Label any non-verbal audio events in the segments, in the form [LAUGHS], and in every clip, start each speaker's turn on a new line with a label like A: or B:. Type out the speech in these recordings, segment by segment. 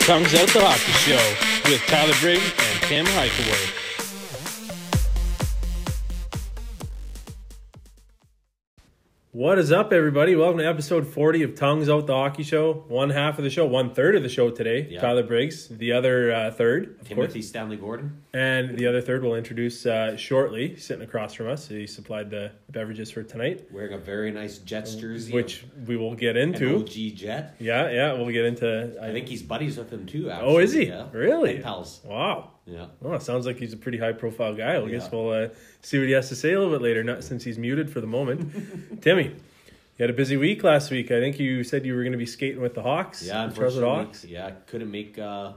A: Comes Out the Hockey Show with Tyler Briggs and Tim Hightower. What is up, everybody? Welcome to episode 40 of Tongues Out the Hockey Show. One half of the show, one third of the show today.
B: Yeah.
A: Tyler Briggs, the other uh, third, of course.
B: Timothy Stanley Gordon.
A: And the other third we'll introduce uh, shortly, sitting across from us. He supplied the beverages for tonight,
B: Wearing a very nice Jets jersey.
A: Oh, which we will get
B: an
A: into.
B: OG Jet.
A: Yeah, yeah, we'll get into.
B: I think he's buddies with him too, actually.
A: Oh, is he?
B: Yeah.
A: Really?
B: Pen pals.
A: Wow.
B: Yeah.
A: Well, Oh, it sounds like he's a pretty high profile guy. I guess
B: Yeah.
A: we'll uh, see what he has to say a little bit later, not since he's muted for the
B: [LAUGHS]
A: moment. Timmy, you had a busy week last week. I think you said you were going to be skating with the Hawks.
B: Yeah,
A: the Charlotte
B: unfortunately.
A: Hawks.
B: Yeah, couldn't make uh,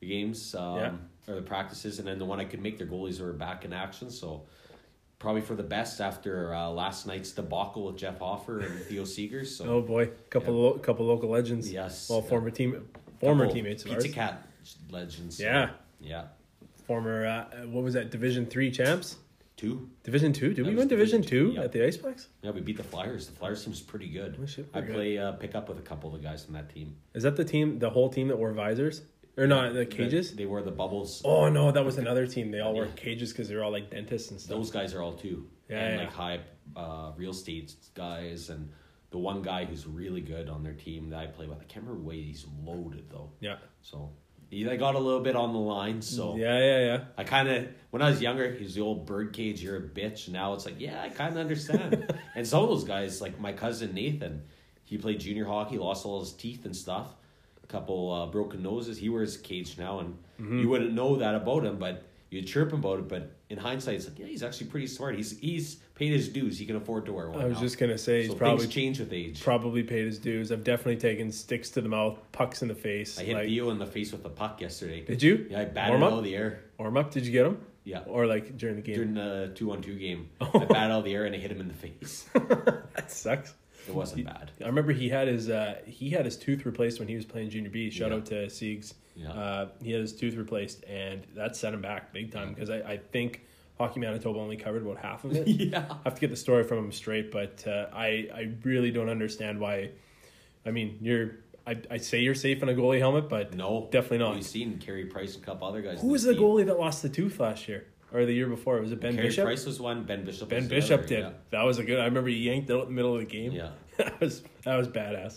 B: the games um, or the practices. And then the one I could make, their goalies were back in action. So probably for the best after uh, last night's debacle with Jeff Hoffer and Theo Seeger. So
A: Oh boy, couple lo- couple local legends.
B: Yes.
A: well,
B: Yeah.
A: former team, former
B: Couple
A: teammates of
B: Pizza
A: ours.
B: Cat legends. So,
A: Yeah.
B: Yeah.
A: Former uh, what was that? Division three champs.
B: Two.
A: Division two? Did
B: That
A: we
B: was
A: win Division,
B: Division two,
A: two
B: yeah.
A: at the Icebox?
B: Yeah, we beat the Flyers. The Flyers team's pretty good.
A: Oh, shit,
B: I
A: pretty good.
B: play uh, pickup with a couple of the guys from that team.
A: Is that the team? The whole team that wore visors or not the cages?
B: They, they wore the bubbles.
A: oh no, that was another team. They all wore cages because they were all like dentists and stuff.
B: Those guys are all two.
A: Yeah,
B: and
A: yeah.
B: like high uh, real estate guys and the one guy who's really good on their team that I play with. I can't remember what he's loaded though.
A: Yeah,
B: So he, they got a little bit on the line. So
A: yeah, yeah, yeah.
B: I kind of when I was younger, he was the old birdcage. You're a bitch. Now it's like yeah, I kind of
A: [LAUGHS]
B: understand. and some of those guys, like my cousin Nathan, he played junior hockey, lost all his teeth and stuff. A couple uh, broken noses. He wears a cage now, and
A: Mm-hmm.
B: you wouldn't know that about him, but you chirp him about it. But in hindsight, it's like yeah, he's actually pretty smart. He's he's paid his dues. He can afford to wear one.
A: I was
B: now.
A: just gonna say
B: so
A: he's probably
B: things change with age.
A: probably paid his dues. I've definitely taken sticks to the mouth, pucks in the face.
B: I hit
A: like,
B: Theo in the face with a puck yesterday.
A: did you?
B: Yeah, I batted
A: warm
B: it out of
A: up. Oh,
B: the air.
A: Warm up. Did you get him?
B: Yeah.
A: Or like during the game.
B: During the two on
A: [LAUGHS]
B: two game, I batted out of the air and I hit him in the face.
A: that sucks.
B: It wasn't bad.
A: [LAUGHS] I remember he had his uh, he had his tooth replaced when he was playing junior B. Shout
B: Yeah.
A: out to Siegs.
B: Yeah.
A: Uh, he had his tooth replaced, and that sent him back big time because I, I think Hockey Manitoba only covered about half
B: [LAUGHS]
A: of it.
B: Yeah.
A: I have to get the story from him straight, but uh, I I really don't understand why. I mean, you're I I say you're safe in a goalie helmet, but
B: No.
A: definitely not.
B: We've seen Carey Price and a couple other guys.
A: Who was the goalie that lost the tooth last year or the year before? Was it Ben
B: Carey
A: Bishop?
B: Price was one. Ben Bishop.
A: Ben
B: was the
A: Bishop
B: other,
A: did. That was a good. I remember he yanked it out in the middle of the game.
B: Yeah.
A: [LAUGHS] that was that was badass.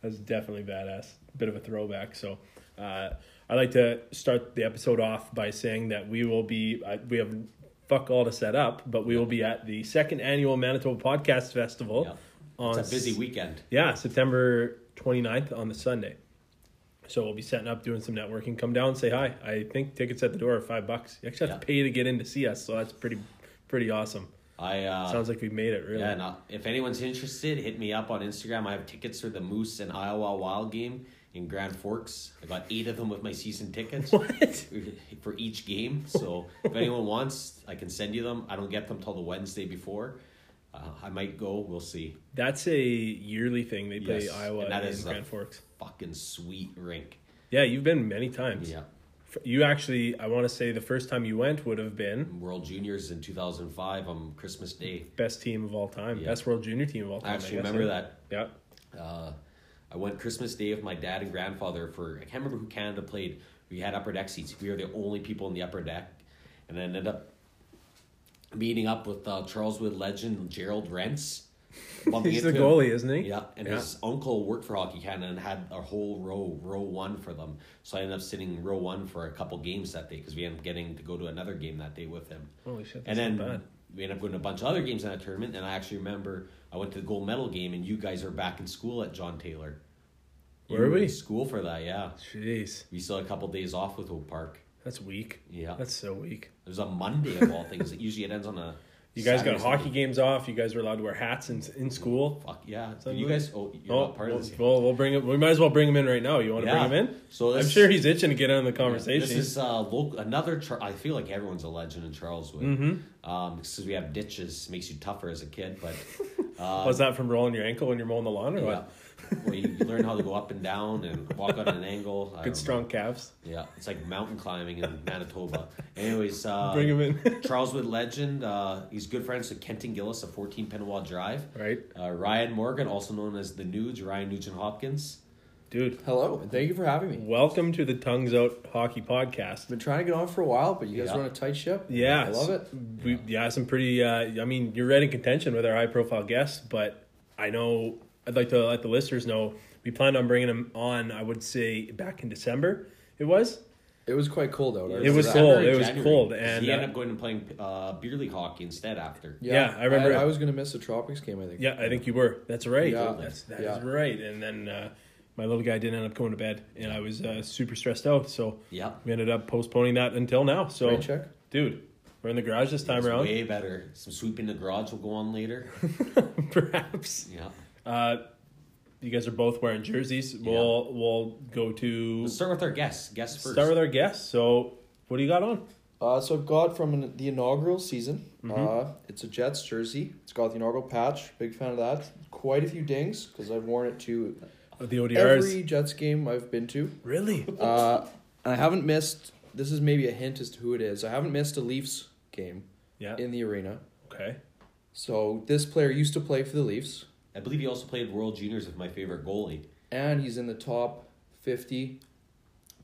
A: That was definitely badass. Bit of a throwback. So, uh, I like to start the episode off by saying that we will be I, we have fuck all to set up, but we will be at the second annual Manitoba Podcast Festival.
B: Yeah.
A: Oh, On
B: It's a busy
A: s-
B: weekend.
A: Yeah, September 29th on the Sunday. So we'll be setting up, doing some networking. Come down, say hi. I think tickets at the door are five bucks. You actually have to
B: Yeah.
A: pay to get in to see us, so that's pretty, pretty awesome.
B: I uh,
A: Sounds like we've made it, really.
B: yeah. And, uh, if anyone's interested, hit me up on Instagram. I have tickets for the Moose and Iowa Wild game in Grand Forks. I got eight of them with my season
A: [LAUGHS]
B: tickets.
A: What?
B: [LAUGHS] For each game, so if anyone wants, I can send you them. I don't get them till the Wednesday before. Uh, I might go. We'll see.
A: That's a yearly thing. They play
B: Yes,
A: Iowa
B: and that
A: in
B: is a-
A: Grand Forks.
B: Fucking sweet rink.
A: Yeah, you've been many times.
B: Yeah.
A: F- You actually, I want to say the first time you went would have been
B: World Juniors in 2005 on Christmas Day.
A: best team of all time,
B: Yeah.
A: best world junior team of all time.
B: I actually
A: guess,
B: remember
A: eh?
B: that.
A: Yeah.
B: Uh, I went Christmas Day with my dad and grandfather for, I can't remember who Canada played. We had upper deck seats. We were the only people in the upper deck. And then ended up meeting up with uh, Charles Wood legend
A: [LAUGHS]
B: Gerald Rents. Bumping
A: He's the
B: into him.
A: goalie, isn't he?
B: Yeah, and
A: Yeah.
B: his uncle worked for Hockey Canada and had a whole row, row one for them. So I ended up sitting row one for a couple games that day because we ended up getting to go to another game that day with him.
A: Holy shit,
B: and
A: that's
B: then
A: not bad.
B: we ended up going to a bunch of other games in that tournament. And I actually remember I went to the gold medal game, and you guys are back in school at John Taylor. You
A: Were we?
B: in school for that? Yeah,
A: Jeez,
B: we still had a couple days off with Oak Park.
A: that's weak.
B: Yeah,
A: That's so weak.
B: it was a Monday of all things. Usually it ends on a.
A: You guys
B: Saturday,
A: got hockey
B: Sunday.
A: games off. You guys were allowed to wear hats in, in school.
B: Fuck yeah! Did
A: Sunday?
B: you guys? Oh, you're
A: Oh,
B: not part
A: we'll,
B: of this.
A: well, we'll bring him. We might as well bring him in right now. You want to
B: Yeah.
A: bring him in?
B: So
A: I'm
B: this-
A: sure he's itching to get in the conversation.
B: This is uh, local, another. Char- I feel like everyone's a legend in Charleswood. Mm-hmm. Um, because we have ditches, makes you tougher as a kid.
A: [LAUGHS]
B: But uh,
A: Was that from rolling your ankle when you're mowing the lawn, or
B: yeah,
A: what?
B: well, you you learn how to go up and down and walk on an angle. I
A: Good
B: don't know.
A: strong calves.
B: Yeah, it's like mountain climbing in Manitoba. Anyways, uh,
A: Bring him in. [LAUGHS]
B: Charleswood legend. Uh, he's good friends with Kenton Gillis of 14 Penowa Drive.
A: right.
B: Uh, Ryan Morgan, also known as the Nuge, Ryan Nugent Hopkins.
A: Dude,
C: Hello, and thank you for having me.
A: welcome to the Tongues Out Hockey Podcast.
C: Been trying to get on for a while, but you guys
B: Yeah.
C: run a tight ship.
A: Yeah,
C: I love it.
A: We, yeah, some pretty. Uh, I mean, you're right in contention with our high profile guests, but I know I'd like to let the listeners know we planned on bringing them on. I would say back in December it was.
C: It was quite cold out. I
A: It was
C: remember that.
A: cold.
B: December,
A: It was
B: January.
A: cold,
B: So
A: and,
B: he
A: uh,
B: ended up going and playing uh, beer league hockey instead after.
A: Yeah, I remember
C: I,
A: it.
C: was going to miss the Tropics game. I think.
A: Yeah, I think you were. That's right.
C: Yeah.
A: That's, that is
C: Yeah.
A: right. And then uh, my little guy didn't end up going to bed, and I was uh, super stressed out. So
B: Yep.
A: we ended up postponing that until now. So,
C: Rain check.
A: dude, we're in the garage this time
B: It's
A: around.
B: way better. Some sweeping the garage will go on later.
A: [LAUGHS] Perhaps
B: Yeah.
A: uh, you guys are both wearing jerseys. We'll we'll go to
B: Let's start with our guests. Guests first.
A: start with our guests. So, what do you got on?
C: Uh, so I've got from an, the inaugural season.
A: Mm-hmm.
C: Uh, it's a Jets jersey. It's got the inaugural patch. Big fan of that. Quite a few dings because I've worn it to
A: Oh, The ODRs.
C: every Jets game I've been to.
A: Really?
C: Uh, and I haven't missed. This is maybe a hint as to who it is. I haven't missed a Leafs game
A: Yeah.
C: in the arena.
A: Okay.
C: So this player used to play for the Leafs,
B: I believe he also played World Juniors with my favorite goalie.
C: and he's in the top fifty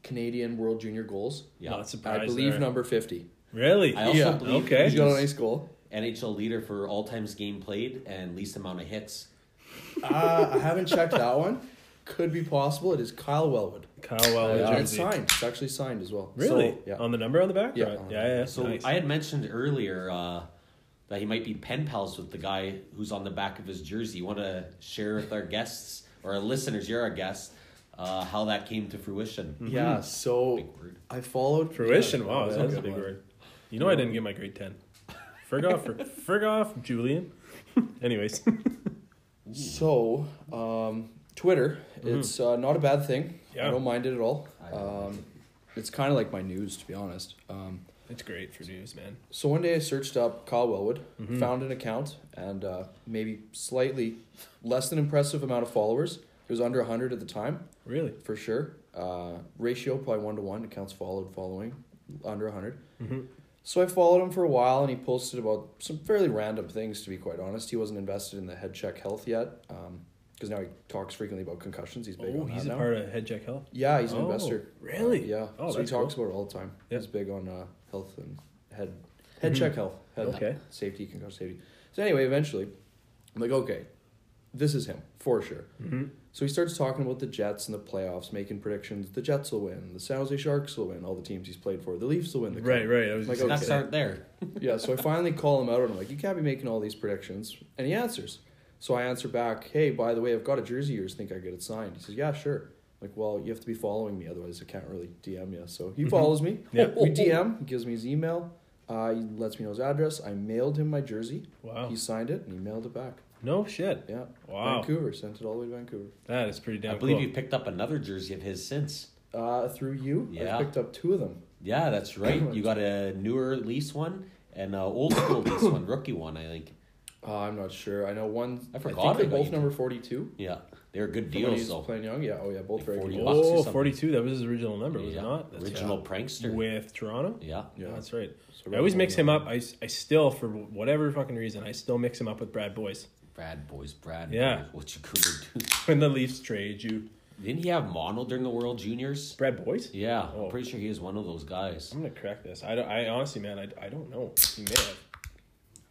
C: Canadian World Junior goals.
B: Yeah.
A: Not surprised.
C: I believe
A: there.
C: number fifty.
A: Really?
B: I also
C: Yeah.
B: believe
A: Okay.
C: He's
B: he's
C: got a nice goal.
B: NHL leader for all times game played and least amount of hits.
C: Uh, I haven't checked that one. Could be possible. It is Kyle Wellwood.
A: Kyle Weller
C: Oh, Yeah, it's
A: jersey.
C: signed. It's actually signed as well.
A: Really? Um,
C: So, yeah.
A: On the number on the back?
C: Yeah.
A: Right. Yeah. yeah.
B: So
A: Nice.
B: I had mentioned earlier uh, that he might be pen pals with the guy who's on the back of his jersey. You want to share with our guests or our listeners, you're our guest, uh, how that came to fruition.
A: Hmm.
C: yeah. So
B: Big word.
C: I followed
A: Fruition.
C: Yeah,
A: wow, that's,
C: that's
A: a
C: good
A: big
C: one.
A: word. You know, I didn't get my grade ten. Frig off, [LAUGHS] frig off, Julian. Anyways,
C: So um, Twitter, it's uh, not a bad thing.
A: Mm-hmm. Yeah.
C: I don't mind it at all.
B: I don't
C: Um, it's kind of like my news, to be honest. Um,
A: it's great for news, man.
C: So one day I searched up Kyle Wellwood,
A: Mm-hmm.
C: found an account, and uh, maybe slightly less than impressive amount of followers. It was under 100 at the time,
A: Really?
C: for sure. Uh, ratio probably one to one, accounts followed, following, under 100.
A: Mhm.
C: So I followed him for a while, and he posted about some fairly random things, to be quite honest. He wasn't invested in the head check health yet, because now he talks frequently about concussions. He's big
A: Oh,
C: on
A: he's
C: that
A: a
C: now.
A: part of Headjack Health.
C: Yeah, he's an
A: Oh,
C: investor.
A: really?
C: Uh, yeah.
A: Oh,
C: so he
A: that's cool.
C: talks about it all the time.
A: Yeah. Mm-hmm.
C: He's big on uh, health and head head check health, head
A: Okay.
C: safety, concussion safety. So anyway, eventually, I'm like, okay, this is him for sure.
A: Mhm.
C: So he starts talking about the Jets and the playoffs, making predictions. The Jets will win. The San Jose Sharks will win. All the teams he's played for. The Leafs will win. The
A: Right,
C: cup.
A: right. I was
C: Like
A: just
C: a-
A: gonna
B: That's
A: say.
B: not there.
C: Yeah, so I finally call him out and I'm like, you can't be making all these predictions. And he answers. So I answer back, hey, by the way, I've got a jersey yours. Think I get it signed? He says, yeah, sure. I'm like, well, you have to be following me, otherwise I can't really DM you. So he follows me.
A: Mm-hmm. Yeah.
C: We DM. He gives me his email. Uh, he lets me know his address. I mailed him my jersey.
A: Wow.
C: He signed it and he mailed it back.
A: No shit.
C: Yeah.
A: Wow.
C: Vancouver. Sent it all the way to Vancouver.
A: That is pretty damn.
B: I believe
A: cool.
B: you picked up another jersey of his since.
C: Uh, through you,
B: Yeah.
C: I picked up two of them.
B: Yeah, that's right. You got a newer lease one and an old
A: [COUGHS]
B: school lease one, rookie one, I think.
C: Uh, I'm not sure. I know one.
B: I forgot
C: think
B: about
C: they're both
B: you.
C: number 42.
B: Yeah, they were good
C: from when he
B: deals
C: was
B: though.
C: Playing young. Yeah. Oh, yeah. Both
B: Like
C: very good.
B: 40 bucks or
A: Oh,
B: something.
A: 42. That was his original number, was
B: Yeah.
A: it not? That's
B: Original
A: right.
B: prankster.
A: With Toronto?
B: Yeah.
C: Yeah.
A: That's right.
C: So
A: I always mix him
C: Roman-
A: up. I, s- I still, for whatever fucking reason, I still mix him up with Brad Boys.
B: Brad boys, Brad.
A: Yeah.
B: boys, what you gonna do?
A: [LAUGHS] When the Leafs trade you.
B: Didn't he have mono during the World Juniors?
A: Brad Boys?
B: Yeah,
A: Oh.
B: I'm pretty sure he is one of those guys.
A: I'm going to crack this. I, don't, I honestly, man, I, I don't know. He may have.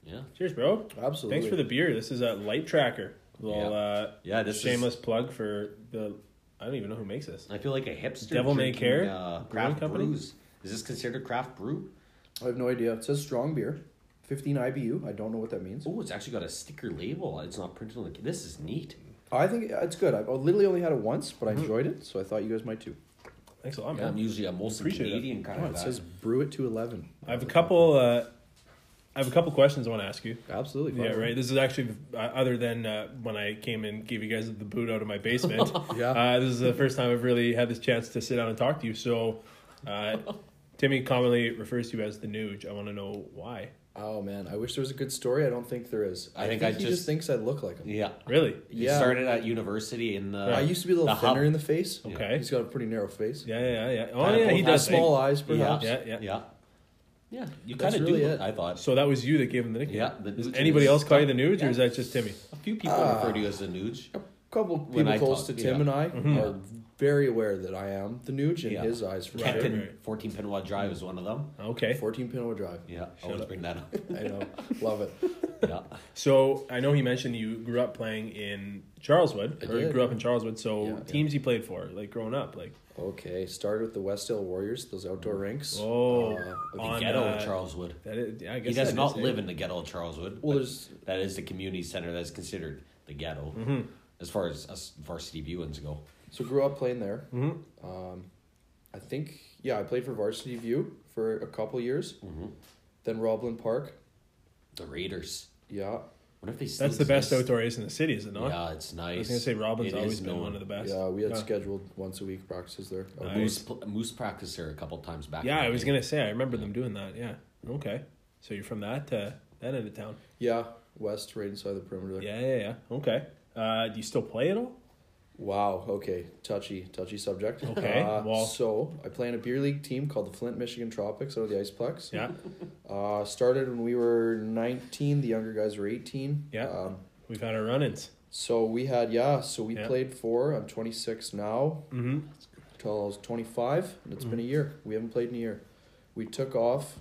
B: Yeah,
A: Cheers, bro.
C: Absolutely.
A: Thanks for the beer. This is a light tracker. Little
B: Yeah.
A: uh,
B: yeah. This
A: shameless plug for the. I don't even know who makes this.
B: Is, I feel like a hipster.
A: Devil May
B: drinking,
A: Care
B: Uh,
A: Brewing
B: craft
A: Company?
B: brews. Is this considered a craft brew?
C: I have no idea. It says strong beer, 15 IBU. I don't know what that means.
B: Oh, it's actually got a sticker label. It's not printed on the. This is neat.
C: I think it's good. I have literally only had it once, but I
A: Mm-hmm.
C: enjoyed it, so I thought you guys might too.
A: Thanks a lot,
B: I'm
A: man.
B: usually a mostly
A: Appreciate it.
B: Canadian kind
C: Oh,
B: of
C: it
B: guy.
C: says brew it to 11.
A: I have a couple. Uh, I have a couple questions I want to ask you.
C: Absolutely.
A: Yeah,
C: fine.
A: right. This is actually uh, other than uh, when I came and gave you guys the boot out of my
B: [LAUGHS]
A: basement.
C: Yeah.
A: uh, this is the first time I've really had this chance to sit down and talk to you. So,
B: [LAUGHS]
A: uh, Timmy commonly refers to you as the Nuge. I want to know why.
C: Oh, man. I wish there was a good story. I don't think there is.
B: I think I
C: he
B: just-
C: just thinks I look like him.
B: yeah.
A: Really?
B: He
C: Yeah.
B: started at university in the.
C: I used to be a little
B: The
C: thinner
B: hub.
C: in the face.
A: Okay.
C: He's got a pretty narrow face.
A: Yeah, yeah, yeah. Oh,
B: Kinda
A: yeah. He
B: both
A: does.
B: has
A: Small.
C: Small eyes,
B: Yeah.
C: perhaps.
B: Yeah.
A: Yeah, yeah.
B: Yeah. Yeah. You
C: That's
B: kind of
C: really
B: do.
C: it.
B: It. I thought
A: So that was you that gave him the nickname.
B: Yeah, the
A: Does
B: Nuge
A: anybody
B: is-
A: else call you the Nuge, or is
B: Yeah.
A: that just Timmy?
C: Ah.
B: a few people refer to you as the Nuge.
C: A couple
B: When
C: people
B: I
C: close
B: talk,
C: to Tim
A: Mm-hmm.
B: yeah.
C: and I are very aware that I am the Nuge in
B: Yeah.
C: his eyes for
A: Right.
C: sure.
B: Captain 14 Pinwa Drive is one of them.
A: Okay.
C: 14 Pinoy Drive.
B: Yeah, I
A: Shut
B: always
A: up.
B: bring
A: [LAUGHS]
B: that up.
C: I know. Love it.
B: Yeah.
A: So I know he mentioned you grew up playing in Charleswood,
C: I
A: or you
C: did.
A: grew up in Charleswood. So
C: Yeah.
A: teams you played for, like growing up, like
C: Okay, started with the Westdale Warriors, those outdoor rinks.
A: oh,
C: Uh,
B: The
A: on,
B: ghetto
A: uh,
B: of Charleswood.
A: That is, yeah, I guess
B: He does
A: that
B: not
A: is, eh?
B: live in the ghetto of Charleswood. but
C: Well, there's
B: that is the community center that is considered the ghetto
A: Mm-hmm.
B: as far as us varsity viewings go.
C: so grew up playing there.
A: Mhm.
C: Um, I think yeah, I played for Varsity View for a couple years.
A: Mm-hmm.
B: Mhm.
C: Then Roblin Park.
B: The Raiders.
C: Yeah,
B: What if they? Still
A: That's the best
B: exist?
A: outdoor race in the city, is it not?
B: Yeah, it's nice.
A: I was gonna say Robin's
B: It is
A: always been
B: known.
A: one of the best.
C: yeah, we had
A: yeah.
C: scheduled once a week practices there.
A: Nice.
B: Moose pl- Moose practiced there a couple times back.
A: Yeah,
B: in the
A: I was
B: day.
A: gonna say I remember them doing that. Yeah. Okay. So you're from that uh, that end of town.
C: Yeah, west right inside the perimeter.
A: Yeah, yeah, yeah. Okay. Uh, do you still play at all?
B: [LAUGHS]
C: Wow. Okay. Touchy, touchy subject.
A: Okay,
C: Uh,
A: well-
C: so I play in a beer league team called the Flint Michigan Tropics out of the Iceplex.
A: Yeah.
C: Uh, started when we were 19. The younger guys were 18.
A: Yeah.
C: Um,
A: We've had our run-ins.
C: so we had yeah. So we
A: Yeah.
C: played four. I'm 26 now.
A: Mm-hmm.
C: Till I was 25, and it's been a year. We haven't played in a year. We took off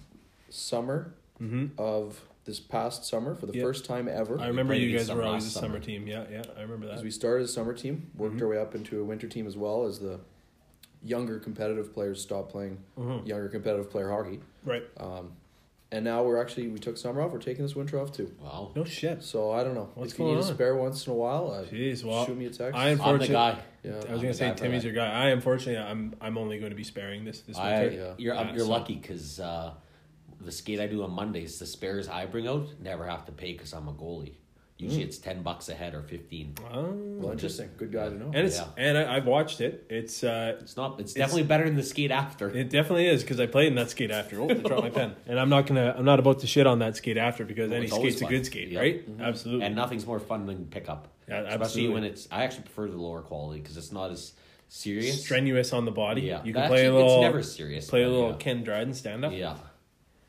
C: summer
A: Mm-hmm.
C: of this past summer for the
A: Yeah.
C: first time ever.
A: I remember
B: played
A: you
B: against
A: guys
B: them
A: were always a
B: last
A: summer
B: summer.
A: team. Yeah, yeah. I remember
C: As
A: that.
C: we started as a summer team, worked
A: Mhm.
C: our way up into a winter team as well as the younger competitive players stopped playing
A: Mhm.
C: younger competitive player hockey.
A: Right.
C: Um, and now we're actually we took summer off. We're taking this winter off too.
B: Wow.
A: No shit.
C: So I don't know
A: What's
C: if you need
A: going
C: a
A: on?
C: spare once in a while. Uh,
A: Jeez. Well,
C: shoot me a text.
A: I am-
B: I'm the
A: Unfortunate-
B: guy.
C: yeah,
A: I was gonna
B: the guy
A: say
B: for
A: Timmy's
B: that.
A: your guy. I unfortunately I'm I'm only going to be sparing this this
B: I,
A: winter.
C: Yeah.
B: You're
A: Yeah,
B: you're
A: so-
B: lucky because uh, the skate I do on Mondays, the spares I bring out never have to pay because I'm a goalie. Usually
A: Mm.
B: it's ten bucks a head or fifteen.
A: Um,
C: well, interesting. Good guy to know.
A: and it's
B: Yeah.
A: and I, I've watched it. It's uh,
B: It's not. It's, definitely better than the skate after.
A: It definitely is because I played in that skate after. Oh, I dropped my pen. And I'm not gonna. I'm not about to shit on that skate after because
B: Well,
A: any
B: it's always
A: skate's a
B: fun.
A: good skate,
B: Yeah. Mm-hmm.
A: right? Absolutely.
B: and nothing's more fun than pickup.
A: Yeah,
B: Especially
A: absolutely.
B: when it's. I actually prefer the lower quality because it's not as serious.
A: Strenuous on the body.
B: Yeah,
A: You can
B: Actually,
A: play a little.
B: It's never serious.
A: play a
B: but
A: little
B: yeah.
A: Ken Dryden stand up.
B: Yeah,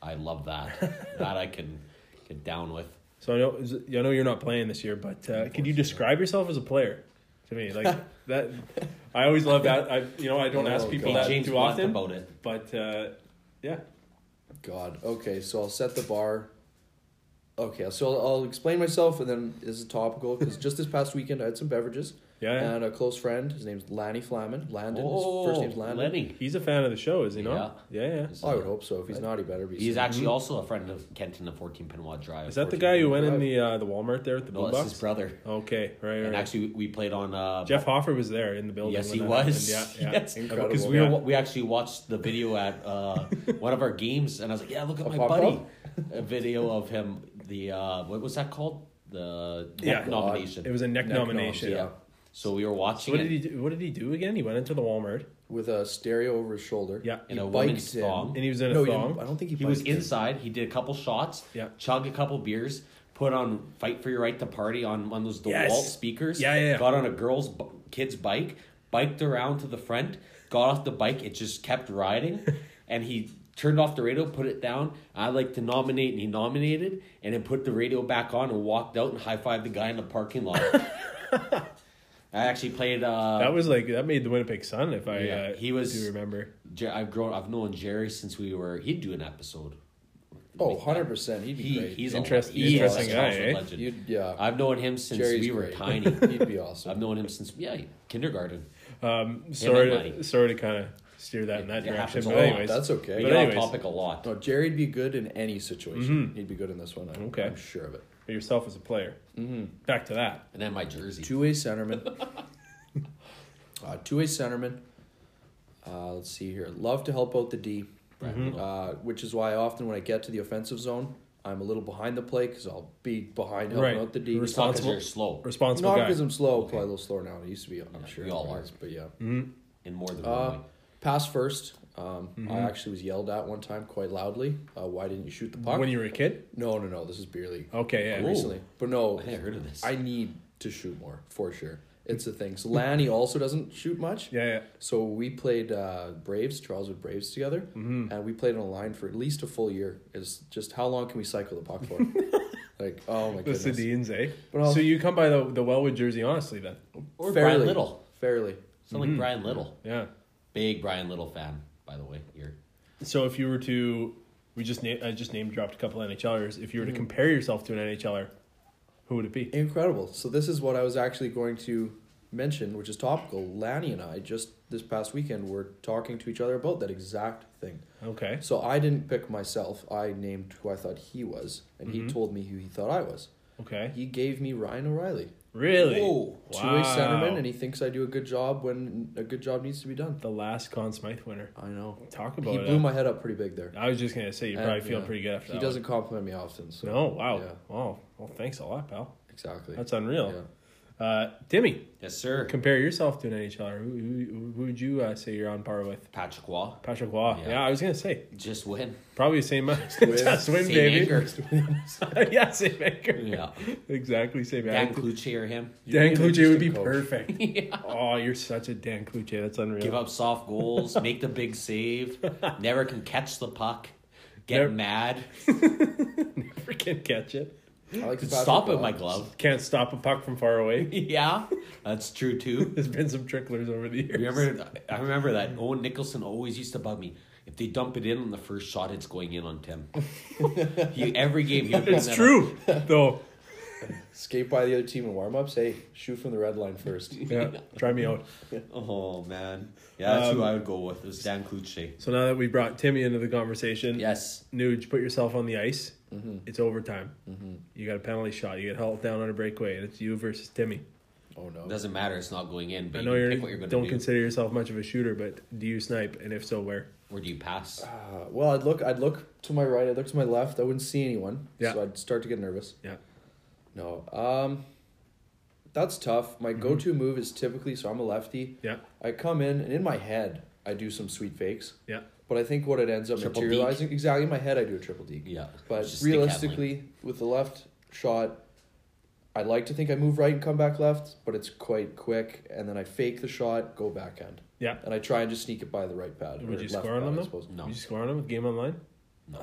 B: I
A: [LAUGHS]
B: love that. that I can get down with.
A: So I know. is it- I know you're not playing this year, but uh, could you describe yourself as a player to me? Like that. I always love that. I you know I don't ask
C: Oh,
A: people
C: God.
A: that
B: James
A: too
B: Blunt
A: often,
B: about it.
A: but uh, yeah.
C: God. Okay, so I'll set the bar. Okay, so I'll, I'll explain myself, and then this is topical because just this past weekend I had some beverages,
A: Yeah.
B: Uh,
A: Oh,
C: and a close friend, his name's Lanny Flamin. Landon, his first name's Landon.
B: Oh, Lenny.
A: He's a fan of the show, is he not? Yeah. Yeah.
C: I would hope so. If he's not, he better be.
B: He's
C: soon.
B: actually also a friend of Kenton of 14 Pinoy Drive.
A: Mm-hmm. Is that the
B: 14
A: guy who
B: Pinoy
A: went in
B: Drive.
A: the uh, the Walmart there at the
B: No,
A: blue
B: that's
A: box?
B: his brother.
A: Okay, right, right.
B: And
A: right.
B: actually, we played on. Uh,
A: Jeff Hoffer was there in the building.
B: Yes,
A: when
B: he
A: that
B: was. [LAUGHS]
A: happened. Yeah, yeah.
B: yes,
C: Incredible.
B: because we were,
A: Yeah.
B: wa- we actually watched the video at uh,
A: [LAUGHS]
B: one of our games, and I was like, "Yeah, look at
C: A
B: my
C: pop-up?
B: buddy." A video of him. The uh, what was that called? The
A: Yeah.
B: neck nomination.
A: It was a neck,
C: Neck
A: nomination.
C: noms,
B: yeah. So we were watching
A: What
B: it.
A: did he do? What did he do again? He went into the Walmart.
C: with a stereo over his shoulder.
A: Yeah.
B: in
C: He
B: a
C: biked
B: woman's
C: in.
B: thong.
A: And he was in a
C: no, he didn't-
A: thong.
C: I don't think he.
B: He was
C: biked in.
B: inside. He did a couple shots.
A: Yeah.
B: Chugged a couple beers. Put on "Fight for Your Right to Party" on one of those DeWalt
A: Yes.
B: speakers.
A: Yeah, yeah, yeah.
B: Got on a girl's b- kid's bike. Biked around to the front. Got off the bike. It just
A: [LAUGHS]
B: kept riding, and he turned off the radio, put it down. I like to nominate, and he nominated, and then put the radio back on and walked out and high fived the guy in the
A: [LAUGHS]
B: parking lot. I actually played. Uh,
A: That was like that made the Winnipeg Sun. If I
B: Yeah,
A: uh,
B: he was-
A: do remember.
B: Jer- I've grown. I've known Jerry since we were. He'd do an episode.
C: Oh, 100 percent. He'd be
B: He,
C: great.
B: he's
A: Interest-
B: a, he is
A: interesting guy,
B: a Charleswood
A: eh?
B: legend.
C: You'd, yeah.
B: I've known him since
C: Jerry's
B: we were
C: great.
B: tiny.
C: He'd be
B: I've
C: awesome.
B: known him since yeah kindergarten.
A: Um, sorry,
B: and Lenny.
A: to, sorry to kind of steer that in that
B: It
A: direction.
B: happens
A: But
B: a lot.
A: [LAUGHS] anyways,
C: That's
B: We
C: okay.
A: But
B: get
A: anyways. Mm-hmm.
B: off topic a lot.
C: no, Jerry'd be good in any situation. He'd be good in this one. I'm,
A: Okay.
C: I'm sure of it.
A: for yourself as a player.
C: Mm-hmm.
A: Back to that.
B: And then my jersey. [LAUGHS]
C: Two way centerman. uh, Two way centerman. Uh, let's see here. Love to help out the D,
B: Mm-hmm.
C: uh, which is why often when I get to the offensive zone, I'm a little behind the play because I'll be behind helping
A: Right.
C: out the D.
A: You're
B: It's not 'cause
A: responsible-
B: you're slow
A: Responsible
C: Not
A: guy.
C: because I'm slow, probably a little slower now. than I used to be. I'm sure.
B: we all are.
C: But yeah.
A: Mm-hmm.
B: in more than
C: Uh,
B: one way.
C: pass first. Um,
A: Mm-hmm.
C: I actually was yelled at one time quite loudly. Uh, why didn't you shoot the puck?
A: When you were a kid.
C: no, no, no. This is beer league.
A: Okay. Yeah.
B: Ooh.
C: Recently, but no,
B: I hadn't heard of this.
C: I need to shoot more for sure. It's a thing. So Lanny also doesn't shoot much.
A: Yeah. yeah.
C: So we played uh, Braves, Charleswood Braves together, and we played on a line for at least a full year. Is just how long can we cycle the puck for? like, oh my
A: The
C: goodness,
A: Sedins, eh?
C: But I'll-
A: so you come by the the Wellwood jersey, honestly, then.
B: Or Brian
C: fairly
B: Little.
C: fairly.
B: Sound like Brian Little.
A: Yeah.
B: Big Brian Little fan, by the way. Here,
A: So if you were to, we just na- I just name dropped a couple NHLers. If you
C: Mm-hmm.
A: were to compare yourself to an NHLer, er, who would it be?
C: Incredible. So this is what I was actually going to mention, which is topical. Lanny and I just this past weekend were talking to each other about that exact thing.
A: Okay.
C: So I didn't pick myself. I named who I thought he was, and he told me who he thought I was.
A: Okay.
C: He gave me Ryan O'Reilly,
A: Really?
B: Whoa.
C: two-way centerman,
A: Wow.
C: and he thinks I do a good job when a good job needs to be done.
A: the last Conn Smythe winner.
C: I know.
A: Talk
C: he
A: about
C: blew
A: it.
C: my head up pretty big there.
A: I was just gonna say you probably
C: And,
A: feel
C: yeah,
A: pretty good after
C: He
A: that.
C: doesn't compliment me often, so
A: One. No. Wow.
C: Yeah.
A: Wow. Well, thanks a lot, pal.
C: exactly.
A: That's unreal.
C: Yeah.
A: Uh, Timmy,
B: Yes, sir.
A: compare yourself to an NHLer. Who, who, who would you uh, say you're on par with?
B: Patrick Waugh.
A: Patrick Waugh. Yeah.
B: Yeah.
A: I was gonna say
B: Just win.
A: probably the same. uh, [LAUGHS] Just win,
B: Same
A: baby.
B: anger.
A: [LAUGHS] yeah, same anchor.
B: yeah.
A: Exactly same
B: Dan
A: anchor.
B: Cluche or him.
A: Dan
C: You need
A: Cluche would
C: an
A: be
C: assistant coach.
A: perfect. Oh, you're such a Dan Cluche. That's unreal.
B: Give up soft goals. make the big save. Never can catch the puck. Get
A: Never-
B: mad.
A: Freaking catch it.
C: I like Patrick
B: Stop it,
C: Waugh.
B: my glove. [LAUGHS]
A: Can't stop a puck from far away. [LAUGHS]
B: yeah, that's true too.
A: There's been some tricklers over the years.
B: Remember, I remember that Owen Nicholson always used to bug me. If they dump it in on the first shot, it's going in on Tim. he, every game, he would
A: [LAUGHS]
B: bring
A: It's
B: that up.
A: true, though.
C: Skate by the other team in warm-ups. Hey, shoot from the red line
A: [LAUGHS]
C: first.
A: Yeah, try me out.
B: Oh man, yeah, that's
A: Um,
B: who I would go with. Is Dan Cluche.
A: So now that we brought Timmy into the conversation,
B: Yes,
A: Nuge, put yourself on the ice.
B: Mm-hmm.
A: It's overtime. You got a penalty shot. You get held down on a breakaway, and it's you versus Timmy.
C: Oh no.
B: it doesn't matter. It's not going in. But
A: I
B: you
A: know
B: can
A: you're,
B: pick what you're going to
A: don't
B: do.
A: consider yourself much of a shooter, but do you snipe? And if so, where?
B: Where do you pass?
C: Uh, well, I'd look. I'd look to my right. I'd look to my left. I wouldn't see anyone.
A: Yeah.
C: So I'd start to get nervous.
A: Yeah.
C: No. Um, that's tough. My go-to move is typically so I'm a lefty.
A: Mm-hmm. Yeah.
C: I come in and in my head I do some sweet fakes.
A: Yeah.
C: But I think what it ends up
B: Triple
C: materializing exactly in my head I do a triple D.
B: Yeah,
C: But
B: just stick handling.
C: realistically, with the left shot, I like to think I move right and come back left, but it's quite quick. And then I fake the shot, go back end.
A: Yeah.
C: And I try and just sneak it by the right pad.
A: Would
C: or
A: you
C: left
A: score on
C: pad, I
A: them?
C: suppose.
B: no.
A: You score on him with game online?
B: No.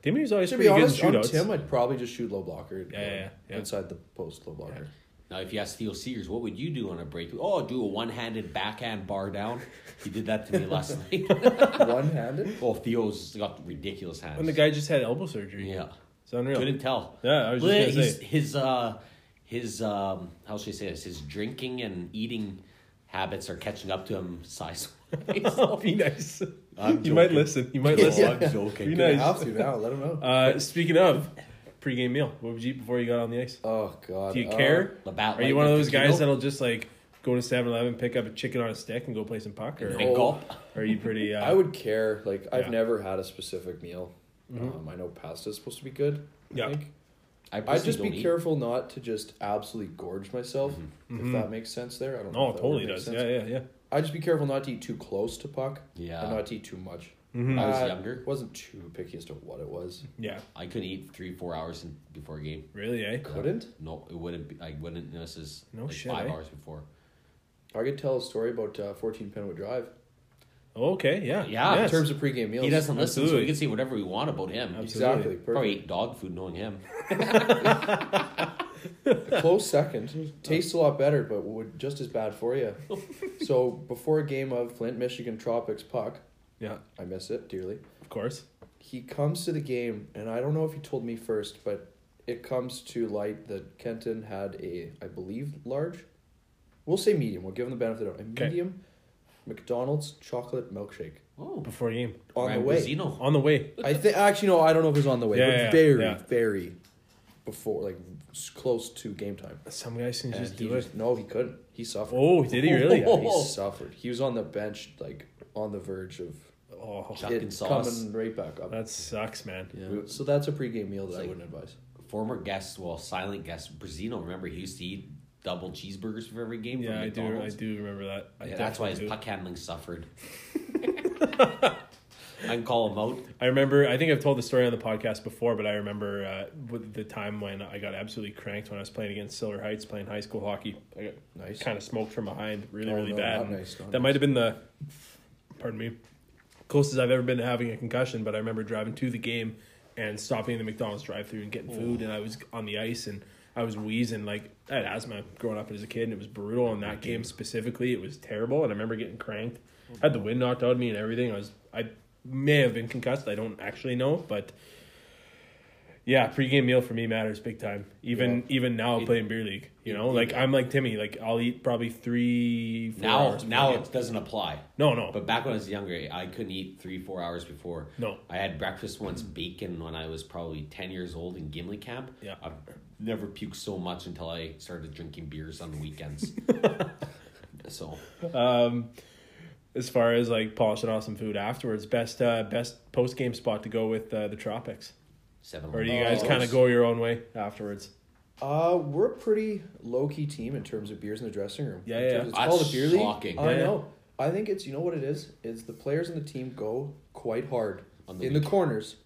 A: Timmy was always
C: Ah. To
A: pretty
C: be honest,
A: good
C: on
A: in shootouts.
C: Tim, I'd probably just shoot low blocker.
A: Yeah, yeah, yeah.
C: Inside the post, low blocker.
B: Now, if you ask Theo Sears, what would you do on a break? Oh, do a one-handed backhand bar down. He did that to me last [LAUGHS]
A: [LAUGHS]
B: night.
C: One handed?
B: oh, Theo's got ridiculous hands.
A: When the guy just had elbow surgery.
B: yeah,
A: It's unreal.
B: couldn't tell.
A: Yeah, I was just
B: Well,
A: gonna
B: his,
A: say. [LAUGHS]
B: his uh his um how should I say this? His drinking and eating habits are catching up to him size.
A: [LAUGHS] Be nice. [LAUGHS]
B: I'm
A: You might
B: joking.
A: listen. You might listen.
B: I'm
A: [LAUGHS]
B: joking.
A: Be
C: I
A: nice.
C: have to now. Let him know.
A: [LAUGHS] Uh, speaking of pregame meal, what would you eat before you got on the ice?
C: oh, God.
A: Do you
C: Uh,
A: care?
B: The bat
A: Are you
B: light
A: one of
B: with
A: those
B: the
A: guys
B: kilo?
A: that'll just like go to 7-Eleven, pick up a chicken on a stick, and go play some puck? Or,
B: Big
C: Oh.
B: gulp.
A: are you pretty? Uh, [LAUGHS]
C: I would care. Like, I've
A: Yeah. Mm-hmm.
C: never had a specific meal. Um, I know pasta is supposed to be good. I
A: Yeah.
C: think.
B: I
C: I'd
B: personally
C: just be
B: don't eat.
C: careful not to just absolutely gorge myself, if that makes sense there. I don't know.
A: Oh,
C: if
A: it Mm-hmm.
C: that
A: totally
C: word makes
A: does.
C: sense.
A: Yeah, yeah, yeah.
C: I'd just be careful not to eat too close to puck.
B: Yeah.
C: And not to eat too much.
A: Mm-hmm.
B: I was
C: Uh,
B: younger.
C: Wasn't too picky as to what it was.
A: Yeah.
B: I couldn't eat three, four hours in, before a game.
A: Really, eh?
C: Couldn't?
B: No, it wouldn't. Be, I wouldn't. This is
A: No
B: like
A: shit,
B: five
A: eh?
B: hours before.
C: I could tell a story about uh, 14 Penwood Drive
A: Okay, yeah.
B: Yeah, in
C: in terms of pregame meals.
B: He doesn't listen, so
A: absolutely.
B: we can say whatever we want about him.
A: Absolutely.
C: exactly.
B: Probably
C: Perfect.
B: eat dog food, knowing him.
C: A close second. Tastes a lot better, but would just as bad
B: [LAUGHS]
C: for you. so before a game of Flint, Michigan Tropics puck,
A: yeah,
C: I miss it dearly.
A: of course.
C: he comes to the game, and I don't know if he told me first, but it comes to light that Kenton had a, I believe, large. We'll say medium. We'll give him the benefit of the doubt. A
A: Okay.
C: medium McDonald's chocolate milkshake
B: Oh,
A: Before game,
C: on
B: Ryan
C: the way.
B: Brezino.
A: on the way.
C: I think actually no, I don't know if it was on the way,
A: Yeah,
C: but
A: yeah,
C: very,
A: yeah.
C: very before, like s- close to game time.
A: Some guys can
C: And
A: just
C: he
A: do it.
C: just- No, he couldn't. He suffered.
A: Oh, did he really?
C: Yeah, [LAUGHS] he
B: Oh.
C: suffered. He was on the bench, like on the verge of
A: Oh,
B: Chuck
C: it
B: and sauce.
C: coming right back up.
A: that sucks, man.
C: yeah. So that's a pregame meal that I
B: Like-
C: wouldn't advise.
B: former guest, well, silent guest, Brazino. Remember, he used to eat double cheeseburgers for every game. from
A: Yeah, I do. I
B: McDonald's?
A: do remember that. I
B: Yeah, that's why his
A: definitely do.
B: puck
A: [LAUGHS]
B: handling suffered. I can call him out.
A: I remember. I think I've told the story on the podcast before, but I remember uh, with the time when I got absolutely cranked when I was playing against Silver Heights, playing high school hockey. I got
C: Nice.
A: kind of smoked from behind, really,
C: Oh,
A: really
C: no,
A: bad.
C: not nice, not
A: that might have been the, pardon me, closest I've ever been to having a concussion.
B: Mm.
A: But I remember driving to the game and stopping in the McDonald's drive-through and getting food, and I was on the ice and I was wheezing like I had asthma growing up as a kid, and it was brutal. And that
B: Mm.
A: game specifically, it was terrible. And I remember getting cranked, had the wind knocked out of me and everything. I was I may have been concussed. I don't actually know, but yeah, pregame meal for me matters big time. Even even now
B: It-
A: playing beer league, you
B: it-
A: know,
B: it-
A: like I'm like Timmy, like I'll eat probably three. Four
B: Now,
A: hours
B: now
A: pregame.
B: it doesn't apply.
A: no, no,
B: But back when I was younger, I couldn't eat three, four hours before.
A: No.
B: I had breakfast once bacon when I was probably 10 years old in Gimli camp.
A: Yeah.
B: I've never puked so much until I started drinking beers on the
A: [LAUGHS]
B: weekends. so,
A: um, as far as like polishing off some food afterwards, best uh, best post game spot to go with uh, the tropics,
B: seven
A: or do you
C: Oh,
A: guys kind of go your own way afterwards?
C: Uh, we're a pretty low key team in terms of beers in the dressing room.
A: Yeah,
C: In
A: yeah.
C: terms of- It's
B: That's
C: called a beer league.
B: shocking.
C: I
A: Yeah, yeah.
C: know. I think it's you know what it is. It's the players and the team go quite hard
B: On the
C: in the
B: weekend.
C: corners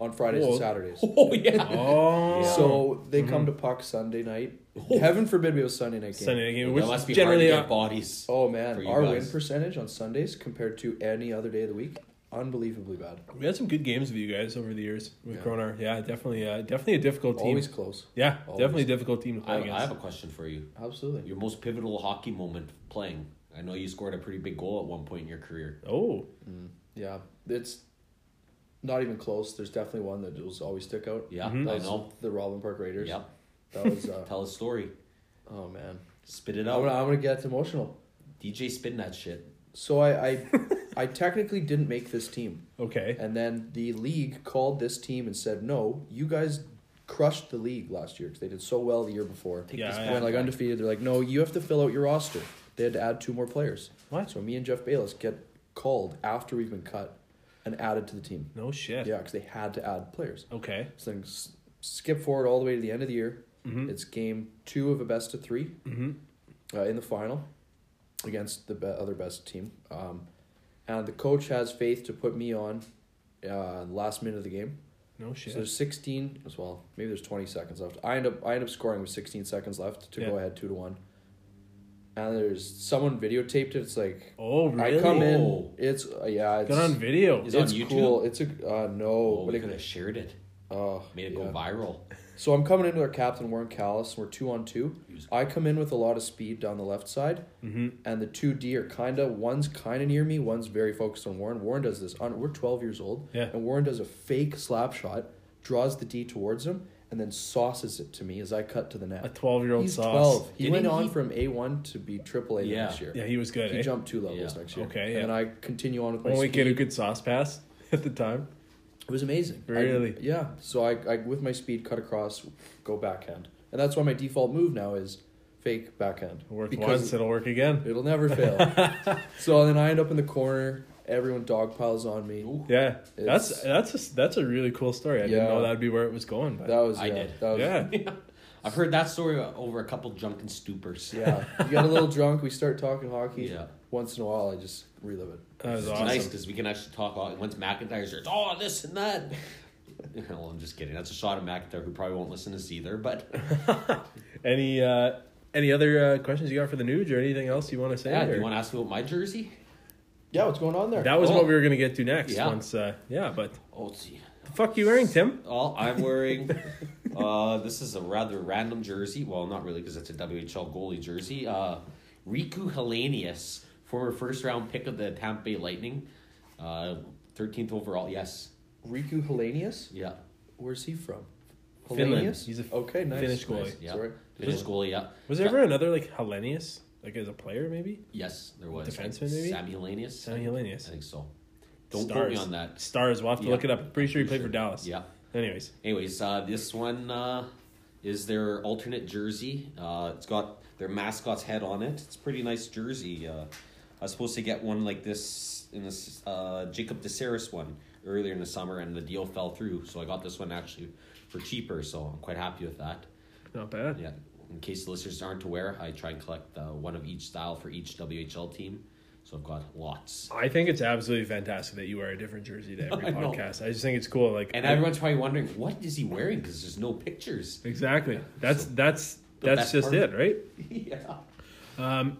C: on Fridays
A: Whoa. [LAUGHS]
C: and Saturdays.
B: [LAUGHS] Oh, yeah.
A: Oh,
C: So
B: Mm-hmm.
C: they come to puck Sunday night.
B: Oh.
C: Heaven forbid we have a Sunday night game.
A: Sunday game, which
B: That must be hard to
A: generally
B: get
A: uh,
B: bodies.
C: Oh
B: for
C: man,
B: you
C: our
B: guys.
C: win percentage on Sundays compared to any other day of the week, unbelievably bad.
A: uh, we had some good games with you guys over the years with
C: Yeah.
A: Kronar. Yeah, definitely, uh, definitely a difficult team.
C: Always close.
A: yeah,
C: always.
A: definitely a difficult team to
B: I,
A: play
B: I
A: against.
B: have a question for you.
C: Absolutely.
B: Your most pivotal hockey moment playing. I know you scored a pretty big goal at one point in your career.
A: oh,
C: Yeah, it's not even close. There's definitely one that will always stick out.
B: Yeah,
A: Mhm.
B: I
C: That was
B: know.
C: the Robin Park Raiders.
B: Yep.
C: That was.
B: [LAUGHS]
C: Uh,
B: Tell a story.
C: oh man,
B: Spit it
C: I'm gonna,
B: out.
C: I'm gonna get emotional.
B: DJ spin that shit.
C: So I
B: [LAUGHS]
C: I, I technically didn't make this team,
A: okay.
C: and then the league called this team and said, "No, you guys crushed the league last year because they did so well the year before.
B: Take
A: Yeah,
B: this
A: I-
C: They went like undefeated. They're like, no, you have to fill out your roster. They had to add two more players.
A: What?
C: So me and Jeff Bayless get called after we've been cut and added to the team.
A: No shit.
C: Yeah, because they had to add players.
A: Okay.
C: So then s- skip forward all the way to the end of the year.
B: Mm-hmm.
A: Mhm.
C: It's game two of a best of 3
A: Mm-hmm.
C: uh, in the final against the be- other best team. Um, and the coach has faith to put me on uh, last minute of the game.
A: No shit.
C: So there's 16 as well. Maybe there's 20 seconds left. I end up I end up scoring with 16 seconds left to go
A: Yeah.
C: ahead two to one. And there's someone videotaped it. It's like
A: oh, really?
C: I come
B: Oh.
C: in. It's uh, yeah. It's
A: Got on video.
B: Is
C: It's
B: it on YouTube?
C: cool. It's a uh, no.
B: Oh,
C: but
B: we
C: it-
B: could have shared it.
C: oh,
B: Made it
C: yeah.
B: go viral.
C: So I'm coming in with our captain Warren Callis. and We're two on two.
B: He was-
C: I come in with a lot of speed down the left side,
A: Mm-hmm.
C: and the two D are kinda one's kinda near me, one's very focused on Warren. Warren does this. On, we're twelve years old,
A: Yeah.
C: and Warren does a fake slap shot, draws the D towards him, and then sauces it to me as I cut to the net.
A: A twelve-year-old
C: He's
A: sauce.
C: twelve. He
B: Didn't
C: went on
B: he-
C: from A one to be triple A
B: Yeah.
C: next year.
A: Yeah, he was good.
C: He
A: eh?
C: jumped two levels
B: Yeah.
C: next year.
A: Okay, yeah.
C: And then I continue on with my
A: Only
C: speed.
A: kid who could sauce pass [LAUGHS] at the time.
C: It was amazing. I-
A: Really?
C: yeah. So I, I, with my speed, cut across, go backhand, and that's why my default move now is fake backhand.
A: It worked
C: Because
A: once, it'll work again.
C: It'll never fail.
A: [LAUGHS]
C: so then I end up in the corner. Everyone dog piles on me.
B: Ooh.
A: Yeah, that's
C: It's-
A: that's a, that's a really cool story. I didn't
C: Yeah.
A: know that'd be where it was going, but
C: That was
B: I
C: yeah.
B: did.
C: That
B: [LAUGHS]
C: was,
A: yeah,
B: I've heard that story over a couple drunken stupors.
C: [LAUGHS] yeah. You got a little drunk. We start talking hockey.
B: Yeah.
C: Once in a while, I just relive it.
A: that was
B: it's
A: awesome.
B: nice because we can actually talk. all- Once McIntyre starts, oh, this and that. [LAUGHS] well, I'm just kidding. That's a shot at McIntyre who probably won't listen to this either. But
A: Any uh, any other uh, questions you got for the Nuge or anything else you want to say?
B: yeah, do
A: or-
B: you want to ask me about my jersey?
C: Yeah, what's going on there?
A: that was
B: Oh.
A: what we were gonna get to next.
B: Yeah.
A: Once, uh, yeah, but
B: Oh, it's-
A: the fuck you wearing, Tim?
B: Well, I'm
A: [LAUGHS]
B: wearing. uh, this is a rather random jersey. Well, not really, because it's a WHL goalie jersey. Uh, Riku Hellenius, former first round pick of the Tampa Bay Lightning, uh, 13th overall. Yes.
C: Riku Hellenius.
B: Yeah.
C: Where's he from?
A: Finland.
C: Hellenius?
A: He's a
C: okay, nice.
A: Finnish goalie.
C: Nice.
B: Yeah.
C: Sorry.
B: Finnish goalie. Yeah.
A: Was there
B: Yeah.
A: ever another like Hellenius, like as a player maybe?
B: Yes, there was.
A: Defenseman, maybe?
B: Sammy Hellenius.
A: Sammy
B: I
A: Hellenius.
B: think so. Don't quote
A: Stars.
B: me on that.
A: Stars. We'll have to
B: Yeah.
A: look it up. Pretty sure he
B: Pretty
A: played for
B: sure.
A: Dallas.
B: Yeah.
A: Anyways,
B: Anyways, uh, this one uh, is their alternate jersey. Uh, it's got their mascot's head on it. It's a pretty nice jersey. Uh, I was supposed to get one like this in this uh, Jacob DeSeris one earlier in the summer, and the deal fell through. So I got this one actually for cheaper. So I'm quite happy with that.
A: not bad.
B: Yeah. In case the listeners aren't aware, I try and collect uh, one of each style for each WHL team. So I've got lots.
A: I think it's absolutely fantastic that you wear a different jersey to every
B: [LAUGHS] I know.
A: podcast. I just think it's cool. Like
B: And everyone's probably wondering what is he wearing because there's no pictures. [LAUGHS]
A: Exactly. That's that's
B: The
A: that's
B: best
A: just
B: part.
A: it, right?
B: yeah.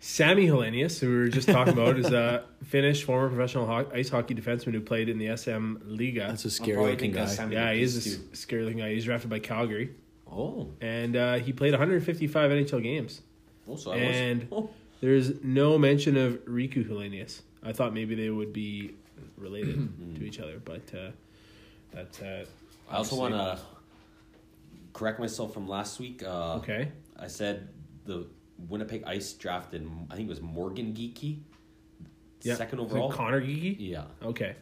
A: Sammy Hellenius, who we were just talking about, is
B: [LAUGHS]
A: a Finnish former professional ho- ice hockey defenseman who played in the SM Liga.
C: That's a
B: I'll
C: scary
B: probably
C: looking
B: think that's
C: guy.
B: Sammy
A: yeah, he is a
B: Hellenius
A: s- scary looking guy. He's drafted by Calgary.
B: Oh,
A: and uh, he played 155 NHL games.
B: also I
A: And-
B: was. Oh.
A: There's no mention of Riku Hellenius. I thought maybe they would be
B: [CLEARS THROAT]
A: related to each other, but uh, that's uh,
B: Hmm. I also
A: obviously-
B: want to correct myself from last week. Uh,
A: Okay,
B: I said the Winnipeg Ice drafted, I think it was Morgan Geeky,
A: yeah.
B: second
A: Is it
B: overall.
A: Connor Geeky.
B: yeah.
A: Okay.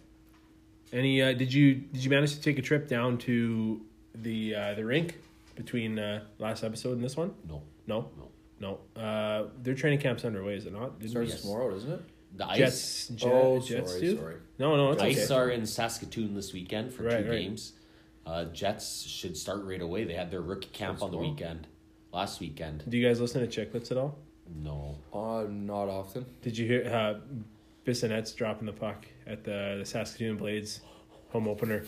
A: Any? Uh, did you did you manage to take a trip down to the uh, the rink between uh, last episode and this one?
B: No,
A: No,
B: no.
A: no. Uh, their training camp's underway, is it not? Didn't
C: Starts
A: we-
C: tomorrow, doesn't it?
B: The Ice.
A: Jets. Jet,
C: oh,
A: Jets
C: sorry,
A: do?
C: sorry.
A: No, no, it's okay.
B: Ice are in Saskatoon this weekend for
A: Right,
B: two
A: right.
B: games. Uh, Jets should start right away. They had their rookie camp
C: That's
B: on the
C: cool.
B: weekend, last weekend.
A: Do you guys listen to Chicklets at all?
B: No,
C: Uh, not often.
A: Did you hear uh, Bissonette's dropping the puck at the, the Saskatoon Blades home opener?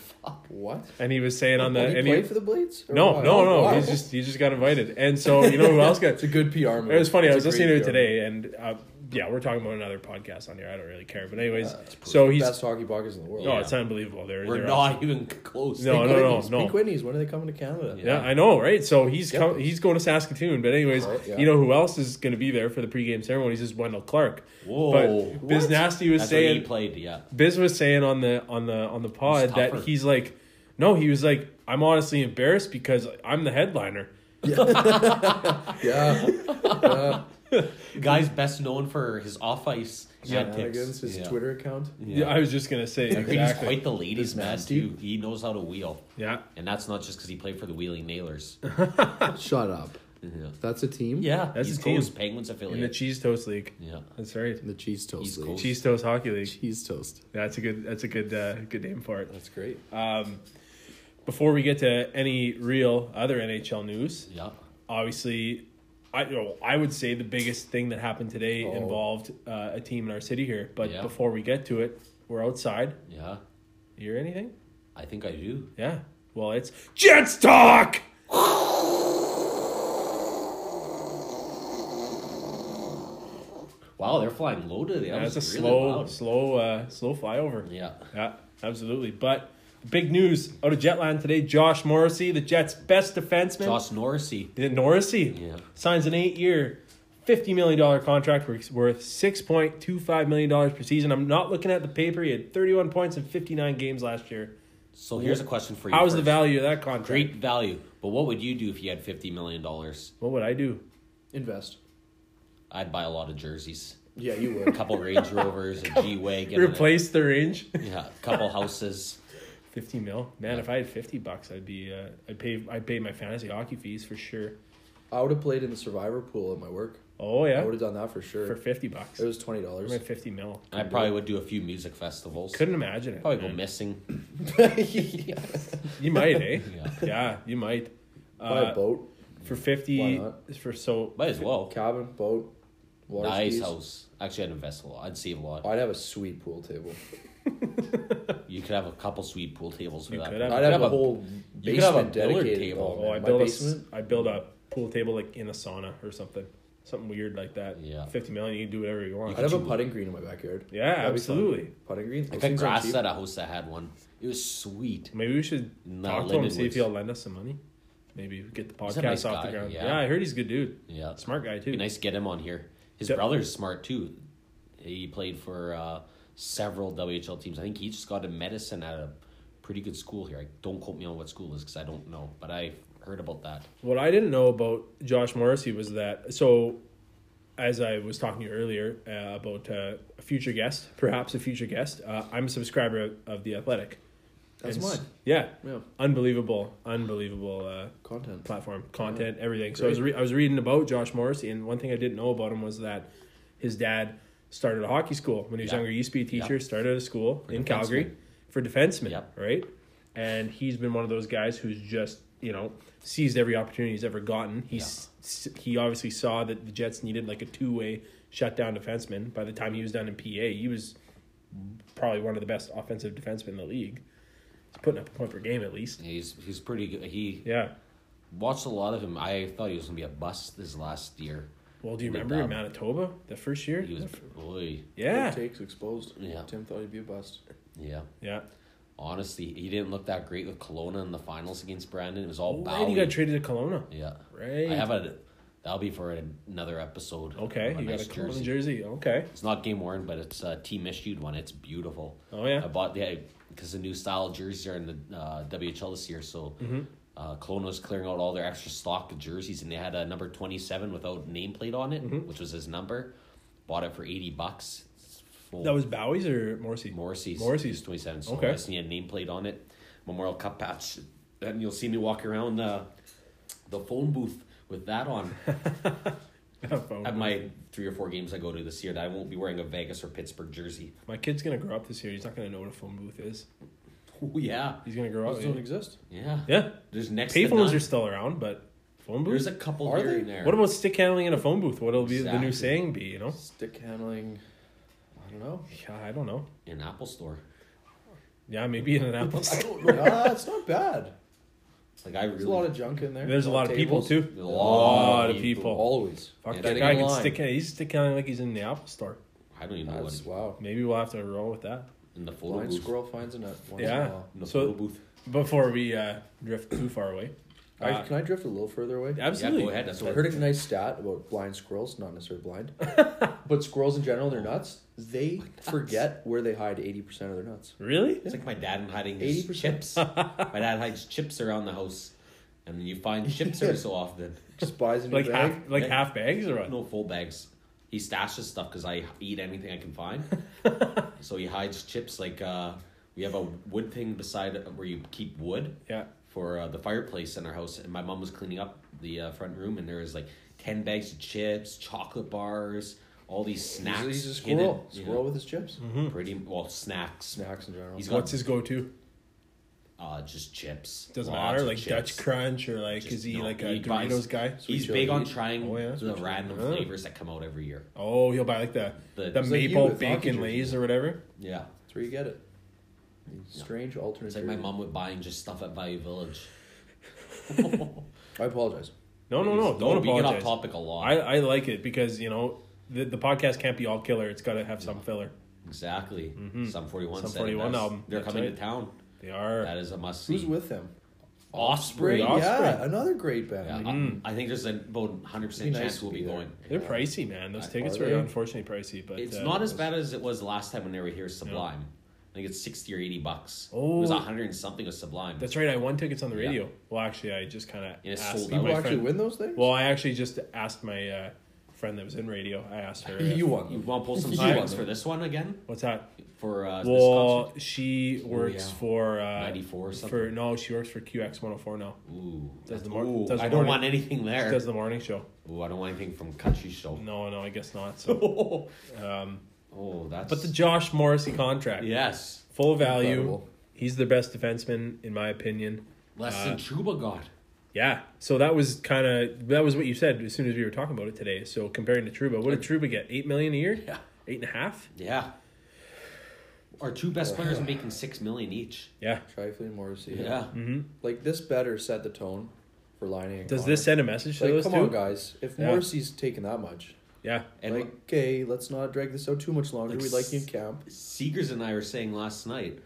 C: What?
A: And he was saying on the
C: Did he
A: and
C: play
A: he,
C: for the Blades? Or
A: no,
C: what?
A: no, no,
C: Wow.
A: He's just he just got invited. And
C: oh,
A: so you know who else got?
C: [LAUGHS] It's a good PR move.
A: It was funny. I was
C: Mm-hmm. It's a
A: listening to
C: great
A: it
C: PR move.
A: today, and uh, yeah, we're talking about another podcast on here. I don't really care, but anyways, so he's
C: Uh, Best hockey pockets in the world.
A: oh, it's unbelievable. They're,
B: we're
A: they're
B: not even [LAUGHS] close.
A: No,
C: Pink
A: no, no,
C: Whitney's,
A: no.
C: Pink Whitney's. When are they coming to Canada?
A: Yeah,
B: Yeah.
A: I know, right? So he's
C: Yep.
A: com- he's going to Saskatoon, but anyways,
C: Right, yeah.
A: you know who else is going to be there for the pregame ceremonies is Wendell Clark.
B: Whoa.
A: but Biz
C: What?
A: Nasty was
B: That's when he
A: saying
B: played, yeah.
A: Biz was saying on the on the on the pod
B: He's
A: that
B: tougher.
A: he's like, no, he was like, I'm honestly embarrassed because I'm the headliner.
C: Yeah. yeah.
B: Guy's best known for his off ice
C: Shenanigans, his Twitter account.
A: Yeah, I was just gonna say
B: He's
A: exactly.
B: quite the ladies'
C: He's
B: man,
C: nasty.
B: too. He knows how to wheel.
A: yeah,
B: And that's not just because he played for the Wheeling Nailers.
A: [LAUGHS]
C: Shut up.
B: yeah.
C: That's a team.
B: Yeah,
A: That's
B: he's
A: his team.
B: Coast Penguins
A: in the
B: affiliate.
A: Cheese Toast League.
B: yeah.
A: That's right,
C: The cheese toast.
B: East
C: league.
B: Coast.
A: Cheese Toast Hockey League.
C: Cheese toast.
A: That's a good. That's a good. Uh, good name for it.
C: That's great.
A: Um, before we get to any real other NHL news,
B: Yeah.
A: obviously, I you know, I would say the biggest thing that happened today
C: Oh.
A: involved uh, a team in our city here. But
B: Yeah.
A: before we get to it, we're outside.
B: Yeah.
A: You hear anything?
B: I think I do.
A: Yeah. Well, it's Jets talk.
B: Wow, they're flying low today. That
A: That's a
B: was really
A: slow,
B: loud.
A: slow, uh, slow flyover.
B: Yeah.
A: Yeah, absolutely. But big news out of Jetland today: Josh Morrissey, the Jets' best defenseman.
B: Josh Norrissey.
A: Yeah, Norrissey
B: Yeah.
A: signs an eight-year, fifty million dollar contract worth- worth six point two five million dollars per season. I'm not looking at the paper. He had thirty-one points in fifty-nine games last year.
B: So here's a question for you.
A: How's the
B: first.
A: value of that contract?
B: Great value. But what would you do if you had $50 million?
A: What would I do?
C: Invest.
B: I'd buy a lot of jerseys.
C: Yeah, you
B: A
C: would. [LAUGHS]
B: couple Range Rovers, a
A: [LAUGHS]
B: G Wagon.
A: Replace the range. [LAUGHS]
B: Yeah, a couple houses.
A: Fifty mil, man. If I had fifty bucks, I'd be. Uh, I'd pay. I'd pay my fantasy hockey fees for sure.
C: I would have played in the survivor pool at my work.
A: Oh
C: I
A: yeah,
C: would have done that for sure.
A: for fifty bucks.
C: it was twenty
A: I'm
C: dollars. [LAUGHS]
A: at fifty mil.
B: I probably would do a few music festivals.
A: Couldn't imagine it.
B: probably go
A: man.
B: missing.
A: You might, eh?
B: [LAUGHS] Yeah.
A: yeah, you might.
C: Buy a
A: Uh,
C: boat,
A: for fifty,
C: Why not?
A: for so
B: [LAUGHS] Might as well.
C: cabin, boat, water
B: Nice
C: skis.
B: house. Actually, I'd invest a lot. I'd save a lot.
C: I'd have a sweet pool table.
B: You could have a couple sweet pool tables for
A: You
B: that.
A: could have.
C: I'd have, a whole
B: you could have a
C: basement
B: billiard
C: dedicated.
B: table.
C: though,
A: Oh,
C: man.
A: I
C: My
A: build a, s-
C: basement.
A: I build a pool table like in a sauna or something, something weird like that.
B: Yeah.
A: fifty million, you can do whatever you want.
C: I'd have a putting green in my backyard.
A: yeah,
C: That'd be fun.
A: absolutely.
C: Putting green.
B: I
C: Those
B: got
C: things aren't
B: grass
C: cheap.
B: at a house that had one. It was sweet.
A: Maybe we should
B: No,
A: talk to him and
B: Linden
A: see if
B: Woods.
A: he'll lend us some money. Maybe get the
B: He's a
A: podcast
B: nice
A: off
B: guy,
A: the ground.
B: yeah.
A: Yeah. I heard he's a good dude,
B: Yeah, it's
A: smart guy too.
B: be nice to get him on here. His
A: Yeah.
B: brother's smart too. He played for uh, several WHL teams. I think he just got in medicine at a pretty good school here. I don't quote me on what school it is because I don't know, but I heard about that.
A: What I didn't know about Josh Morrissey was that so, as I was talking to you earlier uh, about uh, a future guest, perhaps a future guest. Uh, I'm a subscriber of the Athletic.
C: That's
A: And s-
C: mine.
A: Yeah,
C: Yeah,
A: unbelievable, unbelievable. Uh,
C: content.
A: platform, content, everything. So I was re- I was reading about Josh Morrissey, and one thing I didn't know about him was that his dad started a hockey school when he was
B: Yeah.
A: younger. He used to be a teacher,
B: Yeah.
A: started a school in
B: defensemen.
A: Calgary for defensemen,
B: Yep.
A: right? And he's been one of those guys who's just you know seized every opportunity he's ever gotten. He's he obviously saw that the Jets needed like a two way shutdown defenseman. By the time he was done in PA, he was probably one of the best offensive defensemen in the league. He's putting up a point per game at least.
B: He's he's pretty good. He
A: Yeah.
B: watched a lot of him. I thought he was gonna be a bust this last year.
A: Well, do you
B: Big
A: remember in
B: Bob.
A: Manitoba the first year?
B: He was, oy,
A: yeah,
C: Takes exposed.
B: Yeah.
C: Tim thought he'd be a bust.
B: yeah.
A: yeah.
B: honestly, he didn't look that great with Kelowna in the finals against Brandon. It was all
A: Oh, right,
B: Bowie.
A: he got traded to Kelowna.
B: yeah,
A: Right.
B: I have a. That'll be for another episode.
A: Okay,
B: of a
A: you
B: nice
A: got a Kelowna jersey. Okay.
B: It's not game worn, but it's a team issued one. It's beautiful.
A: Oh, yeah?
B: I bought the because the new style jerseys are in the uh, WHL this year, so.
A: Mm-hmm.
B: Uh, Kelowna was clearing out all their extra stock of jerseys, and they had a number twenty-seven without nameplate on it,
A: Mm-hmm.
B: which was his number. Bought it for eighty bucks. It's full-
A: That was Bowie's or Morrissey?
B: Morrissey's.
A: Morrissey's.
B: 27. So
A: Okay.
B: I just need a nameplate on it. Memorial Cup patch. And you'll see me walk around uh, the phone booth with that on
A: Mm-hmm. [LAUGHS]
B: at
A: my,
B: my three or four games I go to this year. That I won't be wearing a Vegas or Pittsburgh jersey.
A: my kid's gonna grow up this year. He's not gonna know what a phone booth is.
B: Oh, yeah.
A: He's gonna grow up.
C: Those don't exist.
B: Yeah.
A: Yeah.
B: There's next
A: Pay
B: to
A: phones
B: none.
A: are still around, but phone booth.
B: There's a couple
C: Are
B: here
C: they?
B: and there.
A: What about stick handling in a phone booth? What'll be the new
B: Exactly.
A: saying be? You know?
C: Stick handling. I don't
B: [LAUGHS]
C: know.
A: Yeah, I don't know.
B: In an Apple store.
A: Yeah, maybe
B: [LAUGHS]
A: in an Apple.
C: I don't know. ah, it's not bad.
B: Like, I
C: There's
B: really.
C: a lot of junk in there.
A: [LAUGHS] There's a lot of people
C: tables.
A: too. A
B: [LAUGHS] A lot
A: lot
B: of
A: of
B: people.
A: people.
C: Always.
A: Fuck
B: Yeah,
A: that
B: getting
A: guy
C: in
A: can
C: line.
A: stick. He's stick handling like he's in the Apple store.
B: I don't even know
C: That's
B: what.
C: wow.
A: Maybe we'll have to roll with that.
B: In the photo
C: Blind
B: booth.
C: squirrel finds a nut. Once in a
A: Yeah.
C: while.
B: In the photo
A: So
B: booth.
A: before we uh, drift too far away,
C: I,
A: Uh,
C: can I drift a little further away?
A: absolutely.
B: Yeah, go ahead. That's
C: So I
B: what
C: heard a nice stat about blind squirrels, not
B: [LAUGHS]
C: necessarily blind, but squirrels in general, they're nuts. They forget where they hide 80% of their nuts.
A: Really?
B: It's like my dad hiding his
C: 80%.
B: chips. my dad hides chips around the house, and you find chips every so often.
C: Just buys a new
A: Like
C: bag.
A: half, like
B: Yeah.
A: half bags or what?
B: No full bags. He stashes stuff because I eat anything I can find. so he hides chips. Like uh, we have a wood thing beside where you keep wood
A: Yeah.
B: for uh, the fireplace in our house, and my mom was cleaning up the uh, front room, and there was like ten bags of chips, chocolate bars, all these
C: He's
B: snacks.
C: a- He's a
B: hidden,
C: squirrel.
B: you know,
C: squirrel with his chips.
A: Mm-hmm.
B: pretty well snacks.
C: Snacks in general.
B: He's got
A: What's his go-to?
B: uh, just chips.
A: Doesn't
B: Lots
A: matter.
B: of
A: Like
B: chips.
A: Dutch Crunch or like
B: Just-
A: is he
B: no,
A: like a
B: he
A: Doritos
B: buys-
A: guy?
C: Sweet
B: He's
C: chili.
B: big on trying
A: Oh, yeah.
B: the
A: Sweet
B: random
A: chili.
B: flavors that come out every year.
A: Oh, he'll buy like the
B: The-
A: the,
B: It's
C: like you
A: maple
C: with hockey
A: bacon
C: jerseys.
A: lays or whatever.
B: Yeah.
C: That's where you get it. Strange alternate.
B: It's like my
C: area.
B: mom would buying just stuff at Value Village.
C: I apologize.
A: No, no, no. Don't
B: we get off
A: apologize.
B: topic a lot.
A: I, I like it because you know the, the podcast can't be all killer. It's got to have some filler.
B: exactly. Some 41
A: Mm-hmm. Some
B: said it
A: 41
B: best.
A: album.
B: They're
A: That's
B: coming
A: right.
B: to town.
A: They are.
B: That is a must see.
C: Who's with them?
B: Osprey.
A: The Osprey.
C: Yeah, another great band.
B: Yeah, I-
A: mm.
B: I, think there's a- about 100%
C: Be nice
B: chance
C: to
B: we'll
C: be
B: be
C: there.
B: going.
A: They're pricey, man. Those
B: Are
A: tickets
C: they?
A: were unfortunately pricey, but
B: It's
A: uh,
B: not as bad as it was last time when they were here, Sublime. I think it's 60 or 80 bucks. it was
A: Oh.
B: 100 and something with Sublime.
A: That's right. I won tickets on the
B: Yeah.
A: radio. Well, actually, I just kind
B: And
A: of
B: it's
A: asked
B: sold
A: my
B: out.
C: You actually
A: friend.
C: win those things?
A: Well, I actually just asked my uh, friend that was in radio. I asked her. if-
C: [LAUGHS] you won.
B: You want to pull
A: [LAUGHS]
B: some
C: You
B: strings
C: won.
B: for this one again?
A: What's that?
B: For uh, this
A: Well,
B: concert? Oh,
A: she works
B: yeah.
A: for uh,
B: 94 or something?
A: For no, she works for QX one hundred four now.
B: Ooh,
A: Does the mor-
B: Ooh,
A: does the
B: I don't
A: morning-
B: want anything there.
A: Does the morning show?
B: Ooh, I don't want anything from country show.
A: No, no, I guess not. So, [LAUGHS]
C: [LAUGHS]
A: um,
B: Oh, that's
A: but the Josh Morrissey contract,
B: yes,
A: full value.
C: Incredible.
A: He's the best defenseman in my opinion.
B: less
A: Uh,
B: than Chuba got.
A: Yeah. So that was kind of that was what you said as soon as we were talking about it today. So comparing to Truba, what did Truba get? Eight million a year?
B: Yeah.
A: Eight and a half?
B: Yeah, our two best players are making six million each.
A: Yeah.
C: Trifley and Morrissey.
B: Yeah,
C: Like this better set the tone for Lining.
A: Does this send a message to
C: like,
A: those
C: come
A: two?
C: on, guys. If
A: Yeah.
C: Morrissey's taking that much,
A: Yeah.
B: and
C: like, okay, let's not drag this out too much longer.
B: Like
C: We'd like
B: s-
C: you in camp.
B: Seegers and I were saying last night,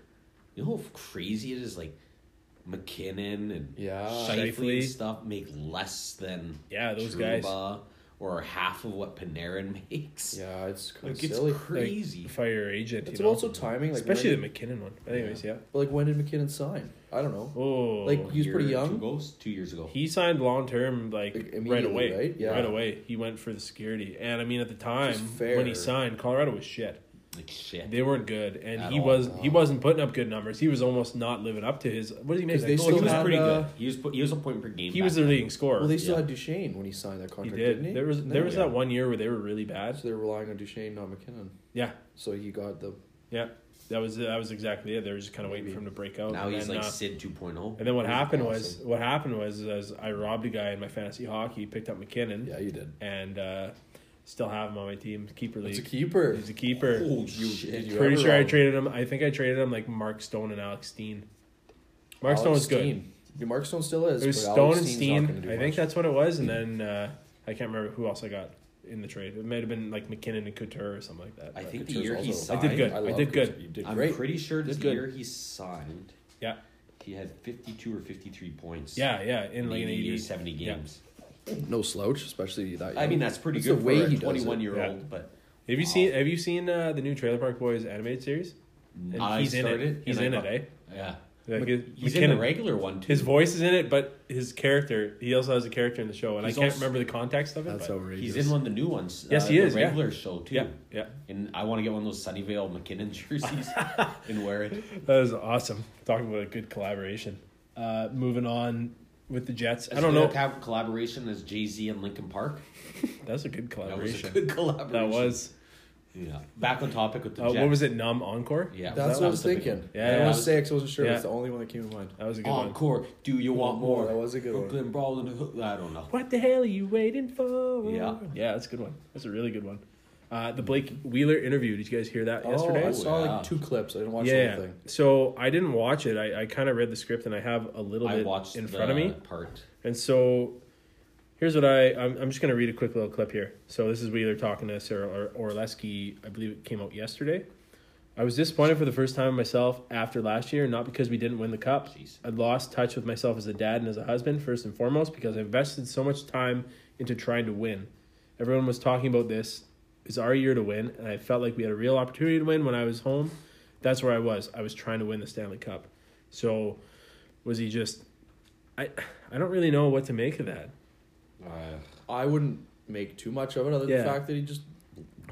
B: you know how crazy it is, like. McKinnon and
C: Yeah.
B: Shifley,
A: Shifley.
B: and stuff make less than
A: Yeah, those guys.
B: Trouba or half of what Panarin [LAUGHS] makes.
C: Yeah, it's kind
B: like
C: of
B: it's
C: silly.
A: Like,
B: crazy.
A: fire agent.
C: It's
A: you know?
C: also timing, like
A: especially
C: when,
A: the McKinnon one. But anyways, yeah.
C: But like, when did McKinnon sign? I don't know.
A: Oh.
C: Like, he was pretty
B: Year or Two,
C: young.
B: goes, two years ago.
A: he signed long term like
C: Like,
A: right
C: immediately,
A: away.
C: right? Yeah.
A: Right away. He went for the security. And I mean at the time
C: fair.
A: when he signed, Colorado was shit.
B: like shit.
A: They weren't good, and
B: At
A: he
B: all.
A: was he wasn't putting up good numbers. He was almost not living up to his. What did he make?
C: 'Cause they
A: Like,
C: still
B: he was
C: had,
B: pretty
C: uh,
B: good. He was put, he was a point per game.
A: he
B: back
A: was their
B: then.
A: leading scorer.
C: Well, they still
B: Yeah.
C: had Duchesne when he signed that
A: He
C: contract,
A: did.
C: not he?
A: There was
C: Isn't
A: there was
B: Yeah.
A: that one year where they were really bad.
C: So they're relying on Duchesne, not McKinnon.
A: Yeah,
C: So he got the
A: yeah. That was that was exactly it. They were just kind of waiting
C: Maybe.
A: for him to break out.
B: Now
A: and
B: he's
A: then,
B: like
A: uh,
B: Sid oh. 2.0.
A: and then what
C: He's
A: happened was
C: awesome.
A: what happened was is I robbed a guy in my fantasy hockey, picked up McKinnon,
C: yeah, you did.
A: and uh, still have him on my team. Keeper league.
C: It's a keeper.
A: He's a keeper.
B: Oh
C: Did
B: shit!
C: you
A: Pretty
C: ever uh,
A: sure I
C: rob him?
A: traded him. I think I traded him like Mark Stone and Alex Steen. Mark
C: Alex
A: Stone was good.
C: Steen. Yeah, Mark Stone still is.
A: It was
C: but
A: Stone
C: Alex
A: and
C: Steen's not
A: Steen.
C: gonna do
A: I think
C: much.
A: that's what it was, and then uh, I can't remember who else I got. in the trade. It might have been like McKinnon and Couture or something like that.
B: I
A: but-
B: think the
C: Couture's
B: year he
C: also-
A: I
B: signed,
A: did good.
C: I
A: I,
C: love
A: did
C: Couture.
A: good.
C: You did
B: I'm
C: great.
B: pretty sure
A: Did
B: the
A: good.
B: year he signed,
A: Yeah,
B: he had 52 or 53 points.
A: yeah, yeah. In
B: in
A: like an
B: 80 or
A: eighty.
B: 70
A: Yeah.
B: games.
C: No slouch, especially that.
B: I
C: young.
B: mean, that's pretty
C: It's
B: good
C: the
B: for
C: way
B: a
C: he does it.
B: 21 year
A: Yeah.
B: old, but
A: Have you
B: Wow.
A: seen Have you seen uh, the new Trailer Park Boys animated series? And
B: I
A: he's in
B: started
A: it. He's
B: and
A: in
B: I
A: it, eh?
B: bu- Yeah.
A: Like, his-
B: He's in the
A: McKinnon.
B: regular one, too.
A: His voice is in it, but his character. He also has a character in the show, and
B: He's
A: I can't
B: also-
A: remember the context of it.
C: that's
A: but,
C: outrageous.
B: He's in one of the new ones.
A: Yes,
B: uh,
A: he
B: the
A: is, yeah.
B: regular show, too.
A: Yeah, yeah.
B: And I want to get one of those Sunnyvale
A: [LAUGHS]
B: McKinnon [LAUGHS] jerseys and wear it.
A: That is awesome. Talking about a good collaboration. Uh, moving on with the Jets. I
B: As
A: don't
B: good
A: know.
B: a co- collaboration as Jay Z and Lincoln Park.
A: That's a good
B: That was a
A: collaboration.
B: good [LAUGHS] collaboration.
A: That was.
B: Yeah. Back on topic with the
A: Uh,
B: Jets.
A: what was it? Numb Encore.
B: Yeah.
C: that's
B: that
C: what I was
B: the big
C: thinking.
B: one.
A: Yeah,
C: I
A: yeah.
C: was six. I wasn't sure.
A: Yeah.
C: That's the only one that came to mind.
A: That was a good one.
B: Encore. Do you want more?
C: That was a good one.
B: Brooklyn Brawl and Hook- I don't know.
A: What the hell are you waiting for?
B: Yeah.
A: yeah, that's a good one. That's a really good one. Uh, the Blake Wheeler interview. Did you guys hear that
C: Oh,
A: yesterday?
C: I saw
B: Yeah.
C: like two clips. I didn't watch the
A: yeah.
C: whole thing.
A: So I didn't watch it. I, I kind of read the script and I have a little
B: I
A: bit
B: watched
A: in
B: the
A: front of me.
B: part.
A: And so here's what I I'm, I'm just going to read a quick little clip here. So this is Wheeler talking to Sarah or- Orleski. I believe it came out yesterday. I was disappointed for the first time in myself after last year, not because we didn't win the cup.
B: Jeez.
A: I lost touch with myself as a dad and as a husband, first and foremost, because I invested so much time into trying to win. Everyone was talking about this. It's our year to win, and I felt like we had a real opportunity to win when I was home. That's where I was. I was trying to win the Stanley Cup. So was he just I I don't really know what to make of that.
B: Uh,
C: I wouldn't make too much of it, other than
A: Yeah.
C: the fact that he just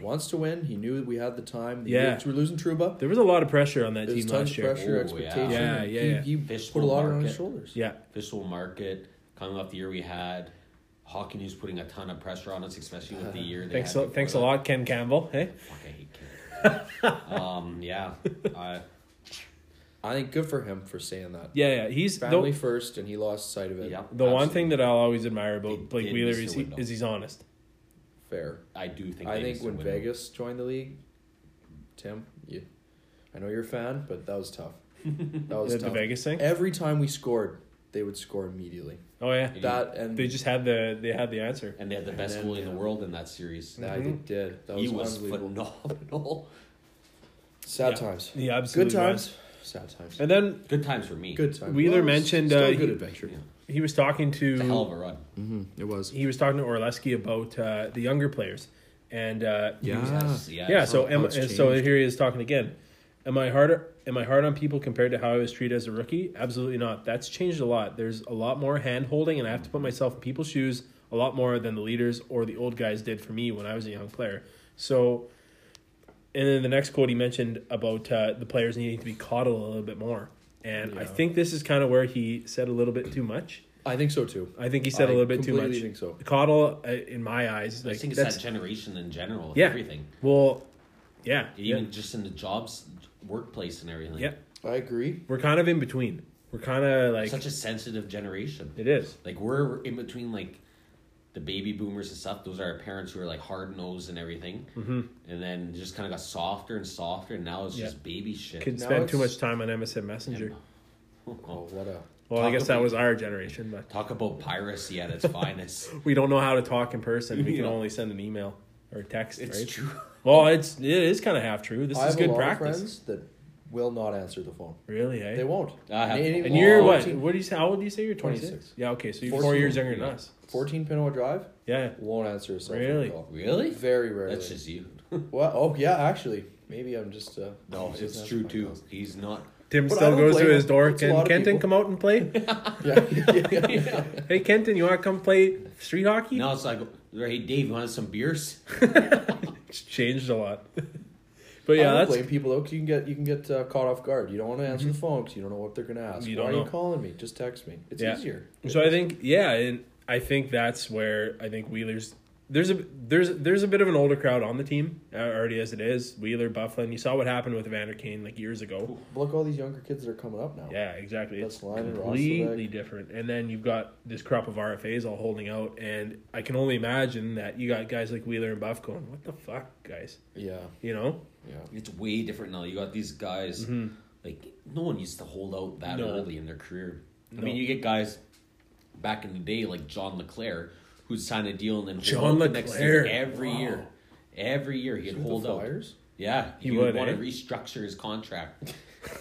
C: wants to win. He knew that we had the time. He
A: Yeah.
C: knew we were losing Truba.
A: There was a lot of pressure on that
C: There was
A: team
C: tons
A: last
C: of
A: year.
C: pressure,
B: Oh, yeah.
C: expectation.
A: Yeah,
C: and
A: yeah,
C: he,
A: yeah.
C: he
B: Fishbowl
C: put a lot on
B: market.
C: his shoulders.
A: Yeah,
B: Official market coming off the year we had. Hockey news putting a ton of pressure on us, especially with the year. They
A: thanks
B: had
A: a,
B: before
A: thanks a
B: that.
A: lot, Ken Campbell. Hey,
B: Fuck, I hate
A: [LAUGHS]
B: Ken. um, yeah, I,
C: I think good for him for saying that.
A: yeah, yeah. He's
C: Family
A: the,
C: first, and he lost sight of it.
B: yeah.
A: the one
B: absolutely.
A: thing that I'll always admire
B: They
A: about Blake
B: did
A: Wheeler
B: miss the
A: is he,
B: window.
A: is he's honest.
C: Fair.
B: I do think.
C: I
B: they
C: think
B: missed the
C: when
B: window.
C: Vegas joined the league, Tim, you, I know you're a fan, but that was
B: [LAUGHS]
C: tough. That was
A: The,
C: tough.
A: the Vegas thing.
C: Every time we scored, they would score immediately.
A: Oh yeah,
B: Yeah.
C: That and
A: they just had the they had the answer.
B: and they had the best
C: then-
B: goalie in the world in that series.
C: Yeah, they did. That was
B: Mm-hmm. he was
C: unbelievable.
B: phenomenal.
C: Sad
A: Yeah.
C: times.
A: He
C: Good
A: absolutely was.
C: times. Sad times.
A: And then
B: Good times for me.
C: Good times.
A: Wheeler
C: it was
A: mentioned,
C: still
A: uh,
C: good
A: he-
C: adventure.
B: Yeah.
A: he was talking
B: It's a hell
A: to
B: of a run.
C: Mm-hmm. It was.
A: he was talking to Orleski about uh, the younger players, and uh, he was
B: Yes,
C: Yeah.
B: yes.
A: yeah so
C: how
A: am,
C: it's
A: and so
C: changed.
A: here he is talking again am i harder am i hard on people compared to how i was treated as a rookie absolutely not that's changed a lot there's a lot more hand holding and i have to put myself in people's shoes a lot more than the leaders or the old guys did for me when i was a young player so and then the next quote he mentioned about uh, the players needing to be coddled a little bit more and i
C: Yeah.
A: think this is kind of where he said a little bit too much
C: I think so too.
A: i think he said a
C: I
A: little bit too
C: completely
A: much
C: think so.
A: coddle uh, in my eyes
B: I
A: like
B: just think it's
A: that's
B: that generation in general. With
A: Yeah.
B: Everything.
A: well yeah yeah,
B: Even just in the jobs, workplace, and everything.
A: yeah.
C: I agree.
A: we're kind of in between. We're kind of like
B: Such a sensitive generation.
A: it is.
B: Like we're in between like the baby boomers and stuff. Those are our parents who are like hard nosed and everything, mm-hmm. and then just kind of got softer and softer. And now it's
A: Yeah.
B: just baby shit.
A: Kids
C: Now
A: spend too
C: it's-
A: much time on MSN Messenger.
B: [LAUGHS]
C: Oh, what a
A: Well, I
B: Talk
A: guess that
B: about-
A: was our generation, but
B: Talk about piracy at its finest. [LAUGHS]
A: we don't know how to talk in person. We can
B: Yeah.
A: only send an email or text.
B: It's
A: right?
B: true.
A: Well, it's it is kind of half true. This
C: I
A: is
C: have a
A: good
C: lot of
A: practice.
C: friends that will not answer the phone.
A: Really, eh?
C: They won't.
B: I have-
C: Any-
A: and you're what?
C: 14
A: What do you say? How old do you say you're? Twenty six.
C: 26.
A: Yeah. Okay. So you're four
C: 14.
A: years younger than us.
C: 14 Pinoy Drive
A: Yeah.
C: won't answer a cell phone
A: Really?
C: call.
B: Really?
C: Very rarely.
B: That's just you.
C: Well, oh yeah, actually, maybe I'm just uh,
B: No,
C: just
B: it's
C: answer
B: true
C: my
B: too.
C: calls. [LAUGHS]
B: He's not.
A: Tim
C: But I
A: still
C: don't
A: goes to
C: blame
A: his
C: him.
A: door.
C: It's a lot
A: Can
C: of
A: Kenton
C: people.
A: come out and play?
C: [LAUGHS] Yeah,
B: [LAUGHS]
C: yeah, yeah.
A: hey, Kenton, you want to come play street hockey?
B: Now it's like, hey Dave, you want some beers?
A: It's changed a lot. [LAUGHS] but yeah,
C: I don't
A: that's Mm-hmm.
C: blame people though. 'cause You can get you can get uh, caught off guard. You don't want to answer the phone because you don't know what they're going to ask.
A: You
C: Why
A: don't
C: are you
A: know.
C: calling me? Just text me. It's
A: Yeah.
C: easier.
A: So I think yeah, and I think that's where I think Wheeler's there's a there's there's a bit of an older crowd on the team uh, already as it is. Wheeler, Bufflin, you saw what happened with Evander Kane like years ago.
C: Look, at all these younger kids that are coming up now.
A: Yeah, exactly. It's
C: That's Lyon and
A: completely
C: Rostovic.
A: different. And then you've got this crop of RFAs all holding out, and I can only imagine that you got guys like Wheeler and Buff going, "What the fuck, guys?"
C: yeah,
A: You know?
C: yeah.
B: It's way different now. You got these guys. Like no one used to hold out that
A: Mm-hmm. No.
B: early in their career. I
A: No.
B: mean, you get guys back in the day like John LeClaire, who'd sign a deal and then
A: John
B: hold out the next
A: LeClaire.
B: season every
A: Wow.
B: year. Every year he'd
C: Shouldn't the
B: hold out.
C: Flyers?
B: Yeah,
A: He
B: he, would
A: would,
B: want
A: eh?
B: to restructure his
A: [LAUGHS]
B: contract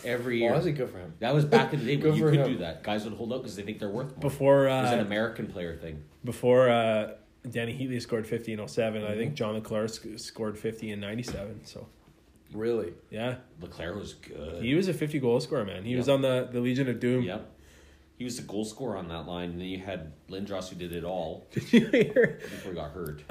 B: every
C: Oh,
B: year.
C: that's good for him.
B: that was back in the day
C: [LAUGHS] Good
B: when you
C: for
B: could
C: him.
B: do that. Guys would hold out because they think they're worth more.
A: Before
B: it was an
A: uh,
B: American player thing.
A: before uh, Danny Heatley scored 50 in 7 I think John McClure sc- scored 50 in 97. So,
C: Really?
A: yeah.
B: Leclerc was good.
A: He was a 50 goal scorer, man. He was
B: Yep.
A: on the, the Legion of Doom.
B: yep. He was the goal scorer on that line, and then you had Lindros who did
A: [LAUGHS]
B: it all
A: [LAUGHS] Did you hear?
B: before he got hurt.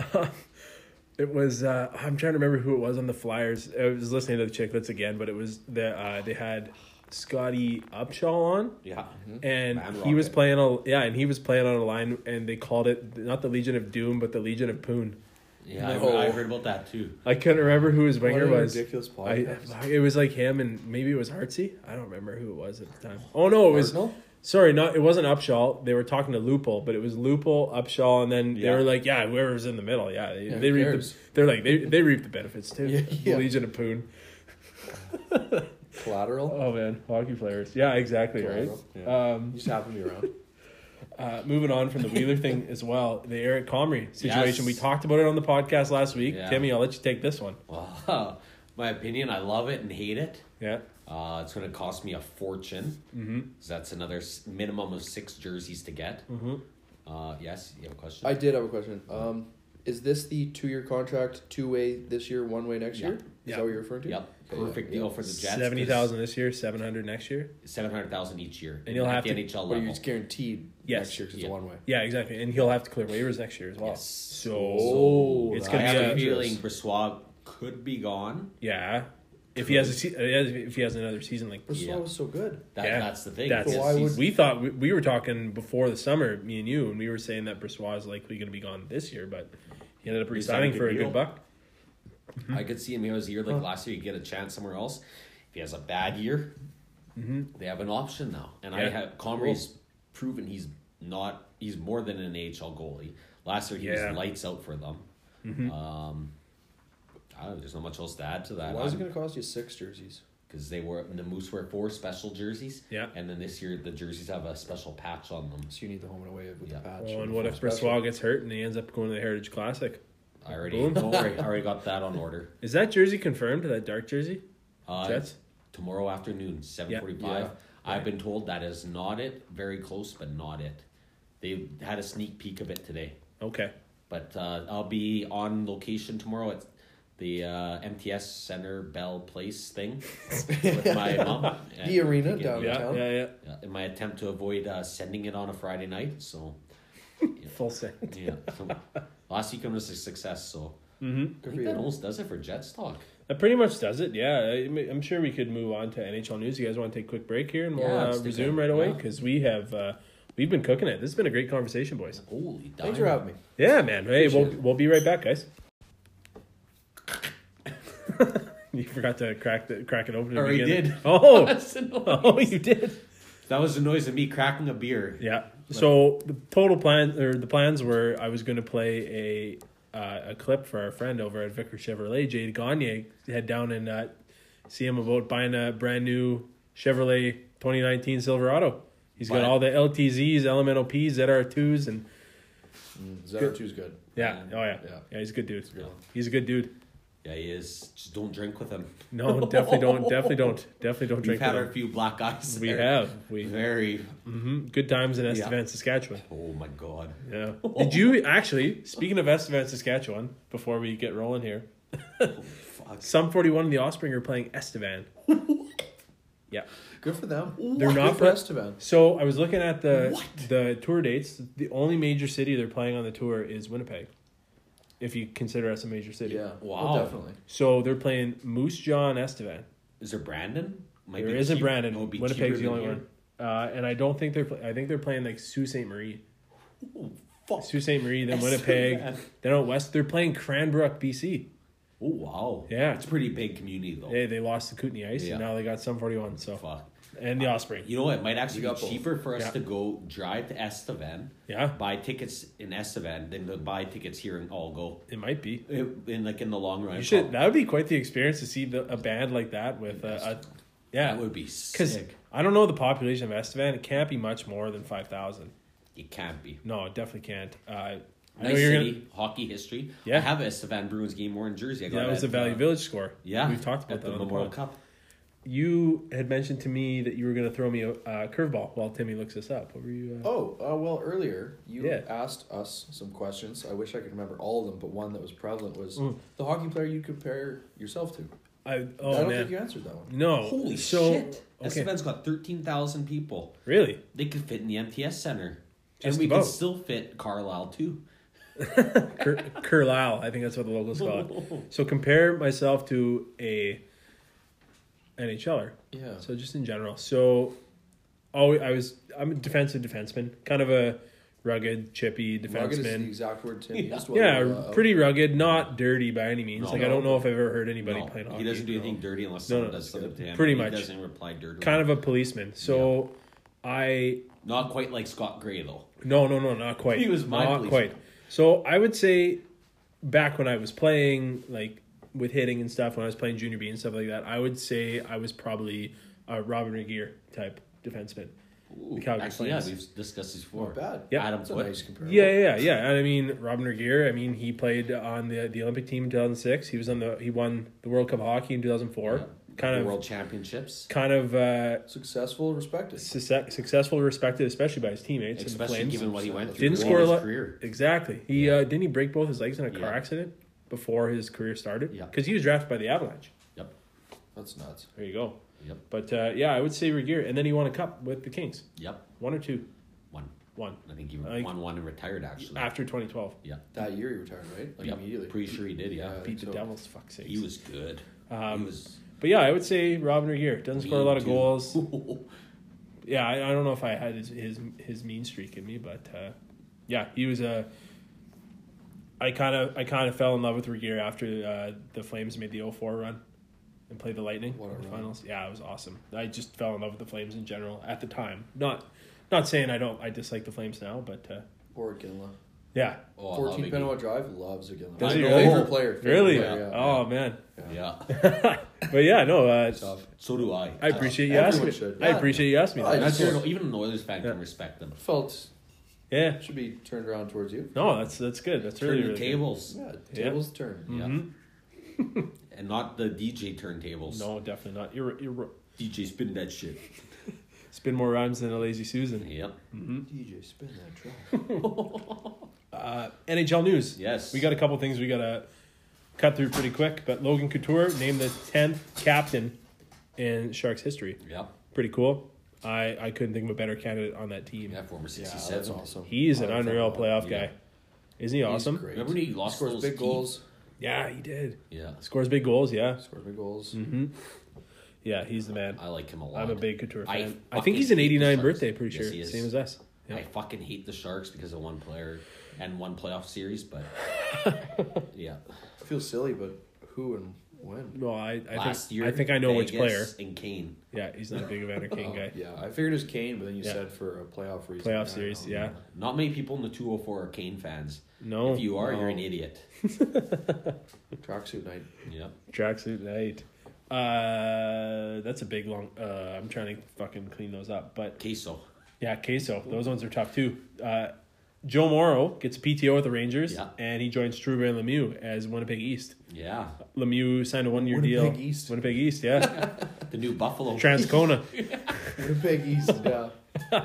A: It was uh, I'm trying to remember who it was on the Flyers. I was listening to the chicklets again, but it was the uh, they had Scotty Upshaw on,
B: Yeah.
C: Hmm?
A: and
B: Man
A: he was
B: Rocket.
A: playing a yeah, and he was playing on a line, and they called it not the Legion of Doom, but the Legion of Poon.
B: Yeah,
C: No.
B: I, I heard about that too. [LAUGHS]
A: I couldn't remember who his
C: What a
A: winger was.
C: ridiculous
A: [LAUGHS] I,
C: podcast.
A: it was like him and maybe it was Hartsey. I don't remember who it was at the time. Oh no, it was
C: Arsenal?
A: sorry, not it wasn't Upshaw. They were talking to Lupul, but it was Lupul, Upshaw, and then they
B: Yeah.
A: were like, yeah, whoever's in the middle, yeah, they,
C: Yeah,
A: they
C: who
A: reap the,
C: cares?
A: they're like they they reap the benefits too.
C: Yeah,
A: The
C: yeah.
A: Legion of Poon.
C: Collateral?
A: Oh man, hockey players. Yeah, exactly. Right.
C: Collateral.
B: Yeah.
A: Um,
C: You just happen to be around.
A: uh, moving on from the Wheeler thing as well, the Eric Comrie situation.
B: Yes.
A: We talked about it on the podcast last week.
B: Yeah.
A: Timmy, I'll let you take this one.
B: Wow. My opinion, I love it and hate it.
A: Yeah.
B: Uh, it's going to cost me a fortune. Mm-hmm. That's another s- minimum of six jerseys to get. Mm-hmm. Uh, yes, you have a question?
C: I did have a question. Um, is this the two-year contract, two-way this year, one-way next
B: Yeah.
C: year? Is
A: Yeah.
C: that what you're referring to?
B: Yep.
C: Okay, yeah,
B: Perfect
C: yeah.
B: deal for the Jets. 'cause
A: Seventy thousand this year, seven hundred next year.
B: 700,000 each year.
A: And you'll
B: at
A: have
B: the
A: to-
B: NHL
C: But
B: level.
C: it's guaranteed
A: Yes.
C: next year because
B: Yeah.
C: it's one-way.
A: Yeah, exactly. And he'll have to clear waivers next year as well.
B: Yes.
A: So
C: So
A: it's
B: I
A: gonna
B: have
A: be
B: a
A: a,
B: feeling Brissois could be gone.
A: yeah. If he has a se- uh, if he has another season like
C: But
B: Yeah.
C: was so good.
B: That,
A: Yeah.
B: That's the thing.
A: That's
C: So
B: His
C: why would-
B: season-
A: we thought we, we were talking before the summer, me and you, and we were saying that Bressois is likely going to be gone this year, but he ended up
B: He signed a
A: resigning for a
B: good
A: good
B: deal.
A: buck. Mm-hmm.
B: I could see him here as a year like last year. You get a chance somewhere else. If he has a bad year, they have an option now. And I
A: Mm-hmm. Yeah.
B: have Comrie's proven he's not. He's more than an AHL goalie. Last year he
A: Yeah. Mm-hmm.
B: was lights out for them. Um, I don't know, there's not much else to add to that.
C: Why is it going to cost you six jerseys?
B: Because they were the Moose wear four special jerseys.
A: Yeah.
B: And then this year the jerseys have a special patch on them.
C: So you need the home and away with
B: Yeah.
C: the patch.
A: Well,
C: the
A: Oh, and what
C: full
A: if
C: special.
A: Bressois gets hurt and he ends up going to the Heritage Classic?
B: I already
A: Boom.
B: don't worry. I [LAUGHS] already got that on order.
A: Is that jersey confirmed? That dark jersey?
B: Uh,
A: Jets?
B: tomorrow afternoon, seven forty-five.
C: Yeah.
B: I've been told that is not it. Very close, but not it. They had a sneak peek of it today,
A: Okay.
B: but uh, I'll be on location tomorrow at the uh, MTS Center Bell Place
C: [LAUGHS]
B: thing with my mom. and-
C: The arena
B: yeah,
C: down-
A: Yeah,
C: Hometown?
A: yeah, yeah.
B: yeah, in my attempt to avoid uh, sending it on a Friday night, so
A: Full set.
C: [LAUGHS]
B: yeah. So, last weekend was a success, so I
C: Good for
B: think that
C: you.
B: almost does it for Jets talk.
A: [LAUGHS] That pretty much does it. Yeah, I, am sure we could move on to NHL news. You guys want to take a quick break here and we'll
B: Yeah,
A: uh,
B: let's take
A: resume
B: a-
A: right away
B: yeah.
A: because we have uh, we've been cooking it. This has been a great conversation, boys.
B: Holy,
C: Thanks for having me.
A: Yeah, man. Hey, we'll
B: Appreciate it.
A: we'll be right back, guys. [LAUGHS] you forgot to crack the crack it open. to
B: I already
A: begin.
B: did.
A: [LAUGHS] Oh,
B: That's the noise.
A: oh, you did.
B: [LAUGHS] That was the noise of me cracking a beer.
A: Yeah. So the total plan or the plans were I was going to play a uh, a clip for our friend over at Vicar Chevrolet, Jade Gagne, head down and uh, see him about buying a brand new Chevrolet 2019 Silverado. He's got
B: Buy it.
A: all the LTZs, Elemental Ps, ZR2s, and
C: ZR2's good.
A: yeah,
B: Yeah.
A: oh yeah, yeah,
C: Yeah.
A: he's a good dude.
C: good one.
A: He's a good dude.
B: Yeah, he is. Just don't drink with him.
A: No, definitely don't, definitely don't, definitely don't
B: We've
A: drink.
B: had
A: with
B: our
A: him.
B: few black eyes.
A: We
B: there.
A: have we
B: very.
A: mhm, good times in Estevan,
B: Yeah.
A: Saskatchewan.
B: Oh my god. [LAUGHS]
A: Yeah. Did you actually speaking of Estevan, Saskatchewan? Before we get rolling here,
B: [LAUGHS] Fuck.
A: Some 41 and the Offspring are playing Estevan. yeah.
C: Good for them.
A: They're not
C: good for
A: pre-
C: Estevan.
A: So I was looking at the
B: What?
A: the tour dates. The only major city they're playing on the tour is Winnipeg, if you consider us a major city.
C: Yeah.
B: Wow.
C: Oh, definitely.
A: So they're playing Moose Jaw and Estevan.
B: Is there Brandon? Might
A: there
B: be
A: isn't
B: cheap-
A: Brandon.
B: no, it'd be cheaper
A: Winnipeg's the
B: than
A: only
B: here.
A: one. Uh, and I don't think they're. Play- I think they're playing like Sault Ste. Marie,
B: Oh, fuck.
A: Sault Ste. Marie, then
B: Estevan.
A: Winnipeg, then out west. They're playing Cranbrook, BC.
B: Oh wow.
A: Yeah.
B: It's a pretty big community though.
A: They they lost the Kootenay Ice,
B: Yeah.
A: and now they got Some 41. So
B: Fuck.
A: and the Offspring.
B: You know what? It might actually
C: You
B: be
C: got both.
B: cheaper for us
A: Yeah.
B: to go drive to Estevan,
A: Yeah.
B: buy tickets in Estevan, than to buy tickets here and all go.
A: It might be.
B: In in, like in the long run, Oh,
A: You should. That would be quite the experience to see the, a band like that with a, a yeah.
B: That would be
A: Because
B: sick.
A: I don't know the population of Estevan. It can't be much more than five thousand.
B: It can't be.
A: No, it definitely can't. Uh, I know
B: nice
A: you're
B: city, hockey history.
A: Yeah.
B: I have a Savannah Bruins game more in Jersey. I got
A: Yeah, that was the
B: at,
A: Valley
B: uh,
A: Village score.
B: Yeah,
A: we've talked about
B: at
A: that.
B: the
A: on
B: Memorial
A: pod.
B: Cup.
A: You had mentioned to me that you were going to throw me a uh, curveball while Timmy looks this up. What were you? Uh,
C: Oh, uh, well, earlier you
A: Yeah.
C: asked us some questions. I wish I could remember all of them, but one that was prevalent was
A: Mm.
C: the hockey player you compare yourself to.
A: I
C: I
A: oh
C: don't
A: man,
C: think you answered that one.
A: no.
B: Holy
A: Oh. so,
B: shit!
A: Okay,
B: Estevan's got thirteen thousand people.
A: really?
B: They could fit in the MTS Center, and
A: Just
B: we
A: about.
B: could still fit Carlisle too.
A: Cur- Curlisle, I think that's what the locals call it.
B: [LAUGHS]
A: So compare myself to a NHLer.
C: Yeah.
A: So just in general. So always, I was I'm a defensive defenseman, kind of a rugged, chippy
C: Rugged is the
A: defenseman.
C: exact word Tim
B: Yeah.
C: used.
A: Yeah,
C: whether, uh,
A: pretty rugged, not dirty by any means.
B: No,
A: like I
B: no.
A: don't know if I've ever heard anybody
B: No,
A: playing hockey.
B: he doesn't do
A: No.
B: anything dirty unless
A: No,
B: someone
A: no,
B: does something to him.
A: pretty
B: He
A: much.
B: doesn't reply dirty.
A: Kind of a policeman. So I
B: not quite like Scott Gray though.
A: No, no, no, not quite.
B: He was my
A: not
B: policeman.
A: quite. So I would say, back when I was playing, like with hitting and stuff, when I was playing junior B and stuff like that, I would say I was probably a Robin Regier type defenseman.
B: Ooh,
A: The Calgary
B: actually, yeah,
A: Flames.
B: we've discussed this before.
C: Not bad.
A: Yeah.
B: Adam
C: That's a
B: Foote.
C: nice comparison.
A: Yeah, yeah, yeah, yeah. And I mean, Robin Regier. I mean, he played on the the Olympic team in two thousand six. He was on the he won the World Cup of hockey in two thousand four.
B: Yeah.
A: Kind
B: The
A: of,
B: World Championships,
A: kind of uh,
C: Successful, respected.
A: success, successful, respected, especially by his teammates. and the
B: especially
A: Flames.
B: given what he went through.
A: Didn't
B: throughout
A: score a
B: his
A: lot-
B: Career.
A: Exactly. He uh, didn't he break both his legs in a car
B: Yeah.
A: accident before his career started.
B: Yeah.
A: Because he was drafted by the Avalanche.
B: Yep.
C: That's nuts.
A: There you go.
B: Yep.
A: But uh, yeah, I would say Regier, and then he won a cup with the Kings,
B: Yep.
A: one or two,
B: One.
A: one
B: I think he
A: Like-
B: won one and retired actually.
A: after 2012.
B: yeah.
C: That year he retired, right? Like
B: Yep.
C: immediately.
B: Pretty sure he did. Yeah.
C: Yeah.
A: Beat the
C: So-
A: Devils, fuck sakes.
B: He was good.
A: Um,
B: he was. [LAUGHS]
A: but yeah, I would say Robin Regier doesn't score a lot of
B: mean,
A: goals.
B: too.
A: Yeah, I, I don't know if I had his his, his mean streak in me, but uh, yeah, he was a. I kind of I kind of fell in love with Regier after uh, the Flames made the 04 run and played the Lightning
C: What a
A: in the
C: run.
A: finals. Yeah, it was awesome. I just fell in love with the Flames in general at the time. Not not saying I don't I dislike the Flames now, but uh,
C: Or Ginla.
A: yeah,
B: Oh, I love
C: 14
B: Iggy.
C: penalty drive loves Ginla.
A: Does
C: My
A: he really?
B: Oh,
C: favorite player. favorite
A: really?
C: player, yeah.
A: oh man,
B: Yeah.
A: but yeah, no, uh,
C: Tough.
B: So do I.
A: I appreciate you asking.
C: Everyone
A: Me.
C: should. Oh,
A: I appreciate you asking me.
C: I
A: that.
B: That's
C: just-
B: your, even an Oilers fan
A: Yeah.
B: can respect them.
C: Felt
A: yeah,
C: should be turned around towards you.
A: no, that's that's good. That's really
B: Turn the
A: really good.
B: tables.
C: Yeah, tables turn.
B: Yeah.
A: Mhm.
B: [LAUGHS] and not the DJ turntables.
A: Mm-hmm. No, definitely not. You're you're.
B: DJ spin that shit.
A: Spin more rhymes than a lazy Susan.
B: Yep.
A: Mm-hmm.
C: DJ, spin that [LAUGHS] track.
A: Uh, NHL news.
B: Yes.
A: We got a couple things we got to cut through pretty quick, but Logan Couture named the 10th captain in Sharks history.
B: Yep.
A: Pretty cool. I, I couldn't think of a better candidate on that team.
B: Yeah, former
C: Yeah,
B: 67.
C: that's awesome.
A: He is an
C: I love
A: unreal
C: that.
A: playoff
B: Yeah.
A: guy. Isn't he
C: He's
A: awesome?
C: great.
B: Remember when he lost
C: scores
B: those
C: big
B: teeth?
C: goals.
A: Yeah, he did.
B: Yeah.
A: Scores big goals, yeah.
C: Scores big goals.
A: Mm-hmm. Yeah, he's the man.
B: I like him a lot.
A: I'm a big Couture
B: I
A: fan. I,
B: fucking
A: think he's an
B: hate the
A: 89
B: Sharks.
A: birthday, pretty
B: Yes,
A: sure.
B: he is.
A: Same as us. Yeah.
B: I fucking hate the Sharks because of one player and one playoff
A: [LAUGHS]
B: series, but yeah.
C: I feel silly, but who and when?
A: No, I, I,
B: Last
A: think,
B: year,
A: I think I know which player.
B: Vegas And Kane.
A: Yeah, he's not a big Evander King
B: [LAUGHS]
C: Oh,
A: guy.
C: Yeah, I figured it was Kane, but then you
A: Yeah.
C: said for a playoff reason.
A: Playoff
C: I
A: series,
C: don't know.
A: yeah.
B: Not many people in the 204 are Kane fans.
A: Oh, No.
B: If you are,
C: No.
B: you're an idiot.
C: Tracksuit night. [LAUGHS]
B: Yep.
A: Tracksuit night. Uh, that's a big long. Uh, I'm trying to fucking clean those up, but
B: Queso.
A: yeah, queso. Those ones are tough too. Uh, Joe Morrow gets PTO with the Rangers,
B: Yeah.
A: and he joins Trouba and Lemieux as Winnipeg East.
B: Yeah.
A: Lemieux signed a one-year
C: Winnipeg
A: deal.
C: East.
A: Winnipeg East,
C: [LAUGHS]
A: yeah.
B: The new Buffalo.
A: Transcona.
C: Winnipeg East. Yeah.
A: Uh,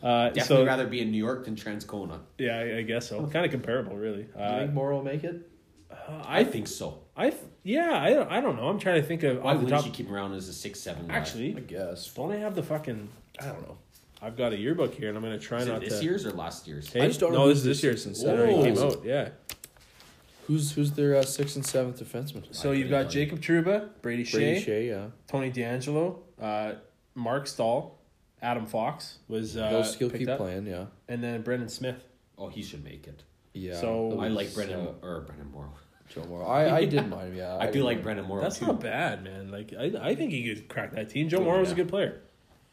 B: Definitely
A: so
B: rather be in New York than Transcona.
A: yeah, I- I guess so. Kind of comparable, really.
C: Do
A: [LAUGHS]
C: you
A: Uh,
C: think Morrow will make it?
B: I
A: I,
B: think so.
A: I, yeah, I, don't- I don't know. I'm trying to think of
B: Why
A: off the
B: wouldn't
A: top.
B: you keep him around as a six seven?
A: Actually,
C: I guess.
A: don't I have the fucking?
C: I don't know.
A: I've got a yearbook here, and I'm gonna try
B: is
A: not uh,
B: it this
A: to.
B: year's or last year's?
A: Hey,
C: I just don't
A: no,
C: remember
A: this is this
C: this
A: year's.
C: year's
A: Since
C: and
A: Saturday
B: Whoa.
A: came out, yeah.
C: Who's who's their uh, sixth and seventh defenseman?
A: So
B: I
A: you've
B: couldn't
A: got
B: tell you.
A: Jacob Truba, Brady Shea,
C: Brady Shea. Yeah.
A: Tony D'Angelo, uh, Mark Stahl, Adam Fox was uh,
C: Those still
A: picked
C: keep
A: up,
C: playing. Yeah.
A: and then Brendan Smith.
B: Oh, he should make it.
C: Yeah.
A: So-
C: it
B: I
C: was,
B: like Brennan
C: uh,
B: or Brennan Morrow.
C: Joe Morrow. I, I did mind him. Yeah.
B: [LAUGHS] I, do
C: did
B: like
C: mind him.
B: Brennan Morrow
A: That's
B: too.
A: not bad, man. Like I, I think he could crack that team. Joe
B: Oh,
A: Morrow's a
B: yeah.
A: good player.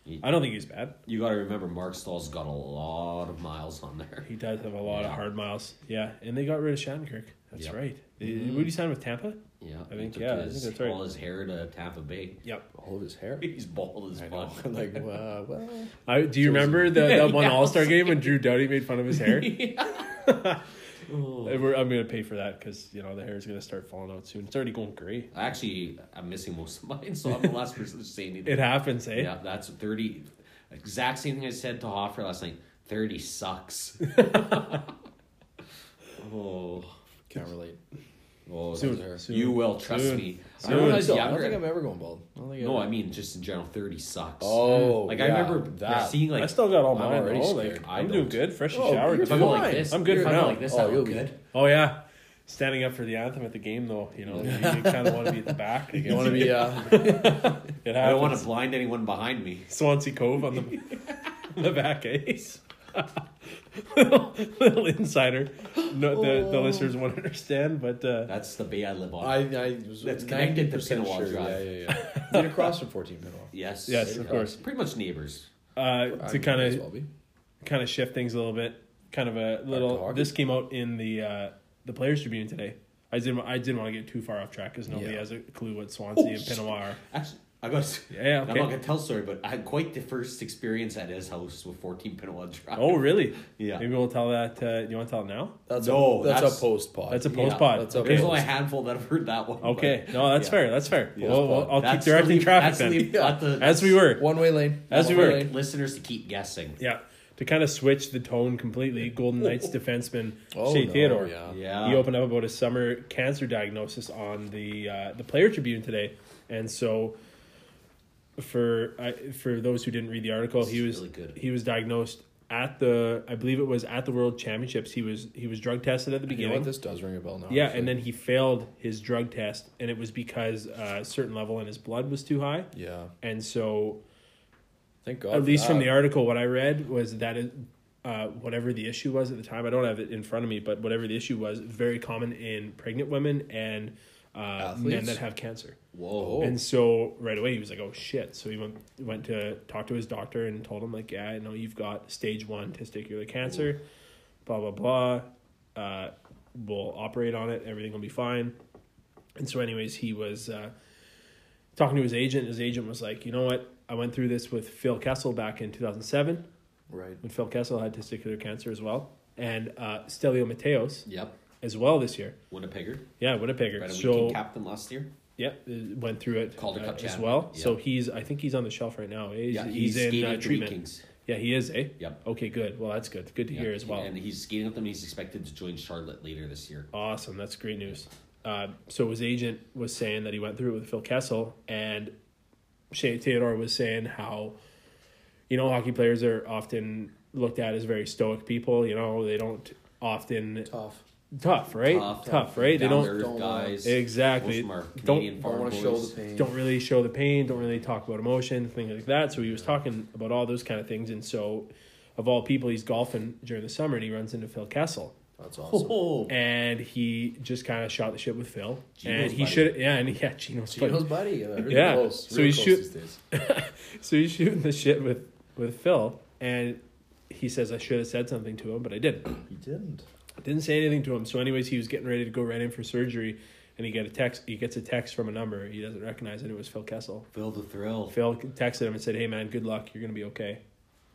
B: He-
A: I don't think he's bad.
B: You got to remember, Mark Stahl's got a lot of miles on there. [LAUGHS]
A: He does have a lot of
B: Yeah.
A: hard miles. Yeah, and they got rid of Shattenkirk. That's
B: Yep.
A: right.
C: Mm-hmm.
A: Would he sign with Tampa?
B: Yeah,
A: I think-
B: he took
A: yeah, I
B: his,
A: think that's right.
B: all his hair to Tampa Bay. [LAUGHS]
A: Yep.
C: All of his hair.
B: He's bald as
C: I know.
A: [LAUGHS]
B: fuck.
C: like, wow, well.
A: I, do you remember the, that one All Star game when Drew Doughty made fun of his hair? [LAUGHS] And we're, I'm gonna pay for that because you know the hair is gonna start falling out soon. It's already going gray.
B: Actually, I'm missing most of mine, so I'm the last person to say anything.
A: It happens, eh?
B: Yeah, that's 30. Exact same thing I said to Hoffer last night.
A: [LAUGHS]
B: 30 sucks. oh.
C: Can't relate.
B: oh
A: Soon,
B: those are-
A: soon,
B: you will, trust
A: soon,
B: me. I
A: soon.
B: remember when I was
C: So, I don't think
B: younger.
C: I'm ever going bald. I don't think
B: No,
C: ever-
B: I mean, just in general, 30 sucks.
C: Oh,
B: Like, I
C: yeah,
B: remember
C: that.
B: seeing, like,
A: I still got all
C: I'm
A: mine
C: already
A: though.
C: scared.
A: Like,
B: I
A: I'm doing
B: don't.
A: good. Fresh and
C: Oh,
A: showered.
C: you're
B: if I go like
C: Fine.
B: this,
A: I'm good
B: if
A: for
B: I go
A: now.
B: Like this,
C: Oh,
B: that'll
C: you'll
B: be
C: be-
B: good.
A: Oh yeah, standing up for the anthem at the game though. You know, you, kind of want to be at the back.
C: You want to be
B: [LAUGHS]
C: uh,
A: It
B: I don't want to
A: happens.
B: blind anyone behind me.
A: Swansea Cove on the [LAUGHS] on the back ace. [LAUGHS] little, little insider. No, the, the
C: Oh.
A: listeners won't understand, but uh,
B: That's the bay I live on.
C: I, I was
B: That's connected to
C: 90%
B: Pinnawall Drive.
C: Yeah, yeah, yeah.
B: [LAUGHS]
C: Get across from 14 Pinnawall.
B: yes.
A: yes, of course.
B: Pretty much neighbors.
A: Uh, to kind
C: of.
A: of kind of shift things a little bit. Kind of a
C: to
A: little.
C: hockey.
A: This came out in the uh, the Players Tribune today. I didn't. I didn't want to get too far off track because nobody
C: Yeah.
A: has a clue what Swansea and
B: Oh, shit.
A: Pinawa are.
B: Actually, I got.
A: Yeah,
B: I'm not
A: okay.
B: gonna tell the story, but I had quite the first experience at his house with 14 Pinawa Drive.
A: Oh, really?
B: Yeah.
A: Maybe we'll tell that. Uh, you want to tell it now?
C: That's
B: No,
C: a, that's,
B: that's-
C: a post pod.
A: That's a
B: Yeah,
A: post pod.
C: that's
A: okay.
B: There's
C: Okay.
B: only a handful that have heard that one.
A: Okay.
B: but-
A: No, that's
B: Yeah.
A: fair. That's fair.
B: Yeah.
A: Well, well, I'll
B: That's the
A: keep directing
B: leap-
A: traffic
B: that's the
A: then,
B: leap-
C: Yeah.
B: that's the-
A: as we were.
C: one way lane.
A: As we
C: One-way
A: were.
C: lane.
B: Listeners to keep guessing.
A: Yeah. To kind of switch the tone completely, Golden Knights defenseman
C: Oh,
A: Shea
C: no,
A: Theodore.
C: yeah.
B: Yeah.
A: He opened up about his summer cancer diagnosis on the uh, the Player Tribune today, and so for I, for those who didn't read the article, he
B: This
A: was
B: is really good.
A: he was diagnosed at the I believe it was at the World Championships. He was he was drug tested at the
C: You know
A: beginning.
C: what? This does ring a bell now.
A: yeah,
C: actually.
A: and then he failed his drug test, and it was because uh, a certain level in his blood was too high,
C: Yeah.
A: and so
C: Thank God.
A: at
C: for
A: least from
C: that.
A: the article what i read was that it, uh, whatever the issue was at the time i don't have it in front of me but whatever the issue was very common in pregnant women and uh, men
C: Athletes?
A: that have cancer
B: Whoa.
C: Oh.
A: and so right away he was like oh shit so he went, went to talk to his doctor and told him like yeah i know you've got stage one testicular cancer blah blah blah uh, we'll operate on it everything will be fine and so anyways he was uh, talking to his agent his agent was like you know what i went through this with phil kessel back in 2007
C: Right.
A: when phil kessel had testicular cancer as well and uh, stelio mateos
B: Yep.
A: as well this year
B: Winnipegger.
A: yeah winnipegger
B: Right.
A: so
B: weekend captain last year.
A: yeah, uh, went through it
B: Calder
A: uh,
B: Cup
A: as
B: champion,
A: well.
B: yeah.
A: So he's, I think he's on the shelf right now. eh? He's,
B: yeah.
A: he's, in
B: skating
A: uh,
B: at the
A: treatment.
B: Vikings.
A: Yeah, he is. Eh.
B: Yep.
A: Okay, good. Well, that's good. Good to
B: Yeah.
A: hear as well.
B: And he's skating with them. He's expected to join Charlotte later this year.
A: Awesome. That's great news. Uh, so his agent was saying that he went through it with Phil Kessel, and Shea Theodore was saying how, you know, hockey players are often looked at as very stoic people. You know, they don't often
C: Tough.
A: tough, right?
B: Tough,
A: right? They don't
B: Down to earth
C: don't wanna-
B: guys.
A: Exactly.
B: Most of 'em are
A: Don't-
B: Canadian
C: Don't
B: farm
C: want
B: boys.
C: to
A: [LAUGHS]
C: show the pain.
A: don't really show the pain, don't really talk about emotion, things like that. So he was talking about all those kind of things. And so, of all people, he's golfing during the summer and he runs into Phil Kessel.
C: That's awesome.
B: Oh.
A: And he just kind of shot the shit with Phil.
B: Gino's
A: and he
B: buddy.
A: should, yeah, and yeah, Gino's, buddy.
C: Gino's buddy. Uh, really
A: Yeah.
C: Close.
A: So
C: Really
A: he
C: close
A: shoot-
C: these days.
A: So he's shooting the shit with, with Phil. And he says, I should have said something to him, but I didn't.
C: He didn't.
A: Didn't say anything to him. So, anyways, he was getting ready to go right in for surgery. And he got a text. He gets a text from a number he doesn't recognize, and it was Phil Kessel.
B: Feel the thrill.
A: Phil texted him and said, "Hey man, good luck. You're gonna be okay."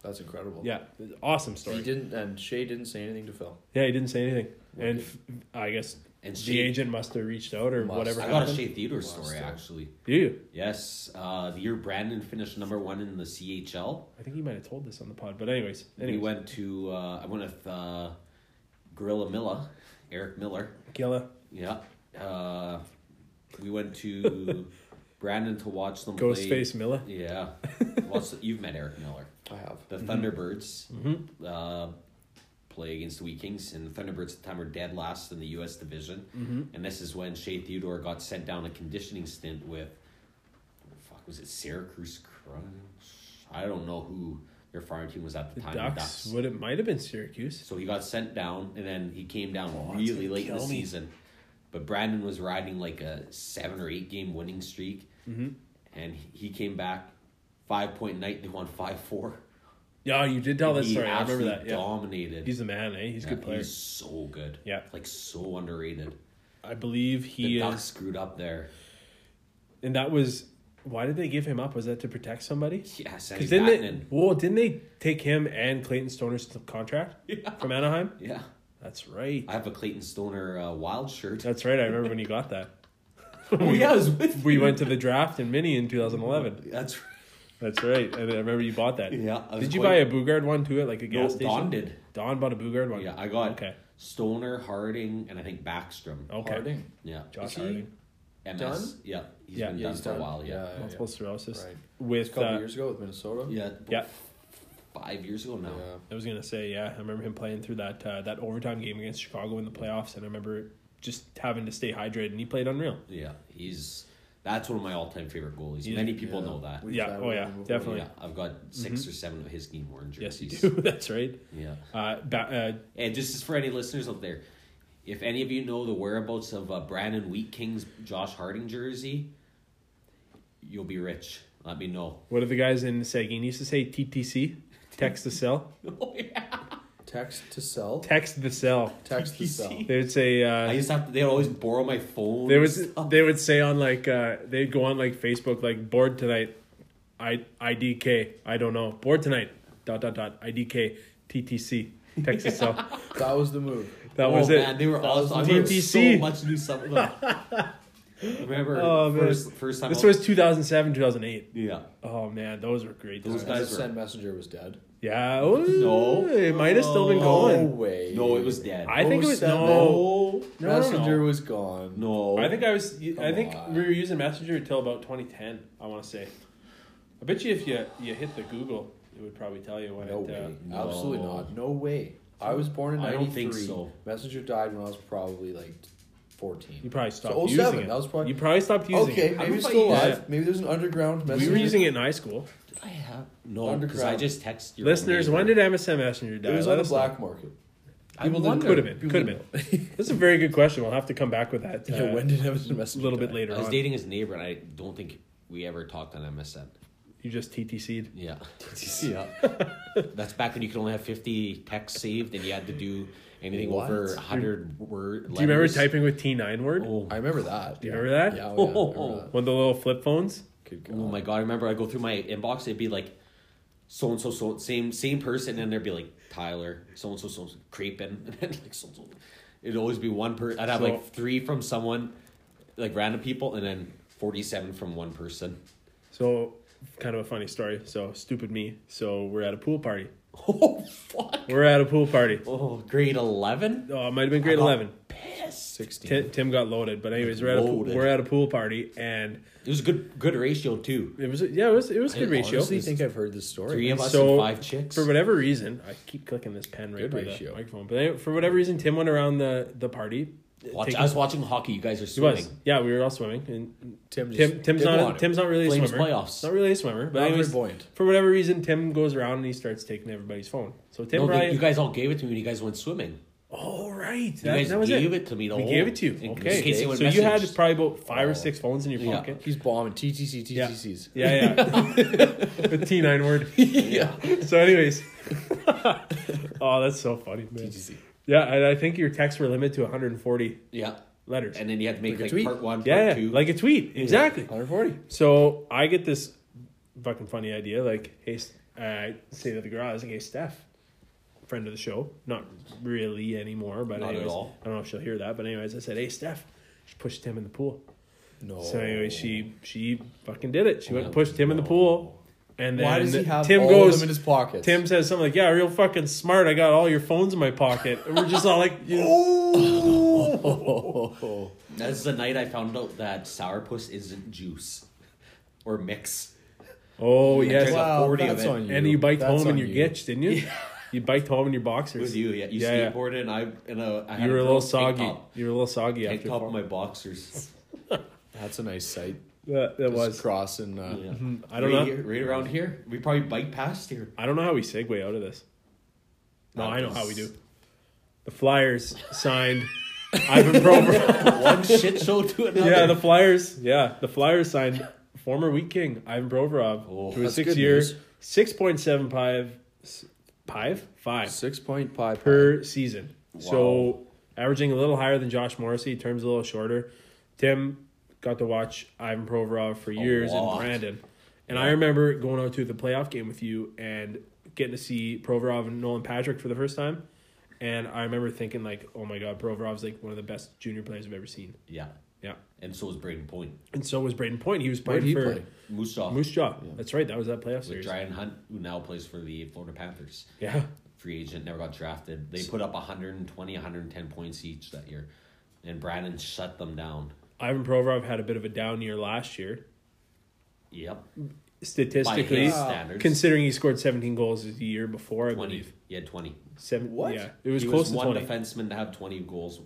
C: That's incredible.
A: Yeah, awesome
C: So
A: story.
C: he didn't, and Shay didn't say anything to Phil.
A: Yeah, he didn't say anything,
C: Wicked.
A: and f- I guess
B: And
A: the
B: Shea-
A: agent must have reached out or
C: Must.
A: whatever.
B: I got a
A: happened.
B: Shea Theodore
C: Lost
B: story
C: it.
B: actually.
A: Do you?
B: Yes, uh, the year Brandon finished number one in the CHL,
A: I think you might have told this on the pod, but anyways,
B: we
A: anyways,
B: went to uh, I went with uh, Gorilla Milla, Eric Miller.
A: Gila,
B: Yeah, uh, we
A: [LAUGHS]
B: went to Brandon to watch them play.
A: Ghostface Miller. [LAUGHS]
B: Yeah, well, so you've met Eric Miller.
C: I have.
B: The
A: Mm-hmm.
B: Thunderbirds uh, play against the Vikings, and the Thunderbirds at the time were dead last in the U.S. division.
A: Mm-hmm.
B: And this is when Shea Theodore got sent down a conditioning stint with, fuck, was it Syracuse Crunch? I don't know who their farm team was at the
A: The
B: time.
A: Ducks.
B: Ducks.
A: What it might have been Syracuse.
B: So he got sent down, and then he came down
A: Oh, that's
B: really
A: gonna
B: late in the
A: kill me.
B: season. But Brandon was riding like a seven or eight game winning streak,
A: Mm-hmm.
B: and he came back five point night. They won five four.
A: Yeah, you did tell that
B: He
A: story. I remember
B: absolutely
A: that. Yeah,
B: Dominated.
A: he's the man. Eh, he's a
B: Yeah,
A: good player.
B: He's so good.
A: Yeah.
B: Like so underrated.
A: I believe
B: the
A: he uh,
B: Ducks
A: is,
B: screwed up there.
A: and that was why did they give him up? Was that to protect somebody?
B: Yeah, Sammy
A: Because didn't they?
B: Vatanen. [LAUGHS]
A: Well, didn't they take him and Clayton Stoner's contract from Anaheim?
B: Yeah.
A: That's right.
B: I have a Clayton Stoner uh, Wild shirt.
A: That's right. I remember when you got that.
C: [LAUGHS] Oh, yeah, I was with
A: We
C: you.
A: went to the draft in Mini in 2011.
B: [LAUGHS] That's right.
A: [LAUGHS] That's right. I I remember you bought that.
B: Yeah, I was
A: Did you
B: quite-
A: buy a Bougard one too at like a
B: No,
A: gas station?
B: Don did.
A: Don bought a Bougard one.
B: Yeah, I got
A: Okay. Oh.
B: Stoner, Harding, and I think Backstrom.
A: Okay.
C: Harding.
B: Yeah.
A: Josh
C: Is he-
A: Harding.
B: MS.
C: Done?
B: Yeah. he's
A: Yeah.
B: been
A: Yeah,
B: done
C: he's
B: for a
C: done.
B: while. Yeah.
C: Oh, Yeah,
A: Multiple sclerosis.
C: Right.
A: With
C: A couple
A: uh,
C: years ago with Minnesota.
B: Yeah.
A: Yeah.
B: Five years ago now.
C: Yeah.
A: I was gonna say, yeah, I remember him playing through that uh, that overtime game against Chicago in the playoffs, and I remember just having to stay hydrated, and he played unreal.
B: Yeah. He's that's one of my all time favorite goalies.
A: He's-
B: Many people
C: yeah.
B: know that.
C: We
A: yeah,
C: found
A: oh
C: him
A: yeah,
C: before,
A: definitely. Mm-hmm.
B: Yeah. I've got 6 or seven of his game worn
A: Yes, you do.
B: jerseys.
A: [LAUGHS] That's right.
B: Yeah.
A: Uh, ba-
B: And just as for any listeners out there, if any of you know the whereabouts of uh, Brandon Wheat King's Josh Harding jersey, you'll be rich. Let me know. [LAUGHS]
A: uh, what are the guys in Sagan used to say? TTC, text the cell,
B: Oh, yeah.
C: Text
A: [LAUGHS]
C: to sell.
A: text the cell.
B: [LAUGHS]
C: Text to sell.
A: They would say.
B: I
A: Uh,
B: used to have to, they'd always borrow my phone.
A: they
B: and
A: would
B: stuff.
A: they would say on like uh, they'd go on like Facebook like bored tonight, I IDK I don't know bored tonight dot dot dot IDK TTC text the cell.
B: [LAUGHS]
C: That was the move.
A: That
B: oh,
A: was it.
B: Man, they were
A: was
B: awesome. I remember
A: TTC.
B: so much new stuff. about them.
A: [LAUGHS]
B: I remember
A: Oh, man.
B: first, first time.
A: This
B: I
A: was 2007, 2008.
B: yeah.
A: Oh man, those were great. times.
B: Those guys
C: Guys
B: were-
C: send messenger was dead.
A: Yeah. ooh,
B: No.
A: It might have still been
B: No.
C: No
A: going.
C: way.
B: No, it was dead.
A: I think it was
C: 07.
A: no.
B: Oh,
A: No, no,
C: messenger
A: no.
C: was gone.
B: no.
A: I think I was. I
C: Oh, Come
A: think
C: on.
A: we were using Messenger until about 2010. I want to say. I bet you if you you hit the Google, it would probably tell you when
C: No
A: it. Uh,
C: way.
B: no.
C: Absolutely not. No way. I was born in
B: I
C: 93.
B: don't think so.
C: Messenger died when I was probably like
A: you
C: 14.
A: probably stopped
C: So 07,
A: using it.
C: that was probably-
A: you probably stopped using
C: Okay,
A: it.
B: I
C: maybe it's
B: thought
C: still
B: you-
C: alive.
A: Yeah.
C: Maybe there's an underground
A: We
C: messenger.
A: were using it in high school.
B: Did I have no because I
C: Underground.
B: just texted your
A: Listeners,
B: neighbor.
A: when did MSN Messenger die?
C: It was
A: Let
C: on the
A: us
C: black market.
B: I
A: know.
B: wonder.
A: Could have been. Could have been. This is a very good question. We'll have to come back with [LAUGHS] that. uh,
C: yeah, when [LAUGHS] did Emerson
A: a
C: Messenger
A: little bit
C: die?
A: later
B: I was
A: on.
B: dating his neighbor, and I don't think we ever talked on MSN.
A: You just TTC'd.
B: Yeah, yeah. [LAUGHS] That's back when you could only have fifty texts saved, and you had to do anything
C: What?
B: over over hundred word.
A: Do you remember
B: letters.
A: typing with T9 word?
B: Oh,
C: I remember that.
A: Do you remember that?
C: Yeah, oh, yeah, I
B: Oh,
C: remember
B: oh.
A: [LAUGHS]
C: that.
A: One of the little flip phones.
C: Good
B: oh
C: God.
B: my god! I remember I go through my inbox. It'd be like so and so, so same same person, and there'd be like Tyler, so and so, so creeping, [LAUGHS] and then like so and so. It'd always be one person. I'd have
A: So-
B: like three from someone, like random people, and then forty-seven from one person. [LAUGHS]
A: So, kind of a funny story. So, stupid me. So, we're at a pool party.
B: Oh fuck!
A: We're at a pool party.
B: Oh, grade eleven.
A: Oh, it might have been grade
B: I got
A: 11.
B: Pissed.
C: 16.
A: Tim, Tim got loaded, but anyways, we're at, a pool,
B: Loaded.
A: we're at a pool party, and
B: It was a good good ratio too.
A: it was yeah, it was it was
B: I
A: good ratio.
C: honestly think I've heard this story.
B: Three of us
A: So,
B: and five chicks.
A: For whatever reason, I keep clicking this pen right
C: Good
A: by the
C: ratio.
A: microphone. But anyway, for whatever reason, Tim went around the the party. uh,
B: Watch,
A: taking-
B: I was watching hockey. You guys are
A: He
B: swimming.
A: was. Yeah, we were all swimming, and
C: Tim, just
A: Tim, Tim's
C: didn't
A: not.
C: want it.
A: Tim's not really a
B: Flames
A: swimmer.
B: playoffs.
A: Not really a swimmer, but
C: Not very
A: anyways,
C: buoyant.
A: for whatever reason, Tim goes around and he starts taking everybody's phone. So Tim
B: No, they-
A: probably.
B: you guys all gave it to me when you guys went swimming.
A: oh right,
B: You
A: that,
B: guys
A: that was
B: gave
A: it.
B: it. to me. The
A: we
B: whole,
A: gave it to you.
B: in- in
A: Okay,
B: case
A: so
B: were
A: you had
B: messaged.
A: probably about five
C: Oh.
A: or six phones in your
B: Yeah.
A: pocket.
C: He's bombing TTC
A: Yeah.
C: TTCs.
B: [LAUGHS]
A: Yeah, yeah. the T nine word. [LAUGHS] So, anyways. [LAUGHS] oh, that's so funny, man.
C: TTC.
A: Yeah, and I think your texts were limited to 140
B: yeah.
A: letters.
B: And then you had to make
C: Like a
B: like,
C: tweet.
B: part one, part
A: yeah,
B: two.
A: yeah, like a tweet. Exactly.
C: 140.
A: So I get this fucking funny idea. Like, hey, S- I say to the girl, I was like, hey, Steph, friend of the show, not really anymore, but
B: Not at
A: anyways,
B: all.
A: I don't know if she'll hear that, but anyways, I said, hey, Steph, she pushed Tim in the pool.
C: No.
A: So anyway, she she fucking did it. She went and
B: Oh,
A: pushed Tim in the
B: no.
A: pool, and then
C: Why does he have
A: Tim
C: all
A: goes.
C: of them in his pockets?
A: Tim says something like, "Yeah, real fucking smart. I got all your phones in my pocket." And we're just all
C: [LAUGHS]
A: like, "Oh,
C: Oh.
B: That's the night I found out that sourpuss isn't juice or mix.
A: oh
B: Yeah,
A: yes."
B: turns out-
C: Wow,
B: 40 of
C: that's
B: it.
C: on you.
A: And you biked
C: That's
A: home in
C: on
A: your
C: you.
A: gitch, didn't you? You biked home in your boxers.
B: It was you, yeah. You
A: Yeah, yeah.
B: skateboarded and I and uh, I had
A: You were a
B: girl
A: little
B: tank
A: soggy.
B: top-
A: You were a little soggy
B: Tank
A: after
B: top of
A: your
B: my
A: [LAUGHS]
B: boxers.
C: That's a nice sight.
A: That, that
C: Just
A: was.
C: crossing.
B: Yeah.
C: Uh,
A: Mm-hmm. I don't
B: right
A: know.
B: Here, right around here, we probably bike past here.
A: I don't know how we segue out of this. No,
B: That
A: I know
B: was-
A: how we do. The Flyers signed Ivan Provorov.
B: [LAUGHS] One shit show
A: [LAUGHS]
B: to another.
A: yeah, the Flyers. Yeah, the Flyers signed former Wheat King Ivan Provorov
B: Oh,
A: to a
C: that's good
A: six-year,
C: news.
A: six point seven five, five five
C: Six point five
A: per season. So averaging a little higher than Josh Morrissey, terms a little shorter. Tim got to watch Ivan Provorov for years and
B: lot.
A: Brandon. And I remember going out to the playoff game with you and getting to see Provorov and Nolan Patrick for the first time. And I remember thinking like, oh my god, Provorov's like one of the best junior players I've ever seen.
B: [LAUGHS] Yeah.
A: Yeah.
B: And so was Braden Point.
A: And so was Braden Point. He was
C: Where'd
A: playing
C: he
A: for
C: play?
B: Moose Jaw
A: Moose Jaw. That's right. That was that playoff
B: with
A: series.
B: Brian Hunt, who now plays for the Florida Panthers.
A: Yeah.
B: Free agent, never got drafted. They put up 120, 110 points each that year. And Brandon shut them down.
A: Ivan Provorov had a bit of a down year last year.
B: Yep. By
A: Statistically,
B: his standards.
A: considering he scored 17 goals the year before, I
B: 20.
A: believe.
B: He had 20.
A: Seven,
C: What?
A: Yeah, it was
B: he
A: close
B: was one
A: to 20.
B: defenseman to have 20 goals.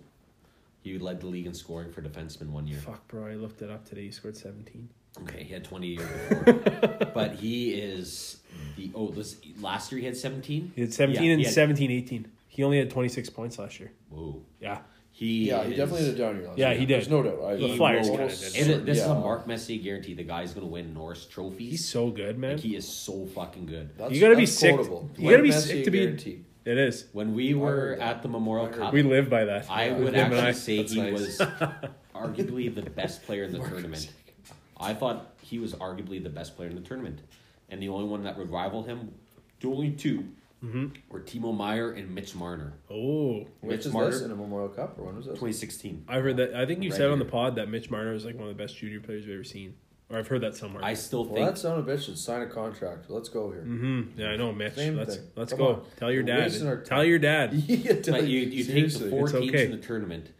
B: He led the league in scoring for defensemen one year.
A: Fuck, bro, I looked it up today. He scored 17.
B: Okay, he had 20 a year
A: [LAUGHS]
B: before. but he is the oh this last year he had 17.
A: He had 17
B: Yeah,
A: and
B: he had-
A: seventeen, eighteen. 17, 18. He only had 26 points last year.
B: Whoa.
A: Yeah.
B: He
C: Yeah, he
B: is-
C: definitely did a down year last
A: Yeah,
C: year.
A: he did.
C: There's no doubt. I,
A: The
B: he
A: Flyers
B: will-
A: kinda
B: and
A: did.
B: it- this is a
C: Yeah.
B: Mark Messier guarantee. The guy's going to win Norris trophies.
A: He's so good, man.
B: Like, he is so fucking good.
C: That's-
A: You gotta be
C: that's
A: sick-
C: quotable.
A: you gotta
C: Wayne
A: be
C: Gretzky
A: sick to be-
C: guaranteed.
A: it is.
B: When we were
C: heard that.
B: at the Memorial Cup,
A: We live by that.
B: I
A: Yeah.
B: would
A: Him and
B: actually
A: I-
B: say
C: That's
B: he was
C: nice. [LAUGHS]
B: arguably the best player in the tournament. I thought he was arguably the best player in the tournament, and the only one that would rival him, the only 2
C: Mm-hmm.
B: were Timo Meyer and Mitch Marner.
A: Oh.
C: Which
B: Mitch
C: is this
B: Marner,
C: in a Memorial Cup or when was this?
B: twenty sixteen.
A: I've heard that. I think you
B: Right
A: said on the
B: here.
A: pod that Mitch Marner is like one of the best junior players we've ever seen. Or I've heard that somewhere.
B: I still
C: Well,
B: think
C: that son of a bitch should sign a contract. Let's go here. [LAUGHS]
A: Mm-hmm. Yeah, I know, Mitch.
C: Same
A: let's
C: thing.
A: let's
C: Come
A: go.
C: on.
A: Tell your
C: We're
A: dad.
C: wasting our
A: Tell
C: time.
A: your dad.
C: Yeah, dude,
B: But you, you take the
C: seriously.
B: four
A: it's
B: teams
A: okay.
B: in the tournament.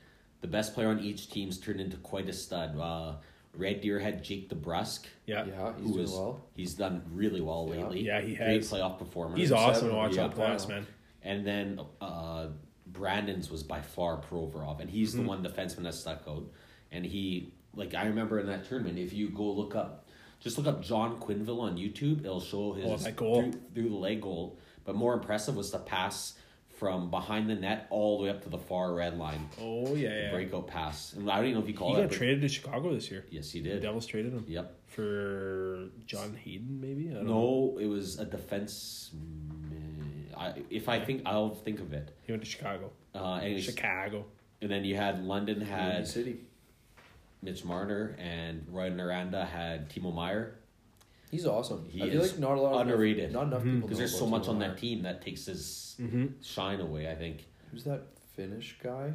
B: The best player on each team's turned into quite a stud. Uh, Red Deer had Jake DeBrusque,
A: [LAUGHS] Yeah.
C: Yeah, Ah, he's
B: who
C: doing
B: is
C: well.
B: he's done really well
C: Yeah.
B: lately.
A: Yeah, he
B: Great
A: has.
B: playoff performer.
A: He's awesome to
C: Seven,
A: watch
B: yeah.
A: on playoffs,
C: Wow.
A: man.
B: And then uh, Brandon's was by far Provorov, and he's
A: Mm-hmm.
B: the one defenseman that stuck out. And he, like, I remember in that tournament, if you go look up, just look up John Quinville on YouTube, it'll show his
A: Oh, that goal.
B: Through, through the leg goal. But more impressive was the pass from behind the net all the way up to the far red line.
A: Oh yeah, yeah.
B: breakout pass. And I don't even know if you call
A: He
B: it.
A: got
B: but-
A: traded to Chicago this year.
B: Yes, he
A: The
B: did.
A: Devils traded him
B: Yep.
A: for John Hayden, maybe. I don't know.
B: No, it was a defense. mm, I, if I think I'll think of it.
A: He went to Chicago.
B: Uh, anyways,
A: Chicago.
B: and then you had London
C: Moody
B: had
C: City.
B: Mitch Marner and Roy Miranda had Timo Meyer
C: He's awesome.
B: He
C: I feel
B: is
C: like not a lot of
B: underrated.
C: Not enough people
B: because Hmm,
C: know
B: there's so
C: about
B: much
C: Timo
B: on that
C: Meyer.
B: team that takes his
A: Mm-hmm.
B: shine away. I think
C: Who's that Finnish guy?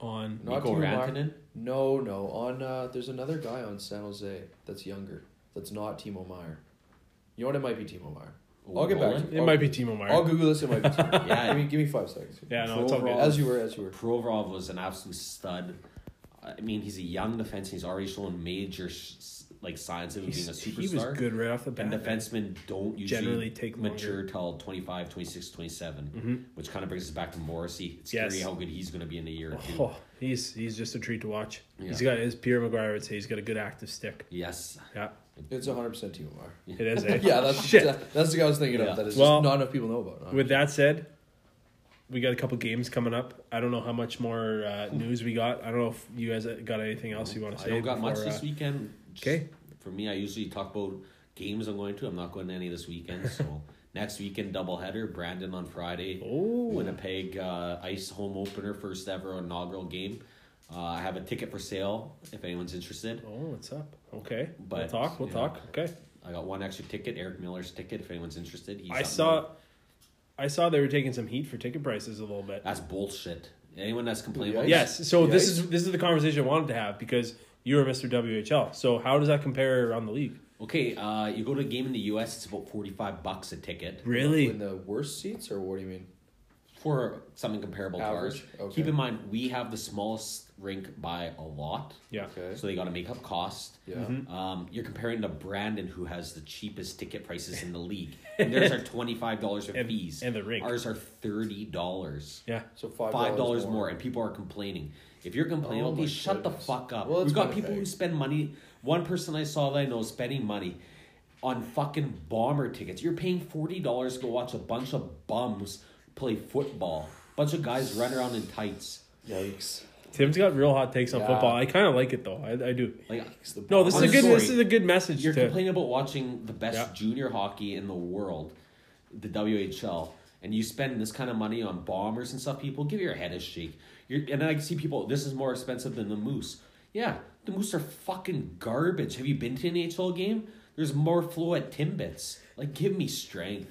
A: On
C: Not
B: Nico
C: Timo Meyer.
B: Rantanen.
C: No, no. On uh, there's another guy on San Jose that's younger. That's not Timo Meyer. You know what? It might be Timo Meyer. I'll get back to
B: Nolan?
C: you.
A: it
C: I'll-
A: might be Timo Meyer.
C: I'll Google this. It might be.
B: [LAUGHS]
C: Timo.
B: Yeah.
C: yeah. Give me, give me five seconds.
A: yeah, no, it's all good.
B: Overall-
C: As you were, as you were.
B: Provorov was an absolute stud. I mean, he's a young defenseman. He's already shown major sh- s- like signs of him being a
A: He's-
B: superstar.
A: He was good right off the bat.
B: And defensemen don't usually
A: Generally take longer. Mm-hmm.
B: mature till 25, 26, 27, which kind of brings us back to Morrissey. It's
A: Yes.
B: scary how good he's going to be in a year or two.
A: Oh, he's he's just a treat to watch. He's
B: Yeah.
A: got his Pierre McGuire would say he's got a good active stick.
B: Yes.
A: Yeah,
C: It's 100 percent Timo Meyer.
A: it is. Eh?
C: Yeah,
A: [LAUGHS]
C: that's
A: Shit.
C: that- that's the guy I was thinking
B: Yeah.
C: of. That is
A: Well,
C: just not enough people know about.
A: With that said, we got a couple games coming up. I don't know how much more uh, news we got. I don't know if you guys got anything else you want to
B: I
A: say.
B: don't got much
A: before,
B: this
A: uh,
B: weekend. Just
A: 'kay.
B: For me, I usually talk about games I'm going to. I'm not going to any this weekend.
A: [LAUGHS]
B: So next weekend, doubleheader. Brandon on Friday.
A: Oh,
B: Winnipeg uh, Ice home opener, first ever inaugural game. Uh, I have a ticket for sale if anyone's interested.
A: oh, what's up? Okay, we'll
B: But,
A: talk. We'll
B: you
A: talk.
B: know,
A: Okay.
B: I got one extra ticket, Eric Miller's ticket, if anyone's interested. He's
A: I
B: up
A: saw,
B: north.
A: I saw they were taking some heat for ticket prices a little bit.
B: That's bullshit. Anyone that's complaining about
A: Yes. So this
C: Yikes.
A: is this is the conversation I wanted to have because you were Mr. WHL. So how does that compare around the league?
B: Okay, uh, you go to a game in the U.S. It's about forty-five bucks a ticket
C: in
A: Really?
C: the worst seats, or what do you mean?
B: for something comparable
C: Average?
B: to ours.
C: Okay.
B: Keep in mind, we have the smallest rink by a lot,
A: Yeah.
C: Okay.
B: so they got to make up cost.
C: Yeah.
A: mm-hmm.
B: Um, you're comparing to Brandon, who has the cheapest ticket prices in the
C: [LAUGHS]
B: league. And theirs are twenty-five dollars of
A: And-
B: fees,
A: and the rink.
B: Ours are thirty dollars.
A: Yeah.
C: So five
B: Five dollars more, and people are complaining. If you're complaining,
C: Oh
B: about these,
C: my
B: shut the
C: goodness.
B: fuck up.
C: Well, it's
B: We've got
C: Winnipeg.
B: people who spend money. One person I saw that I know is spending money on fucking bomber tickets. You're paying forty dollars to go watch a bunch of bums play football. Bunch of guys run around in tights.
C: Yikes!
A: Tim's got real hot takes on
C: Yeah.
A: football. I kind of like it though. I, I do.
B: Like
C: The
A: No, this is a
B: I'm
A: good. This
B: sorry.
A: is a good message.
B: you're
A: to,
B: complaining about watching the best
A: Yeah.
B: junior hockey in the world, the WHL, and you spend this kind of money on bombers and stuff. People, give your head a shake. You're, and I see people. This is more expensive than the Moose. Yeah, the Moose are fucking garbage. Have you been to an NHL game? There's more flow at Timbits. Like, give me strength.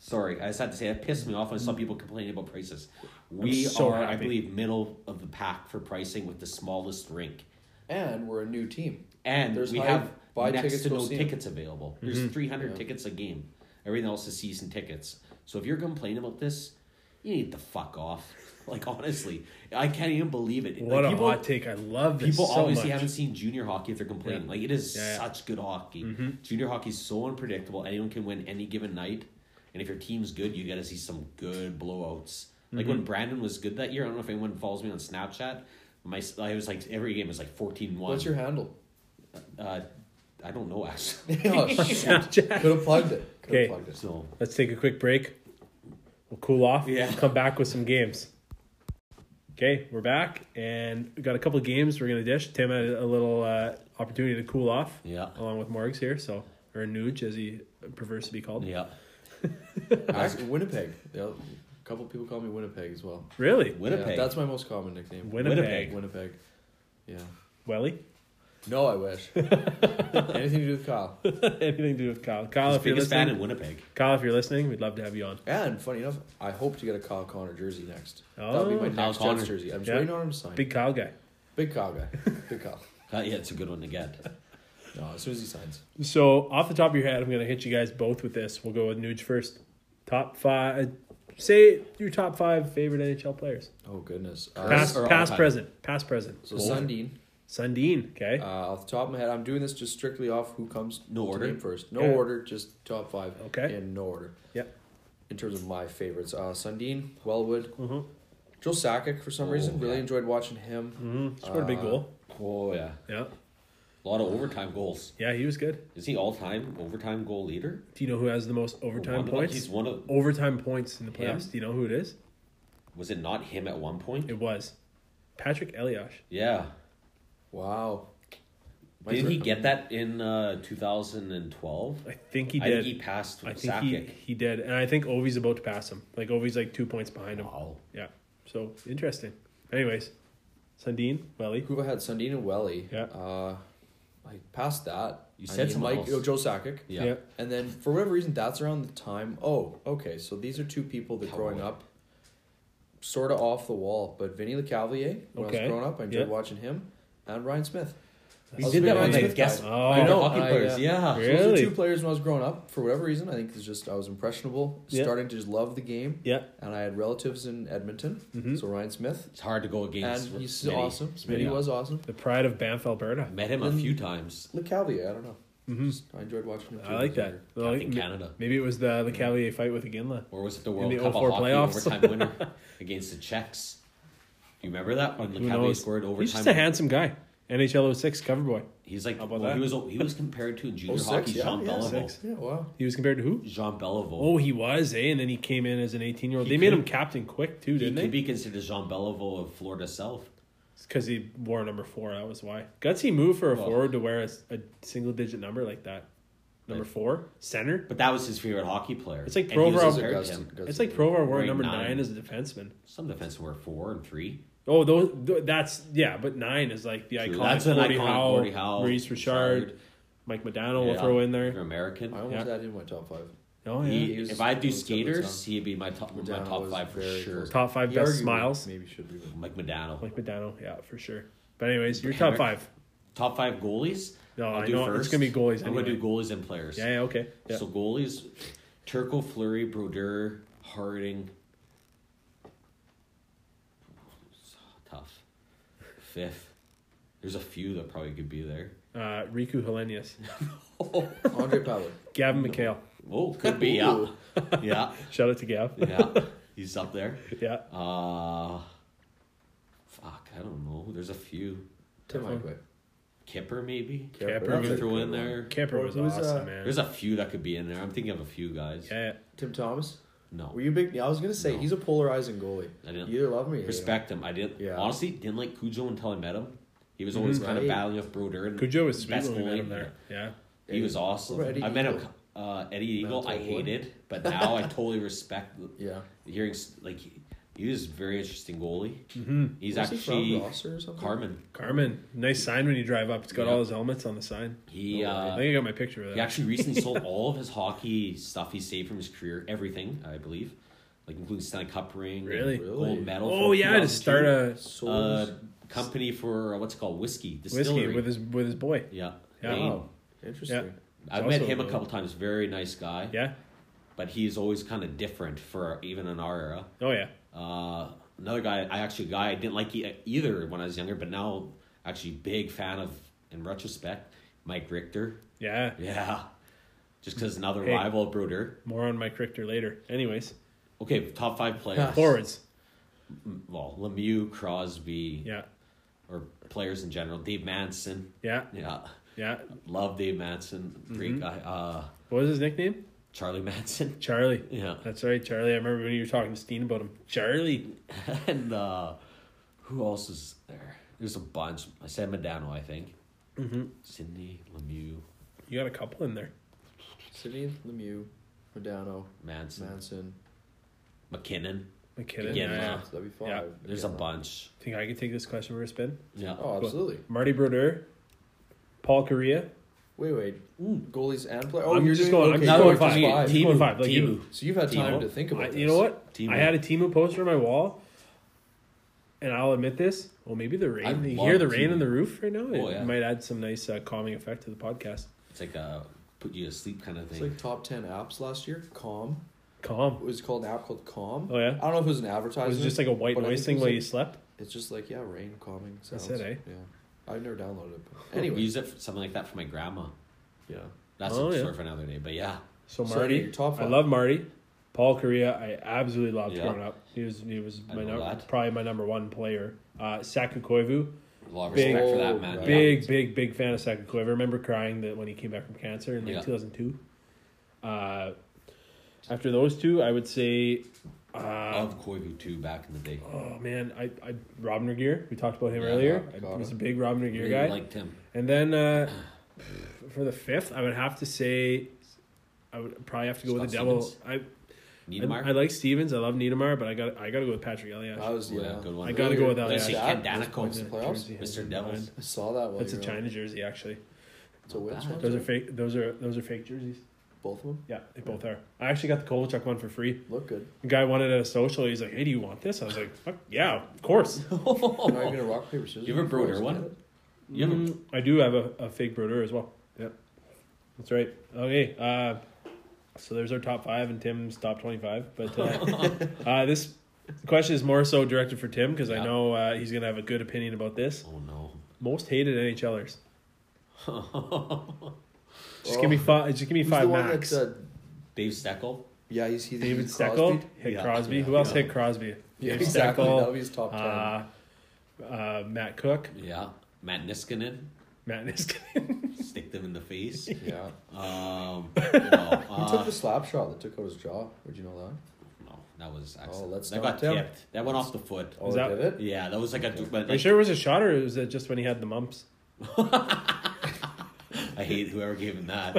B: Sorry, I just had to say that pissed me off when some people complaining about prices. We
A: so
B: are, I
A: happy.
B: believe, middle of the pack for pricing with the smallest rink,
C: And we're a new team.
B: and
C: There's
B: we
C: high-
B: have
C: buy
B: next
C: tickets,
B: to
C: go
B: no
C: see 'em.
B: tickets available. There's
A: Mm-hmm.
B: 300
C: Yeah.
B: tickets a game. Everything else is season tickets. So if you're complaining about this, you need to fuck off. [LAUGHS] Like honestly, I can't even believe it.
A: What
B: like,
A: a
B: people,
A: hot take! I love this
B: People
A: so
B: obviously
A: much.
B: haven't seen junior hockey if they're complaining.
A: Yeah.
B: Like it is
A: Yeah, Mm-hmm. yeah.
B: such good hockey. Junior hockey is so unpredictable. Anyone can win any given night. And if your team's good, you got to see some good blowouts. Like
A: Mm-hmm.
B: when Brandon was good that year, I don't know if anyone follows me on Snapchat. My I was like every game was like 14-1.
C: What's your handle?
B: uh, I don't know actually.
C: [LAUGHS]
B: [LAUGHS]
C: oh, [LAUGHS] shoot. Could have plugged it. Could
A: Okay.
C: have plugged it.
B: So
A: Let's take a quick break. We'll cool off.
B: Yeah.
A: We'll come back with some games. Okay, we're back and we got a couple of games we're gonna dish. Tim had a little uh, opportunity to cool off.
B: Yeah.
A: Along with Morgs here, so or Nuge as he prefers to be called.
B: yeah.
C: Actually, Winnipeg. Yeah, a couple people call me Winnipeg as well.
A: Really?
B: Winnipeg.
C: Yeah, that's my most common nickname.
A: Winnipeg.
C: Winnipeg. Yeah.
A: Welly? [LAUGHS]
C: No, I wish. Anything to do with Kyle.
A: Anything to do with Kyle? Kyle,
B: His
A: if you're
B: biggest
A: listening,
B: fan in Winnipeg.
A: Kyle, if you're listening, we'd love to have you on.
C: And funny enough, I hope to get a Kyle Connor jersey next. that
A: Oh,
C: would be my
B: Kyle
C: next
B: Connor.
C: Jets jersey. I'm just
A: Yeah.
C: waiting on him to sign.
A: Big Kyle guy.
C: Big
A: [LAUGHS]
C: Kyle guy. Big Kyle.
B: Uh, yeah, it's a good one to get.
C: No, as soon as he signs.
A: So off the top of your head, I'm gonna hit you guys both with this. We'll go with Nuge first. Top five. Say your top five favorite NHL players.
C: Oh goodness. Uh,
A: Past,
B: or all
A: past
B: time?
A: present. Past present.
C: so Sundin.
A: Sundin. Okay.
C: Uh, off the top of my head, I'm doing this just strictly off who comes
B: No
C: to
B: order?
C: name first. No
A: Okay.
C: order, just top five.
A: Okay.
C: In no order.
A: Yep.
C: In terms of my favorites, uh, Sundin, Wellwood,
A: uh-huh.
C: Joe Sakic. For some
B: Mm-hmm. Oh,
C: reason, really
B: yeah.
C: enjoyed watching him.
A: hmm Scored a big
C: Uh,
A: goal.
B: Oh yeah,
A: Yeah.
B: a lot of overtime goals.
A: Yeah, he was good.
B: Is he all time overtime goal leader?
A: Do you know who has the most
B: One
A: overtime
B: of the-
A: points?
B: He's one of.
A: Overtime points in the
B: Him?
A: playoffs. Do you know who it is?
B: Was it not him at one point?
A: It was Patrick Elias.
B: Yeah.
C: Wow. My
B: Did he
C: third-
B: get that in uh, 2012?
A: I think he
B: I think
A: did.
B: he passed
A: I think he,
B: Sakic.
A: he did, and I think Ovi's about to pass him. Like Ovi's like two points behind him.
B: Wow.
A: Yeah. So interesting. Anyways, Sundin, Welly.
C: Who had Sundin and Welly?
A: Yeah.
C: Uh, like past that,
B: You said someone
C: Mike,
B: else.
C: oh, Joe Sakic.
B: Yeah.
C: And then for whatever reason, that's around the time. Oh, okay. So these are two people that growing
B: Cowboy.
C: up, sort of off the wall. But Vinny LeCavalier, when I
A: Okay.
C: was growing up, I enjoyed
A: Yeah.
C: watching him. And Ryan Smith.
A: He
C: I'll
A: did
C: be
A: that
C: honest
A: one.
C: with
A: They
C: you
B: guessed-
C: guys.
A: Oh.
C: I know.
B: Hockey
C: I,
B: players, yeah.
C: yeah.
A: Really?
C: So those are two players when I was growing up. For whatever reason, I think it's just I was impressionable,
A: Yeah.
C: starting to just love the game.
A: Yeah.
C: And I had relatives in Edmonton,
A: Mhm.
C: so Ryan Smith,
B: It's hard to go against.
C: and he's
B: Smitty.
C: awesome. Smitty
B: Yeah.
C: was awesome.
A: The pride of Banff, Alberta.
B: Met him a
C: And-
B: few times.
C: LeCavalier, I don't know.
A: hmm
C: Just- I enjoyed watching him. too
A: I
C: when
A: like
C: was
A: that.
C: younger.
A: Well,
B: I think
A: m-
B: uh, Canada.
A: Maybe it was the the Cavalier fight with Aginla.
B: Or was it the World
A: the
B: Cup of
A: 04
B: Hockey
A: playoffs.
B: overtime winner [LAUGHS] against the Czechs? Do you remember that when
A: Who
B: LeCavalier
A: knows?
B: scored overtime?
A: He's just a handsome guy. NHL 06 cover boy.
B: He's like
A: How about
B: well, he
A: that?
B: was he was compared to in junior
C: 06,
B: hockey
C: Oh, yeah,
B: Jean
C: yeah,
B: Beliveau.
A: six.
C: Yeah, wow.
A: He was compared to who?
B: Jean Beliveau.
A: Oh, he was, eh? And then he came in as an 18 year old.
B: He
A: They made
B: could-
A: him captain quick, too,
B: he
A: didn't they?
B: could be considered Jean Beliveau of Florida South.
A: Because he wore number four. That was why. Gutsy move for a
B: Well-
A: forward to wear a, single digit number like that. Number four, center.
B: But that was his favorite hockey player.
A: It's like
B: And he was
A: Provorov-
B: compared to
C: Augustin-
B: him.
C: Augustin.
A: It's like Provar wearing
B: Wearing
A: number
B: nine.
A: nine as a defenseman.
B: Some defensemen were four and three.
A: Oh, those th- that's yeah, but nine is like the iconic.
B: That's an
A: Gordie
B: iconic
A: Howe,
B: Gordie Howe,
A: Maurice Richard,
B: Richard.
A: Mike McDonald.
B: Yeah.
A: We'll throw in
B: You're
A: there.
B: American.
C: I almost
A: Yeah.
C: had him in my top five.
A: Oh yeah,
B: He,
C: He was-
B: if I do
C: he was good with
B: skaters,
C: Tom.
B: he'd be my top my
C: McDonough
B: top
C: was
B: five for
C: very
B: sure.
C: close.
A: top five
C: He
A: best
C: arguably
A: smiles.
C: Maybe should be. with-
B: Mike McDonald.
A: Mike McDonald, yeah, for sure. But anyways, your top
B: Hammer.
A: five.
B: Top five goalies.
A: No, I know, it's gonna be goalies
B: I'm gonna
A: anyway.
B: do goalies and players.
A: Yeah, yeah okay. Yeah.
B: So goalies, Turco, Fleury, Brodeur, Harding. Tough. Fifth. There's a few that probably could be there.
A: uh, Riku Hellenius, [LAUGHS]
C: Andre Pavlik.
A: Gavin McHale.
B: Oh, could be yeah,
C: Ooh.
B: [LAUGHS] yeah,
A: Shout out to Gav.
B: yeah. He's up there.
A: [LAUGHS] Yeah.
B: Uh, fuck, I don't know. There's a few.
C: Tim Highway.
B: Kipper maybe.
A: Kepler.
B: Kipper we throw in there.
A: Camper was
C: Who's, uh,
A: awesome, man.
B: There's a few that could be in there. I'm thinking of a few guys.
A: yeah, yeah.
C: Tim Thomas.
B: No,
C: Were you big? I was gonna say
B: No.
C: he's a polarizing goalie.
B: I didn't-
C: You either love me. Or you
B: respect him. I didn't
C: Yeah. Mm-hmm.
B: honestly didn't like Cujo until I met him. He was always kind of
C: Right.
B: battling with Broder. And
A: Cujo was sweet
B: best
A: when we met
B: goalie.
A: him there. Yeah.
B: He was awesome.
C: Remember Eddie
B: I met him.
C: Eagle?
B: Uh, Eddie Eagle,
C: Manitoba
B: I
C: boy. [LAUGHS]
B: hated, but now I totally respect
C: don't. Yeah.
B: hearing s- like He was a very interesting goalie.
A: Mm-hmm.
B: He's
C: Where's he from,
B: actually
C: Ross or something?
B: Carmen.
A: Carmen, nice sign when you drive up. It's got
B: Yeah.
A: all his helmets on the sign.
C: Oh,
B: He
A: I
B: uh,
A: think I got my picture of
B: He
A: that.
B: actually recently sold all of his hockey stuff he saved from his career, everything, I believe, like including Stanley Cup ring,
A: Really?
C: Really?
B: gold medal.
A: Oh
B: for
A: yeah, to start a
C: So
B: 2002. uh, company for uh, what's it called whiskey distillery.
A: whiskey with his with his boy.
B: yeah,
A: Yeah. Oh,
B: Wayne.
C: wow, Oh, interesting.
B: I've
A: It's
B: met
A: also
B: him a
A: good.
B: couple times. Very nice guy,
A: Yeah.
B: but he's always kind of different for our- even in our era.
A: Oh yeah.
B: Uh, another guy, I actually a guy I didn't like e- either when I was younger, but now actually big fan of in retrospect, Mike Richter.
A: Yeah.
B: Yeah, just because another
A: Hey.
B: rival of Bruder.
A: More on Mike Richter later. Anyways,
B: Okay, top five players.
A: forwards.
B: M- Well, Lemieux, Crosby,
A: Yeah.
B: or players in general. Dave Manson.
A: Yeah.
B: Yeah,
A: Yeah.
B: love Dave Manson.
A: Mm-hmm.
B: Great guy. Uh,
A: What was his nickname?
B: Charlie Manson. [LAUGHS]
A: Charlie.
B: Yeah,
A: That's right, Charlie. I remember when you were talking to Steen about him. Charlie.
B: [LAUGHS] and uh, who else is there? There's a bunch. I said Medano, I think.
A: Mhm.
B: Sidney Lemieux,
A: You got a couple in there.
C: Sidney Lemieux, Modano,
B: Manson,
C: Manson.
B: McKinnon.
A: McKinnon.
B: Yeah,
A: Yeah.
B: no.
A: yeah.
C: So that'd be five.
A: Yeah,
B: There's a
C: Again,
B: bunch.
A: Think I could take this question for a spin?
B: Yeah.
C: Oh, absolutely.
A: Marty Brodeur, Paul Correa.
C: Wait, wait. Goalies and players. Oh,
A: I'm
C: you're
A: just
C: doing,
A: going- I'm
C: Okay,
B: just
C: you're
B: going
C: just
A: five.
C: five.
A: Just going five, like
B: Timu.
A: you.
C: So you've had time
B: Timo.
C: to think about
A: I,
C: this.
A: you know what?
B: Timu.
A: I had a Timu poster on my wall, and I'll admit this. Well, maybe the rain.
B: I
A: you
B: love
A: hear the rain
B: Timu.
A: on the roof right now. It
B: Oh, yeah.
A: might add some nice uh, calming effect to the podcast.
B: It's like a put you to sleep kind of
C: It's
B: thing.
C: like top ten apps last year. Calm. It
A: Calm.
C: was called an app called Calm.
A: Oh yeah.
C: I don't know if it was an advertisement.
A: Was it just like a white
C: but I
A: noise
C: think
A: thing
C: it was
A: while
C: like-
A: you slept?
C: It's just like yeah, rain calming sounds.
A: That's it, eh?
C: Yeah, I've never downloaded it. But
B: We
C: anyway,
B: used it for something like that for my grandma.
C: yeah.
B: That's
A: Oh,
B: a
A: yeah.
B: story for another day. But yeah,
A: So
C: So,
A: Marty,
C: your top
A: I
C: five.
A: love Marty. Paul Correa, I absolutely loved
B: Yeah.
A: growing up. He was he was
B: I
A: my
B: know
A: number,
B: that.
A: probably my number one player. Uh, Saku Koivu,
B: a lot of
A: Big-
B: respect for that man.
C: Right.
B: Yeah.
A: big big big fan of Saku Koivu. I remember crying that when he came back from cancer in like
B: Yeah.
A: 2002. Uh, after those two, I would say,
B: I
A: uh,
B: love Koivu too back in the day.
A: oh man, I I Robin Regeer. We talked about him
B: Yeah,
A: earlier.
C: I
A: I
C: got
A: was a
C: him.
A: big Robin Regeer
B: Really
A: guy.
B: liked him.
A: And then uh, [SIGHS] for the fifth, I would have to say, I would probably have to go with the
B: Scott
A: devil.
B: Stevens?
A: I
B: Niedermeyer.
A: I, I like Stevens. I love Niedermeyer, but I got I got to go with Patrick Elias.
C: That was
B: Yeah,
C: yeah.
B: good one.
A: I gotta go with that,
C: Earlier,
A: yeah.
B: Like,
C: stat, those
B: Kandanico.
C: points Oh, in the playoffs.
A: Jersey has
B: Mr.
A: in
B: Devils.
A: mind.
C: I saw that one.
A: That's a China jersey, actually.
C: It's a which
B: Not bad.
C: one?
A: Those are fake. Those are those are fake jerseys.
C: Both of them
A: Yeah, they both are. I actually got the Kovalchuk one for free.
C: look good.
A: The guy wanted it at a social. He's like, "Hey, do you want this?" I was like, Fuck, "Yeah, of course."
B: [LAUGHS]
C: You're not even a rock paper scissors.
B: Oh. You have a
C: before
B: Broder
C: us,
B: one?
C: get it?
B: You have a-
A: Mm, I do have a, a fake Broder as well. Yep, that's right. Okay, uh, so there's our top five and Tim's top twenty-five. But uh,
B: [LAUGHS]
A: uh, this question is more so directed for Tim because
B: Yeah.
A: I know uh, he's gonna have a good opinion about this.
B: oh no.
A: Most hated
B: [LAUGHS]
A: NHLers. Just
C: Oh.
A: give me five. Just give me
C: Who's
A: five
C: the one
A: max.
C: That, uh,
B: Dave Steckel.
C: yeah, he's he's
A: David
C: he's
A: Steckel
C: Crosby.
A: hit
B: Yeah.
A: Crosby.
B: Yeah.
A: Who else
B: Yeah.
A: hit Crosby?
C: Yeah,
A: David
C: exactly.
A: Steckel,
C: That'll be his top ten.
A: Uh, uh, Matt Cook,
B: Yeah. Matt Niskanen.
A: Matt [LAUGHS] Niskanen.
B: Stick them in the face.
C: yeah,
A: [LAUGHS]
B: Um, no,
C: he took
B: uh,
C: the slap shot that took out his jaw. Would you know that?
B: no, that was
C: Oh,
B: accident.
C: let's
B: that
C: not
B: got
C: tell.
B: tipped. That went off the foot.
C: Oh,
A: Is
C: it
A: that-
C: did it?
B: Yeah, that was like a. But
A: Are you
B: like,
A: sure it was a shot or was it just when he had the
B: [LAUGHS]
A: mumps?
B: I hate whoever gave
A: [LAUGHS]
B: him that.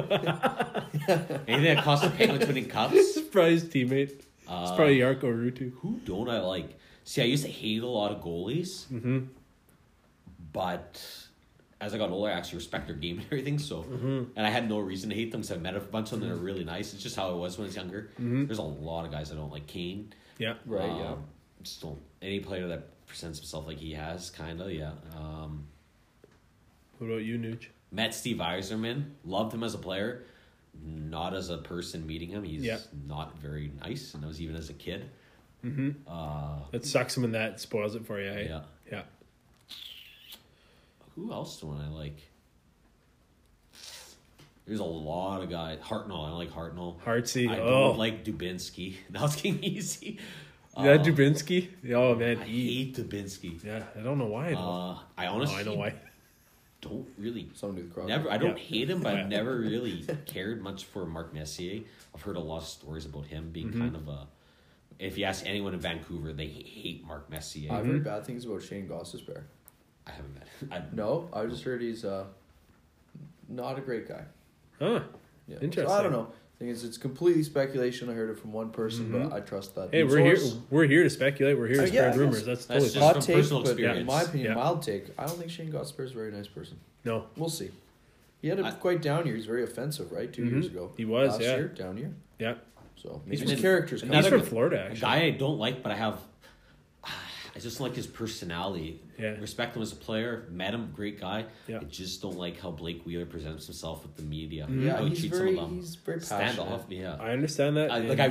B: Anything that costs a Penguins winning cups.
A: probably his teammate. It's
B: Uh,
A: probably Yarko Rutu.
B: Who don't I like? See, I used to hate a lot of goalies,
A: Mm-hmm.
B: but as I got older, I actually respect their game and everything. So,
A: Mm-hmm.
B: and I had no reason to hate them because I met a bunch of them that are really nice. It's just how I was when I was younger.
A: Mm-hmm.
B: There's a lot of guys I don't like. Kane,
A: Yeah.
C: Right.
B: Um,
C: yeah.
B: Just don't any player that presents himself like he has, kind of. Yeah. Um,
A: What about you, Nooch?
B: met Steve Eiserman. Loved him as a player, not as a person. Meeting him, he's
A: Yeah.
B: not very nice, and I was even as a kid. Mm-hmm. Uh,
A: That sucks him and that spoils it for you. eh?
B: yeah.
A: Yeah.
B: Who else do I like? There's a lot of guys. Hartnell, I like Hartnell.
A: Hartsey.
B: I
A: oh,
B: don't like Dubinsky. [LAUGHS] Now it's getting easy.
A: that
B: Uh,
A: Dubinsky. Oh man.
B: I
A: he-
B: hate Dubinsky.
A: yeah. I don't know why. Though.
B: Uh, I
A: Oh,
B: honestly
A: I know why.
B: don't really
C: Something with Crosby.
B: Never, I don't
A: Yeah.
B: hate him, but
A: Yeah.
B: I've never really cared much for Mark Messier. I've heard a lot of stories about him being
C: Mm-hmm.
B: kind of a. If you ask anyone in Vancouver, they hate Mark Messier.
C: I've
A: Mm-hmm.
C: heard bad things about Shane Goss's bear.
B: I haven't met. Him. I,
C: No, I just heard he's uh, not a great guy.
A: Huh.
C: Yeah. So I
A: Interesting.
C: don't know. I Thing is, it's completely speculation. I heard it from one person, but I trust
A: Mm-hmm.
C: that.
A: Hey, we're here. We're here to speculate. We're here to
C: Uh, yeah,
A: spread
C: I
A: rumors. That's
C: guess.
A: totally
B: That's just
A: fine.
C: Hot
B: from
C: take,
B: personal
C: but in
B: experience.
C: my opinion,
A: Yeah.
C: mild take. I don't think Shane Gosper is a very nice person.
A: no.
C: We'll see. He had
B: I-
C: a quite down year. He's very offensive, right? 2 years
A: Mhm.
C: ago,
A: He was,
C: Last
A: yeah.
C: Year, down year.
A: Yeah,
C: So
B: He's
C: maybe his
B: been-
C: characters. come
A: he's
B: Another
A: from
B: guy-
A: Florida.
B: A
A: Actually,
B: guy I don't like, but I have. [SIGHS] I just don't like his personality.
A: Yeah.
B: Respect him as a player. Met him, great guy.
A: Yeah.
B: I just don't like how Blake Wheeler presents himself with the media.
C: Mm-hmm. Yeah,
B: how he
C: he's
B: treats
C: very-
B: some of them.
C: he's very
B: Stand
C: passionate.
B: off me, yeah.
A: I understand that.
B: I,
A: and
B: like I,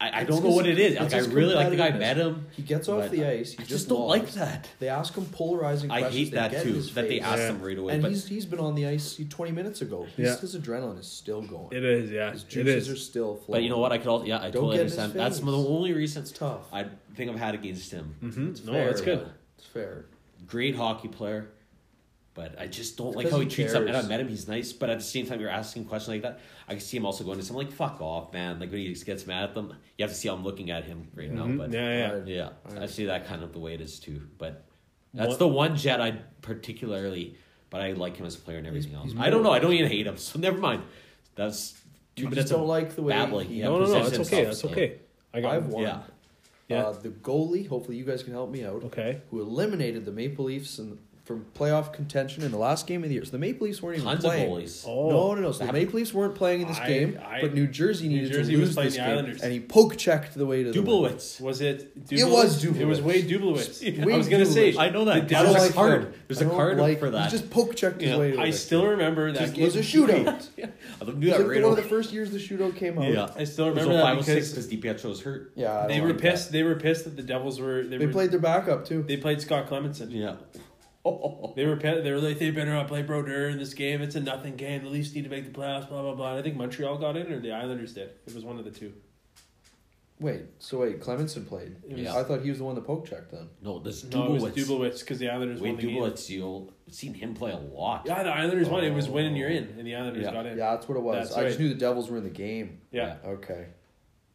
B: I, I
C: It's
B: don't know
C: his-
B: what it is.
C: it's
B: Like I
C: his
B: really like the guy.
C: competitiveness.
B: Met him.
C: He gets off
B: but
C: the ice. He
B: I just
C: just
B: don't like
C: walks.
B: that.
C: They ask him polarizing
B: I
C: questions.
B: hate
C: they
B: that
C: get in
B: too.
C: his
B: That they
C: face.
B: asked
A: Yeah.
B: him right away.
C: And
B: but
C: he's he's been on the ice 20 minutes ago. He's,
A: Yeah.
C: His adrenaline is still going.
A: It is, yeah.
C: His
A: It
C: juices are
A: is.
C: still flowing.
B: But you know what? I could all yeah, I totally
C: get in his
B: understand. That's
C: face.
B: the only recent
C: It's tough.
B: I think I've had against him.
A: Mhm. No,
C: fair,
A: that's good.
B: but-
C: It's fair.
B: Great hockey player, but I just don't like
C: 'cause
B: how he,
C: he
B: treats them. And I
C: cares.
B: met him; he's nice, but at the same time, you're asking questions like that. I can see him also going to something like "fuck off, man." Like when he gets mad at them, you have to see how I'm looking at him right
A: Mhm.
C: Mm-hmm.
B: now. But uh,
A: yeah, yeah.
C: Alright.
B: yeah,
C: I-
B: I see that kind of the way it is too. But that's
A: One-
B: the one Jet I particularly, but I like him as a player and everything else.
C: he's
B: I don't know.
C: more-
B: I don't even hate him, so [LAUGHS] never mind. That's two
C: You
B: minutes
C: just don't
B: of
C: like the way
B: babbling.
C: he-
B: Yeah,
A: No, no, no.
B: possession
A: That's
B: and
A: okay.
B: stuff,
A: That's
B: so.
A: okay. I got.
C: I've won.
B: Yeah.
A: Yeah.
C: Uh, the goalie. Hopefully, you guys can help me out.
A: Okay.
C: Who eliminated the Maple Leafs and from playoff contention in the last game of the year? So the Maple Leafs weren't even
B: Tons of
C: playing.
B: goalies.
A: Oh.
C: No, no, no. So the
B: That-
C: Maple Leafs weren't playing in this
A: I-
C: game,
A: I-
C: but New Jersey
A: New
C: needed
A: Jersey
C: to
A: was
C: lose
A: playing
C: this
A: the
C: game,
A: Islanders.
C: and he poke checked the way to the win.
B: Dublowitz.
A: Was it?
C: It was Dublowitz?
A: It was Wade
C: It's
A: Dublowitz.
C: Wade
A: I was gonna say.
C: Dublowitz.
B: I know that.
A: The
B: I
C: I
A: Dallas
B: don't like
C: like
B: card.
C: him.
B: There's
C: I
B: a
C: don't
B: card
C: like-
B: for that.
C: He just poke checked his
B: Yeah,
C: way to
A: I
C: it.
A: still remember that.
C: Just-
A: game.
C: it was a shootout.
A: Yeah.
B: I don't
C: It
B: do
C: was
B: that
C: like
B: right
C: the- one of
B: away.
C: the first years the shootout came out.
B: Yeah,
A: I still
B: It was
A: remember
B: a
A: that
B: 506
A: because-
B: because DiPietro was hurt.
C: yeah. I
A: They
C: don't
A: were
C: like that.
A: pissed. They were pissed that the Devils were. They,
C: They
A: were,
C: played their backup too.
A: They played Scott Clements.
B: Yeah. Oh,
A: They were pe- they were like they better not play Brodeur in this game. It's a nothing game. The Leafs need to make the playoffs. Blah blah blah. And I think Montreal got in or the Islanders did. It was one of the two.
C: Wait, so wait, Clemenson played.
A: It
B: was-
C: I thought he was the one that poke checked then.
B: No, this
A: No, it was
B: Dublowitz.
A: Dublowitz because the Islanders
B: Wade
A: won the game.
B: Dublowitz, you'll seen him play a lot.
A: Yeah, the Islanders won. It was winning. You're in, and the Islanders
B: Yeah.
A: got in.
C: Yeah, that's what it was.
A: That's
C: I
A: right.
C: just knew the Devils were in the game.
A: Yeah.
C: Okay.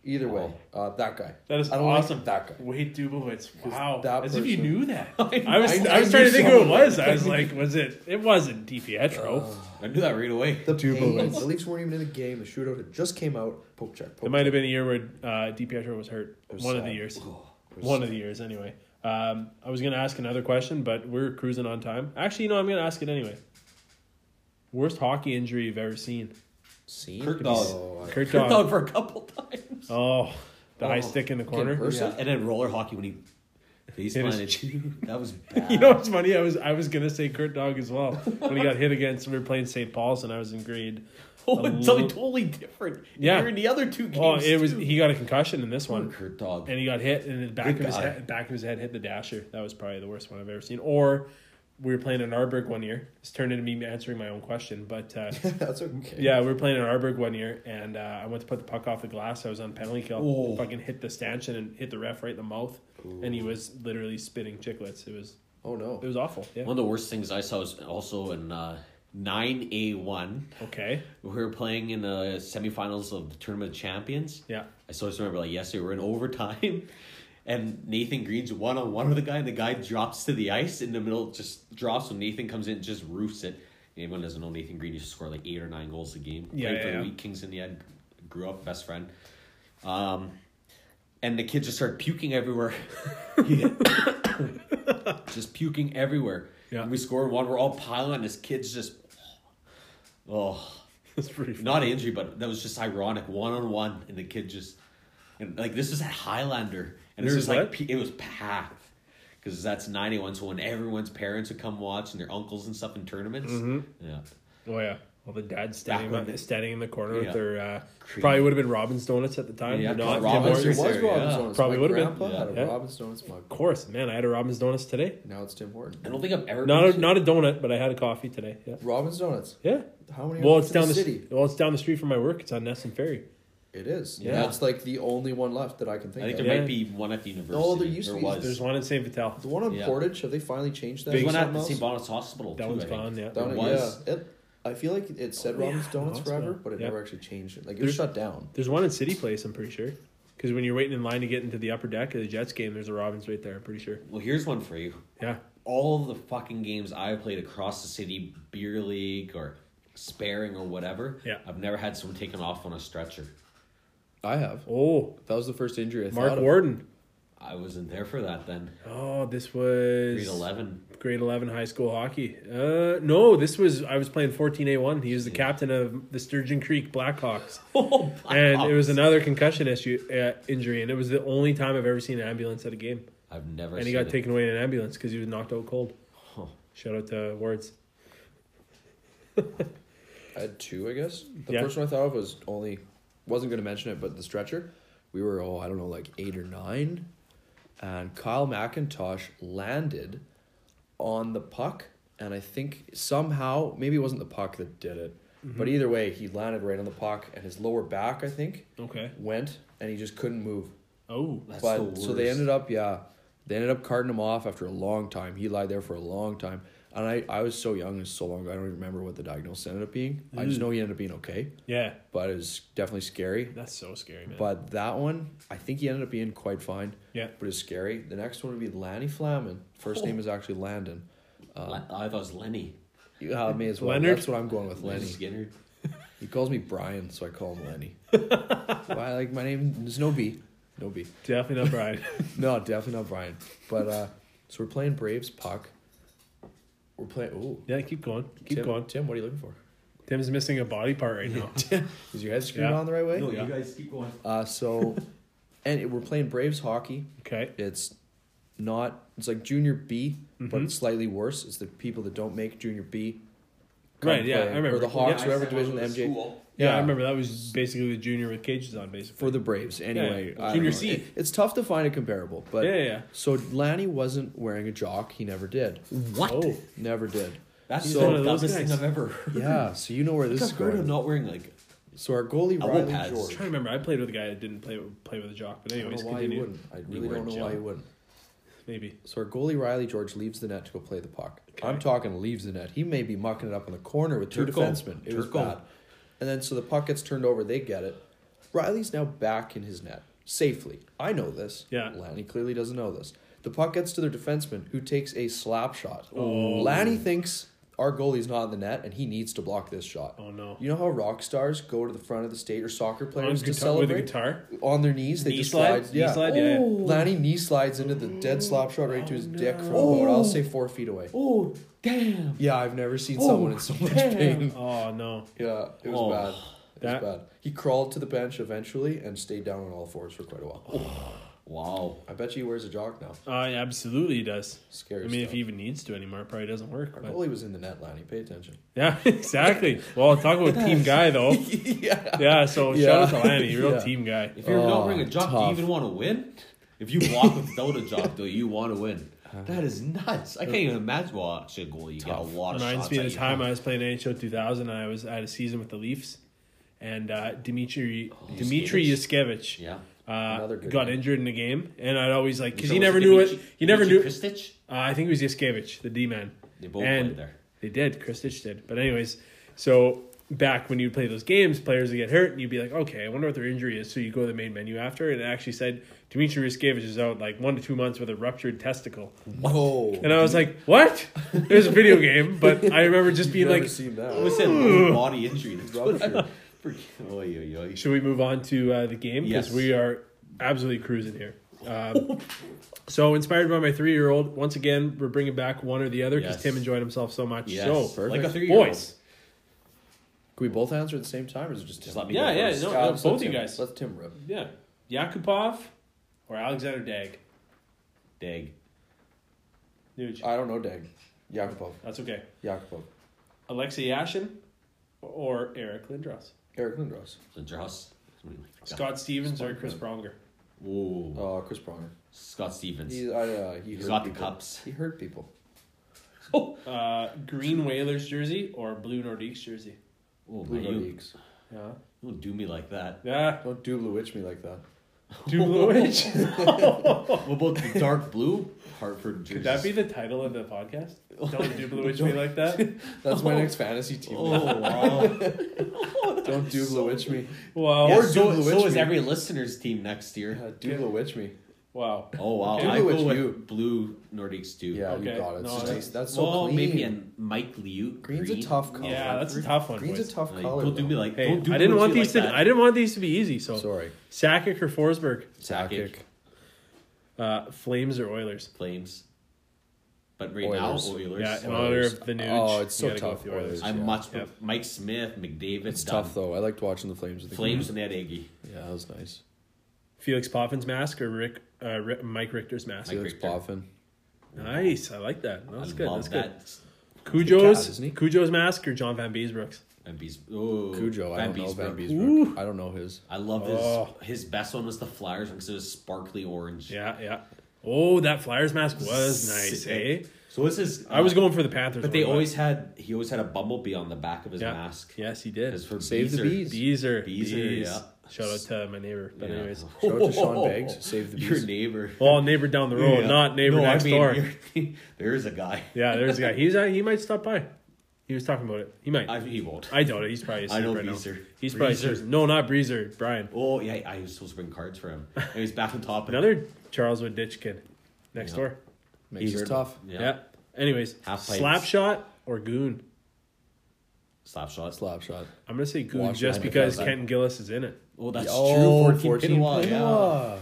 C: Either way, uh, that guy.
A: That is
C: I don't
A: awesome.
C: Like that guy.
A: Wade Dublowitz.
C: 'Cause
A: Wow.
C: that
A: As if you
C: person-
A: knew that.
B: I
A: I was
C: [LAUGHS] I-
A: I,
C: I
A: was
C: knew
A: trying to think who it
C: someone.
A: was. I was like, was it? It wasn't DiPietro.
C: Uh,
B: I knew that right away. [LAUGHS]
C: The pain.
A: Blades.
C: The Leafs weren't even in the game. The shootout had just came out. Poke check. Poke
A: it might have been a year where uh, DiPietro was hurt.
C: was
A: one of the
C: sad.
A: years.
C: was
A: One of the years, anyway. Um, I was going to ask another question, but we're cruising on time. Actually, you know, I'm going to ask it anyway. Worst hockey injury you've ever seen?
C: seen.
B: Kurt
C: Oh,
B: Dog.
C: I-
A: Kurt
B: Tripped
A: Dog.
B: out for a couple times.
A: Oh, the high
B: Oh.
A: stick in the corner.
C: Person?
B: And then roller hockey when he face
A: Hit his-
B: planted you. That was
A: [LAUGHS]
B: bad.
A: You know what's funny? I was I was gonna say Kurt Dog as well when he got hit against. We were playing St. Paul's, and I was in grade.
B: oh,
A: a
B: it's something
A: lo-
B: totally different.
A: Yeah.
B: You're in the other two games.
A: Oh, it was
B: too.
A: he got a concussion in this
B: Poor
A: one,
B: Kurt Dog.
A: and he got hit, and the back
B: Good
A: of his
B: guy.
A: head, back of his head hit the dasher. That was probably the worst one I've ever seen. Or we were playing in Arberg one year. It's turned into me answering my own question, but
B: [LAUGHS]
A: uh,
C: [LAUGHS] that's okay.
A: yeah, we were playing in Arberg one year, and uh, I went to put the puck off the glass. I was on penalty kill,
B: Oh.
A: fucking hit the stanchion and hit the ref right in the mouth, and he was literally spitting chiclets. It was
C: Oh
A: it
C: no.
A: was awful. Yeah.
B: One of the worst things I saw was also in uh, nine A one.
A: Okay.
B: We were playing in the semifinals of the Tournament of Champions. [LAUGHS]
A: Yeah.
B: I still just remember like yesterday we were in overtime, [LAUGHS] and Nathan Green's one on one with the guy, and the guy drops to the ice in the middle, just drops. When Nathan comes in, just roofs it. Anyone doesn't know Nathan Green used to score like eight or nine goals a game.
A: Yeah,
B: Played
A: yeah,
B: for the
A: yeah.
B: Wheat Kings in the end. Grew up, best friend. Um, and the kid just started puking everywhere. [LAUGHS] He- just puking everywhere.
A: Yeah.
B: And we scored one. We're all piling on. This kid's just, oh,
A: That's pretty. Funny.
B: not an injury, but that was just ironic. One on one, and the kid just, and like this is at Highlander, and
A: This
B: there
A: is
B: was like
A: what?
B: pe- it was packed because that's ninety one. So when everyone's parents would come watch and their uncles and stuff in tournaments, yeah,
A: Oh yeah. Well, the dad's standing
B: Back
A: on
B: when-
A: the, standing in the corner
B: Yeah.
A: with their uh,
B: Cream.
A: probably would have been Robin's donuts at the time.
B: Yeah,
A: Yeah, not
B: Robin's
A: Tim Hortons.
B: Robinson.
C: Robinson was
B: Robinson, yeah.
C: Robinson. It's
A: Probably
C: my
A: would've been.
C: grandpa
B: Yeah.
C: had a
A: Yeah.
C: Robinson. It's my
A: Of course, man. I had a Robin's donuts today.
C: now it's Tim
B: I
C: Horton.
B: don't think I've ever
A: Not
B: been
A: a,
B: to-
A: not a donut, but I had a coffee today. Yeah.
C: Robin's Donuts.
A: Yeah.
C: How many?
A: Well,
C: are
A: it's
C: in
A: down the,
C: the
A: s-
C: city.
A: well, it's down the street from my work. It's on Nesson Ferry.
C: It is.
B: Yeah.
C: Yeah. That's like the only one left that I can
B: I
C: think
B: think
C: of.
B: there
A: Yeah.
B: might be one at the university.
C: No, there used to be-
B: was.
A: There's one in St. Vital.
C: The one on
B: Yeah.
C: Portage, have they finally changed that?
B: There's
C: to
B: one at
C: something
B: the
C: else?
B: St. Bonnet's Hospital.
A: That
B: too,
A: one's
B: I think.
A: gone. Yeah.
C: Down
B: It
C: it
B: was.
C: Yeah, it, I feel like it said
A: Oh, yeah,
C: Robin's Donuts
A: Donuts
C: forever,
A: now.
C: but it
A: Yeah.
C: never actually changed it. Like it
A: There's-
C: was shut down.
A: There's one in City Place. I'm pretty sure. Because when you're waiting in line to get into the upper deck of the Jets game, there's a Robin's right there. I'm pretty sure.
B: Well, here's one for you.
A: Yeah.
B: all of the fucking games I played across the city, beer league or sparing or whatever.
A: Yeah.
B: I've never had someone taken off on a stretcher.
C: I have.
A: Oh,
C: That was the first injury I
A: Mark
C: thought of.
A: Warden.
B: I wasn't there for that then.
A: Oh, this was [LAUGHS]
B: Grade eleven.
A: grade 11 high school hockey. Uh, no, this was I was playing 14A1. He was the captain of the Sturgeon Creek Blackhawks,
B: Oh,
A: and it was another concussion issue uh, injury, and it was the only time I've ever seen an ambulance at a game.
B: I've never.
A: And he
B: seen
A: got
B: it.
A: taken away in an ambulance because he was knocked out cold.
B: Huh.
A: Shout out to Wards.
C: I had two, I guess. The
A: Yeah.
C: first one I thought of was only wasn't going to mention it, but the stretcher. We were oh I don't know like eight or nine, and Kyle McIntosh landed on the puck, and I think somehow maybe it wasn't the puck that did it, but either way he landed right on the puck, and his lower back I think
A: Okay.
C: went, and he just couldn't move.
A: Oh,
B: That's
C: but
B: the worst.
C: so they ended up yeah they ended up carting him off after a long time he lied there for a long time and i i was so young and so long ago i don't even remember what the diagnosis ended up being i
B: Mm.
C: just know he ended up being okay
A: yeah.
C: but it was definitely scary
A: That's so scary, man.
C: but that one i think he ended up being quite fine
A: Yeah.
C: but it's scary the next one would be lanny flamin
B: Oh.
C: first name is actually landon
B: Le- Uh, I thought it was Lenny.
C: you uh, may as well
A: Leonard?
C: that's what i'm going with
B: Lenny
C: lenny
B: Skinner.
C: he calls me brian so i call
B: [LAUGHS]
C: him lenny Why, like my name there's no b no b
A: Definitely not Brian.
C: No, definitely not Brian. But uh so we're playing Braves puck. We're playing. Ooh,
A: [LAUGHS] yeah, keep going. Keep
C: Tim,
A: going.
C: Tim. What are you looking for?
A: Tim's missing a body part right
C: [LAUGHS]
A: now.
C: Is your head screwed
A: Yeah.
C: on the right way?
A: yeah.
B: guys keep going.
C: Uh,
A: [LAUGHS]
C: so, and it, we're playing Braves hockey.
A: okay.
C: It's not. It's like junior B,
A: Mm-hmm.
C: but it's slightly worse. It's the people that don't make junior B. come
A: Right, yeah, I remember.
C: Or the
A: Yeah,
C: Hawks, whatever division, the MJ.
A: Yeah, I remember that was basically the junior with cages on, basically.
C: for the Braves. Anyway,
A: Yeah.
C: I don't
A: Junior
C: know.
A: C.
C: It- it's tough to find a comparable, but
A: Yeah, yeah, yeah.
C: So Lanny wasn't wearing a jock. He never did.
B: What?
A: Oh,
C: Never did.
B: That's
A: He's
B: the
A: one of those
B: dumbest thing
A: guys.
B: I've ever heard.
C: Yeah, so you know where this
B: I've
C: is
B: heard of
C: going.
B: not wearing like.
C: So our goalie
B: Elbow
C: Riley
B: pads.
A: I'm
C: George.
A: trying to remember. I played with a guy that didn't play play with a jock, but
C: I don't
A: anyways,
C: know why he
A: continue.
C: wouldn't. I really
B: were
C: don't know
B: Joe.
C: why he wouldn't.
A: Maybe.
C: So our goalie Riley George leaves the net to go play the puck.
A: Okay.
C: I'm talking leaves the net. He may be mucking it up in the corner with two
B: Turco.
C: defensemen. It was
B: Turco.
C: bad. And then so the puck gets turned over. They get it. Riley's now back in his net safely. I know this.
A: Yeah.
C: Lanny clearly doesn't know this. The puck gets to their defenseman, who takes a slap shot.
A: Oh.
C: Lanny thinks our goalie's not in the net, and he needs to block this shot.
A: Oh no.
C: You know how rock stars go to the front of the state or soccer
A: On
C: players to
A: guitar-
C: celebrate
A: with a guitar.
C: on their knees. They
B: Knee
C: just
B: slide?
C: slide.
A: Knee
C: Yeah.
A: slide? Yeah, yeah.
C: Oh. Lanny knee slides into the dead slap shot right to his dick from
B: Oh.
C: about I'll say four feet away.
B: Oh damn!
C: Yeah, I've never seen
B: Oh,
C: someone in so much
B: damn.
C: pain.
A: Oh no.
C: Yeah, it was
B: Oh.
C: bad. It
A: That-
C: was bad. He crawled to the bench eventually and stayed down on all fours for quite a while.
B: Wow.
C: I bet you he wears a jock now.
A: Uh, it absolutely he does.
C: Scary.
A: I mean,
C: stuff.
A: if he even needs to anymore, it probably doesn't work.
C: Our
A: but-
C: goalie was in the net, Lanny. Pay attention.
A: [LAUGHS] Yeah, exactly. Well, talk about team guy
B: [LAUGHS]
A: though.
C: yeah.
A: Yeah, so
C: Yeah.
A: shout out to Lanny, real
C: Yeah.
A: team guy.
B: If you're not
C: Oh,
B: wearing a jock, do
C: tough.
B: you even want to win? If you walk without a jock, though, you want to win.
A: [LAUGHS]
B: That is nuts. I can't even imagine. Well, actually, a goalie, you get a
C: Tough.
B: lot of
A: Reminds
B: shots
A: me of
B: at
A: the
B: you.
A: time I was playing NHL 2000. And I was I had a season with the Leafs, and uh, Dimitri Dimitri Yuskevich
B: Oh, Yeah.
A: uh,
C: Another good
A: got
C: one.
A: injured in the game, and I'd always like because
B: So
A: he
B: was
A: never
B: it
A: knew it.
B: Dimitri-
A: He never knew.
B: Dimitri Krstić?
A: Uh, I think it was Yaskevich, the D man.
B: They both
A: And-
B: played there.
A: They did. Kristich did. But anyways, so back when you play those games, players would get hurt, and you'd be like, okay, I wonder what their injury is. So you go to the main menu after, and it actually said Dmitry Riskevich is out like one to two months with a ruptured testicle.
C: Whoa.
A: And I was like, what? It was a
B: [LAUGHS]
A: video game, but I remember just
C: You've
A: being
C: never
A: like,
C: seen
B: I
C: that.
B: was saying body injury. That's
A: [LAUGHS]
B: what
C: Rupture.
B: I forget. Oy, oy, oy.
A: should we move on to uh, the game? Because
B: Yes.
A: we are absolutely cruising here.
C: [LAUGHS]
A: Um, so inspired by my three-year-old, once again, we're bringing back one or the other because
B: Yes.
A: Tim enjoyed himself so much.
B: Yes.
A: So,
B: Like a
C: perfect.
B: three-year-old.
A: boys,
C: Can we both answer at the same time, or is it just Tim?
B: Just let me
A: Yeah,
B: go
A: yeah,
B: first.
A: no.
C: Yeah, let's let
A: both you
C: Tim-
A: guys.
C: Let Tim rip.
A: Yeah. Yakupov or Alexander Dag?
B: Dag.
A: Nuge.
B: Uh,
C: I don't know, Dag. Yakupov.
A: That's okay.
C: Yakupov.
A: Alexei Yashin or Eric Lindros?
C: Eric Lindros.
B: Lindros. Something like that.
A: Scott Stevens or Chris Pronger?
B: Ooh.
C: Uh, Chris Pronger.
B: Scott Stevens.
C: He, I, uh, he
B: He's
C: hurt
B: got the
C: people.
B: cups.
C: He hurt people.
A: Uh, green Whalers jersey or blue Nordiques jersey?
B: Oh,
C: Blue
B: man, you, you
C: Nordiques.
A: Yeah.
B: don't do me
A: [LAUGHS]
B: like that. [LAUGHS]
A: Yeah.
C: Don't do blue witch me like that.
A: Dublowich.
B: What about the dark blue Hartford jersey?
A: Could that be the title of the
B: [LAUGHS]
A: podcast? Don't Dublowich me like that.
C: That's my next fantasy team.
B: Oh wow!
A: [LAUGHS]
C: [LAUGHS] Don't do blue witch me.
A: Wow.
C: Yes.
B: or so,
C: Dublowitch
B: so is
C: me.
B: every listener's team next year.
C: Uh, do blue witch me.
A: Wow.
B: Oh wow,
A: Okay.
B: I
C: Blue
B: go
C: with
B: with
C: you.
B: blue Nordiques too.
C: Yeah,
A: Okay.
C: you got it.
A: No,
C: It's just-
A: that's-
C: that's, so
B: well,
C: clean.
B: maybe a Mike Liu.
C: Green's
B: green.
C: a tough color.
A: Yeah, that's a tough one.
C: Green's
A: boys.
C: a tough
B: Like,
C: color.
B: don't do
C: though.
B: me like.
A: Hey,
B: don't do
A: I didn't
B: blue
A: want
B: shit
A: these
B: like
A: to.
B: that.
A: I didn't want these to be easy. So
C: Sorry.
A: Sakic or Forsberg,
B: Sakic,
A: uh, Flames or Oilers.
B: Flames. But right
C: Oilers.
B: now, Oilers.
A: Yeah, in
C: Oilers.
A: honor of the news.
C: Oh, it's so tough, Oilers.
B: I
C: Yeah.
B: much
A: Yeah.
B: pref- Mike Smith, McDavid.
C: It's
B: Dunn.
C: tough though. I liked watching the Flames. With the
B: Flames and Ed Eggy.
C: Green. Yeah, that was nice.
A: Felix Poffin's mask or Rick, uh, Rick Mike Richter's mask.
B: Mike
C: Felix
B: Richter.
C: Poffin.
A: Nice, I like that.
B: I
A: That's good.
B: love
A: That's good.
B: that.
C: Cat,
A: Cujo's
C: isn't he?
A: Cujo's mask or John Van Beesbrook's.
B: Van Bees. Oh,
C: Cujo. I
B: Van
C: don't know Van
B: Beesbrook.
C: Beesbrook. I don't know his.
B: I love
A: Oh.
B: his. His best one was the Flyers because it was sparkly orange.
A: Yeah, yeah. Oh, that Flyers mask was nice, eh?
B: Sick. So this is.
A: I was going for the Panthers,
B: But they
A: one,
B: always had. He always had a bumblebee on the back of his
A: yeah.
B: mask.
A: Yes, he
B: 'Cause
A: did.
B: for
C: Save the
B: bees are-
C: bees.
A: Bees are
B: Bees
A: bees.
B: are- yeah.
A: Shout out to my neighbor. But
B: Yeah. [LAUGHS] Oh,
A: anyways,
C: Shout out to Sean Beggs. Save the
B: Your
C: bees.
B: neighbor.
A: well, neighbor down the road,
B: [LAUGHS] Yeah.
A: Oh, not neighbor
B: No, I
A: next
B: mean,
A: door.
B: [LAUGHS] your- there is a guy.
A: [LAUGHS] Yeah, there's a guy. He's uh, he might stop by. He was talking about it. He might.
B: I,
A: I,
B: he won't.
A: doubt it. He's probably. Asleep
B: I know
A: right now.
B: Breezer.
A: He's probably
B: Breezer.
A: asleep. no, not Breezer. Brian,
B: Oh yeah, I was supposed to bring cards
A: [LAUGHS]
B: for him. And he's back on top.
A: another Charleswood ditch kid, next
B: Yeah.
A: door.
C: Makes
B: He's-
C: it tough.
B: Yeah.
A: Yeah. Anyways,
B: Half pipes.
A: slap shot or goon.
B: Slap shots.
C: Slap shot.
A: I'm gonna say goon
C: Watch
A: just
C: my
A: because
B: defense.
A: Kenton Gillis is in it.
B: Oh, that's
C: Oh,
B: true. 14, Pinawa,
C: Pinawa.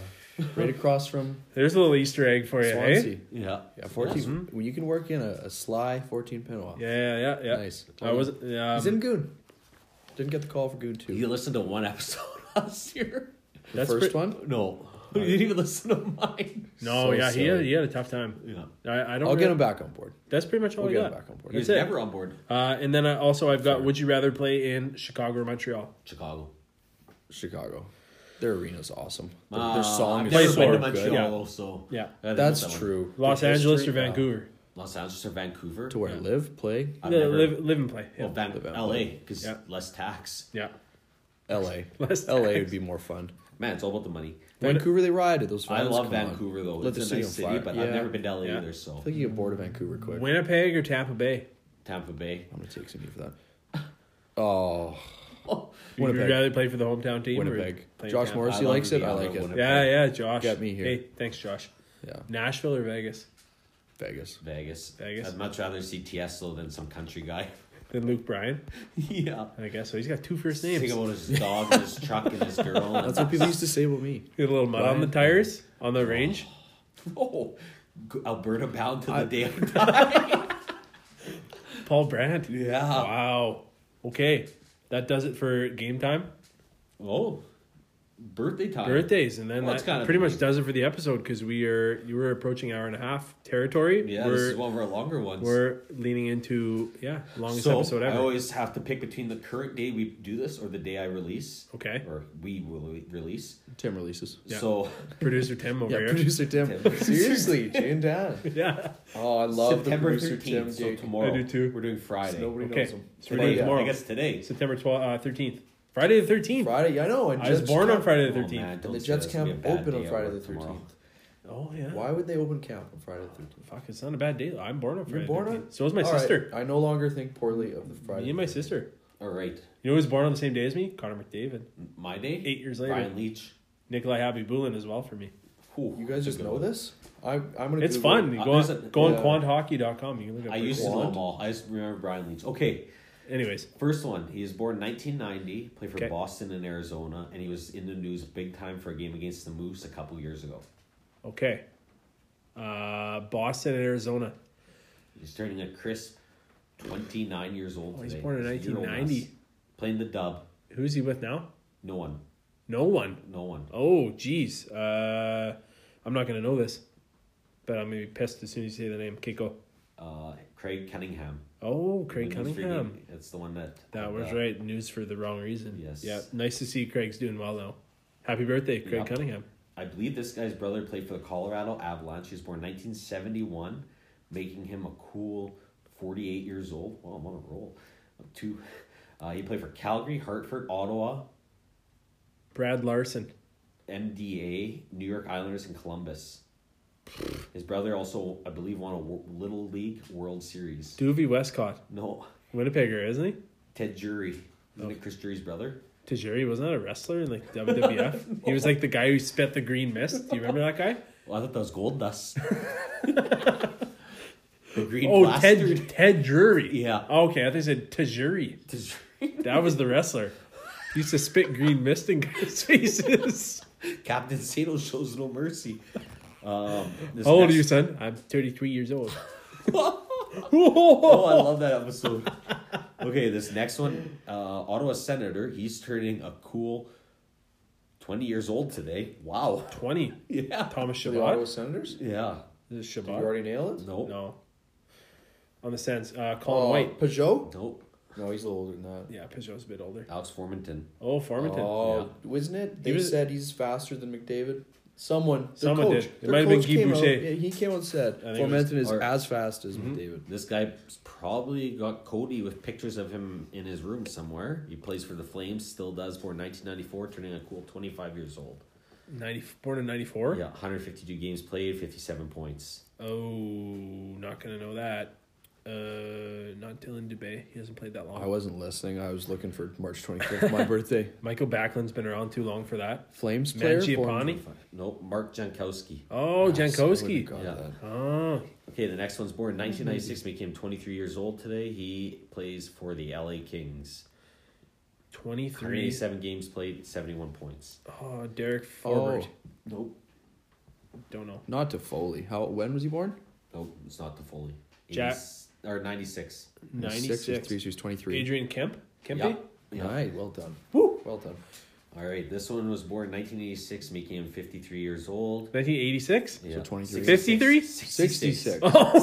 C: right across from
A: There's a little Easter egg for you, hey? Mm-hmm.
C: Swansea.
B: Yeah. Yeah.
C: Yeah, 14. When you can work in a, a sly 14 Pinawa.
A: Yeah, um, yeah, yeah.
C: Nice.
A: I was yeah.
C: He's in Goon. Didn't get the call for Goon 2.
B: You listened to one [LAUGHS] episode last year?
C: the
A: that's
C: first
A: pre-
C: one?
B: No, you didn't even listen to mine.
A: no,
C: so
A: yeah, he had,
C: silly.
A: he had a tough time.
B: Yeah.
A: I, I don't.
C: I'll
A: really-
C: get him back on board.
A: That's pretty much all
C: We'll
A: I
C: get
A: got.
C: him back on board.
B: He was
A: That's it.
B: never on board.
A: Uh, and then I, also I've got would you rather play in Chicago or Montreal?
B: Chicago.
C: Chicago. Their arena's awesome. Their,
B: Uh,
C: their song
B: I've
C: is
A: never
C: so
A: been
B: to
A: to
C: good.
B: Montreal,
A: Yeah.
B: so
A: Yeah.
B: I didn't
C: That's
B: miss that one.
C: true.
A: Los
C: Their
A: Angeles or
C: history, wow.
A: Vancouver?
B: Los Angeles or Vancouver?
C: To where
A: Yeah.
C: live, play,
B: I've
A: No,
B: never- Oh.
A: live, live and play. Yeah.
B: Well, Van-
C: The Van-
B: LA because
A: Yeah.
B: less tax.
A: yeah.
C: L.A.
A: Less
C: L.A. would
A: tax.
C: be more fun.
B: Man, it's all about the money.
C: Vancouver, they ride it. Those
B: I
C: fans.
B: love
C: come on.
B: Vancouver though.
C: Let
B: it's a
C: the
B: nice
C: city
B: city,
C: on fire.
B: but
C: Yeah.
B: I've never been to LA
A: Yeah.
B: either.
C: I
B: So
C: feel like you get bored of Vancouver quick.
A: Winnipeg or Tampa Bay?
B: Tampa Bay.
C: I'm gonna take some heat for that. Oh,
A: Would you
C: Winnipeg.
A: rather play for the hometown team? or
C: Winnipeg.
A: play
C: Josh
A: Tampa?
B: Morris.
C: Morrissey
B: I love
C: likes it. I
B: Indiana,
C: like it.
B: Winnipeg.
A: Yeah, yeah, Josh.
C: Got me here.
A: Hey, thanks, Josh.
C: Yeah,
A: Nashville or Vegas?
C: Vegas.
B: Vegas.
A: Vegas.
B: I'd much rather see Tiesto than some country guy.
A: [LAUGHS] Then Luke Bryan.
B: yeah.
A: I guess so. He's got two first names.
B: Think
A: Get
B: about his dog and his truck and his girl. And
C: That's what people used to say about me.
A: a little mud on the
C: Bryan.
A: tires on the range.
B: [LAUGHS] Oh, G- Alberta bound to
C: I-
B: the day of
A: [LAUGHS] Paul Brandt.
B: Yeah.
A: Wow. Okay. That does it for game time.
B: Oh, birthday time.
A: Birthdays, and then
B: Well,
A: that
B: it's kinda
A: pretty much
B: big.
A: does it for the episode because we are you were approaching hour and a half territory.
B: Yeah, this
A: we're
B: is one of our longer ones.
A: we're leaning into yeah longest
B: so
A: episode ever.
B: I always have to pick between the current day we do this or the day I release.
A: Okay.
B: Or we will release.
C: Tim releases.
A: Yeah.
B: So
A: Producer Tim over
C: Yeah,
A: here.
C: producer Tim.
B: Tim.
C: Seriously, Jane Dan.
A: [LAUGHS] yeah.
C: Oh,
B: [LAUGHS]
C: I love
B: September
C: the producer Tim.
B: thirteenth. So
C: gig.
B: tomorrow.
A: I do too.
B: We're doing Friday.
C: Nobody
A: Okay.
C: knows him.
A: So we're
B: Today,
A: doing tomorrow.
B: I guess today.
A: September twelfth, thirteenth, Friday the thirteenth.
C: Friday. Yeah, I know. and
A: I was
C: Jets
A: born on
C: camp-
A: Friday the
B: Oh,
A: thirteenth.
B: man, don't
C: And the
B: say
C: Jets
B: this. It'll be a
C: camp
B: bad
C: open on
B: day at
C: Friday
B: work
C: the
B: tomorrow.
C: thirteenth.
A: Oh, yeah.
C: Why would they open camp on Friday the thirteenth?
A: Fuck, it's not a bad day. though. I'm born on Friday.
C: You're born
A: the
C: on-
A: 13th. So was my
C: All right,
A: sister.
C: I no longer think poorly of the Friday.
A: Me and my sister.
B: All right.
A: You know who was born on the same day as me? Connor McDavid.
B: My day?
A: Eight years later.
B: Brian Leach.
A: Nikolai Happy Bulin as well for me.
B: Ooh,
C: You guys
B: that's a
C: just
B: good
C: know
B: one.
C: this? I, I'm gonna.
A: It's
C: Google it.
A: fun. You
B: Uh,
A: go
B: there's a-
A: on, go on
C: yeah.
A: quanthhockey.com. You can look up.
B: I
A: it.
B: used to know
C: Blonde?
B: them all. I just remember Brian Leach. Okay,
A: Anyways,
B: first one. He was born 1990, played for
A: Okay.
B: Boston and Arizona, and he was in the news big time for a game against the Moose a couple years ago.
A: okay. Uh, Boston and Arizona.
B: He's turning a crisp 29 years old.
A: Oh, he's
B: today.
A: born in
B: a year older than
A: 1990.
B: us. Playing the dub.
A: Who's he with now?
B: No one.
A: No one.
B: No one.
A: Oh, geez. Uh, I'm not going to know this, but I'm going to be pissed as soon as you say the name. Keiko.
B: Uh, Craig Cunningham.
A: Oh, Craig
B: When he was
A: Cunningham.
B: reading, That's the one that.
A: That was
B: uh,
A: right. News for the wrong reason.
B: Yes.
A: Yeah. Nice to see Craig's doing well now. Happy birthday, Craig
B: Yep.
A: Cunningham.
B: I believe this guy's brother played for the Colorado Avalanche. He was born 1971, making him a cool 48 years old. Wow, I'm on a roll. Two. Uh, he played for Calgary, Hartford, Ottawa,
A: Brad Larson.
B: MDA, New York Islanders, and Columbus. His brother also, I believe, won a Wo- Little League World Series.
A: Doovie Westcott.
B: No,
A: Winnipegger, isn't he?
B: Ted Jury. Isn't it Chris Jury's brother?
A: [LAUGHS] Tajiri wasn't that a wrestler in like WWF? He was like the guy who spit the green mist. Do you remember that guy?
B: Well, I thought that was gold dust.
A: [LAUGHS]
B: the green
A: Oh,
B: plastered.
A: Ted, Ted Drury. Oh,
B: Yeah.
A: Okay, I think I said Tajuri. That was the wrestler. He used to spit green mist in guys' [LAUGHS]
B: [LAUGHS]
A: faces.
B: Captain Sato shows no mercy. Um, this
A: How old are
B: next-
A: you, son? I'm 33 years
B: [LAUGHS]
A: old. [LAUGHS]
B: Oh, I love that episode. okay, this next one, uh, Ottawa Senator. He's turning a cool twenty years old today. Wow. [LAUGHS]
A: 20.
B: Yeah.
A: Thomas
C: The Ottawa
A: Shabbat.
C: Senators? Did
B: Yeah.
A: Is it
C: you
A: Shabbat?
C: already nail it?
B: Nope.
A: No. On the sense, uh, Colin
C: Oh,
A: White.
C: Peugeot?
B: Nope.
C: No, he's a little older than that.
A: Yeah, Peugeot's a bit older.
B: Alex Formanton.
A: Oh, Farmington.
C: Oh, wasn't it? They
A: was-
C: said he's faster than McDavid. Someone, their
A: Someone did.
C: coach,
A: It
C: their
A: might have been
C: coach
A: Guy
C: came out-
A: Boucher.
C: yeah, he came out and said
A: think it was- Mm-hmm.
C: Formenton is
B: or-
C: as fast as McDavid.
B: This guy's probably got Cody with pictures of him in his room somewhere. He plays for the Flames, still does for 1994, turning a cool 25 years old.
A: 90, born in 94?
B: Yeah, 152 games played, 57 points.
A: Oh, not going to know that. Uh, not Dylan Dubé. He hasn't played that long.
C: I wasn't listening. I was looking for March
A: [LAUGHS]
C: 25th, my birthday.
A: Michael Backlund's been around too long for that.
C: Flames player.
A: Mangiapane?
B: Nope, Mark Jankowski.
A: Oh, Jankowski.
B: Yeah.
C: Yeah.
A: Oh,
B: Okay, the next one's born
A: Mm-hmm.
B: 1996, became 23 years old today. He plays for the LA Kings.
A: 23.
B: 187 games played, 71 points.
A: Oh, Derek Forbert.
B: Nope.
A: Don't know.
C: Oh, Not to Foley. How? When was he born?
B: Nope, it's not the Foley.
A: Jack-
B: 80s or 96.
A: 96.
C: He was three, so he was 23.
A: Adrian Kemp? Kempe?
B: Yeah.
C: All
B: yeah.
C: right, well done.
A: Woo!
C: Well done.
B: All right, this one was born 1986, making him 53 years old.
A: 1986?
B: Yeah.
C: 23.
A: 53?
C: 66.
A: Oh,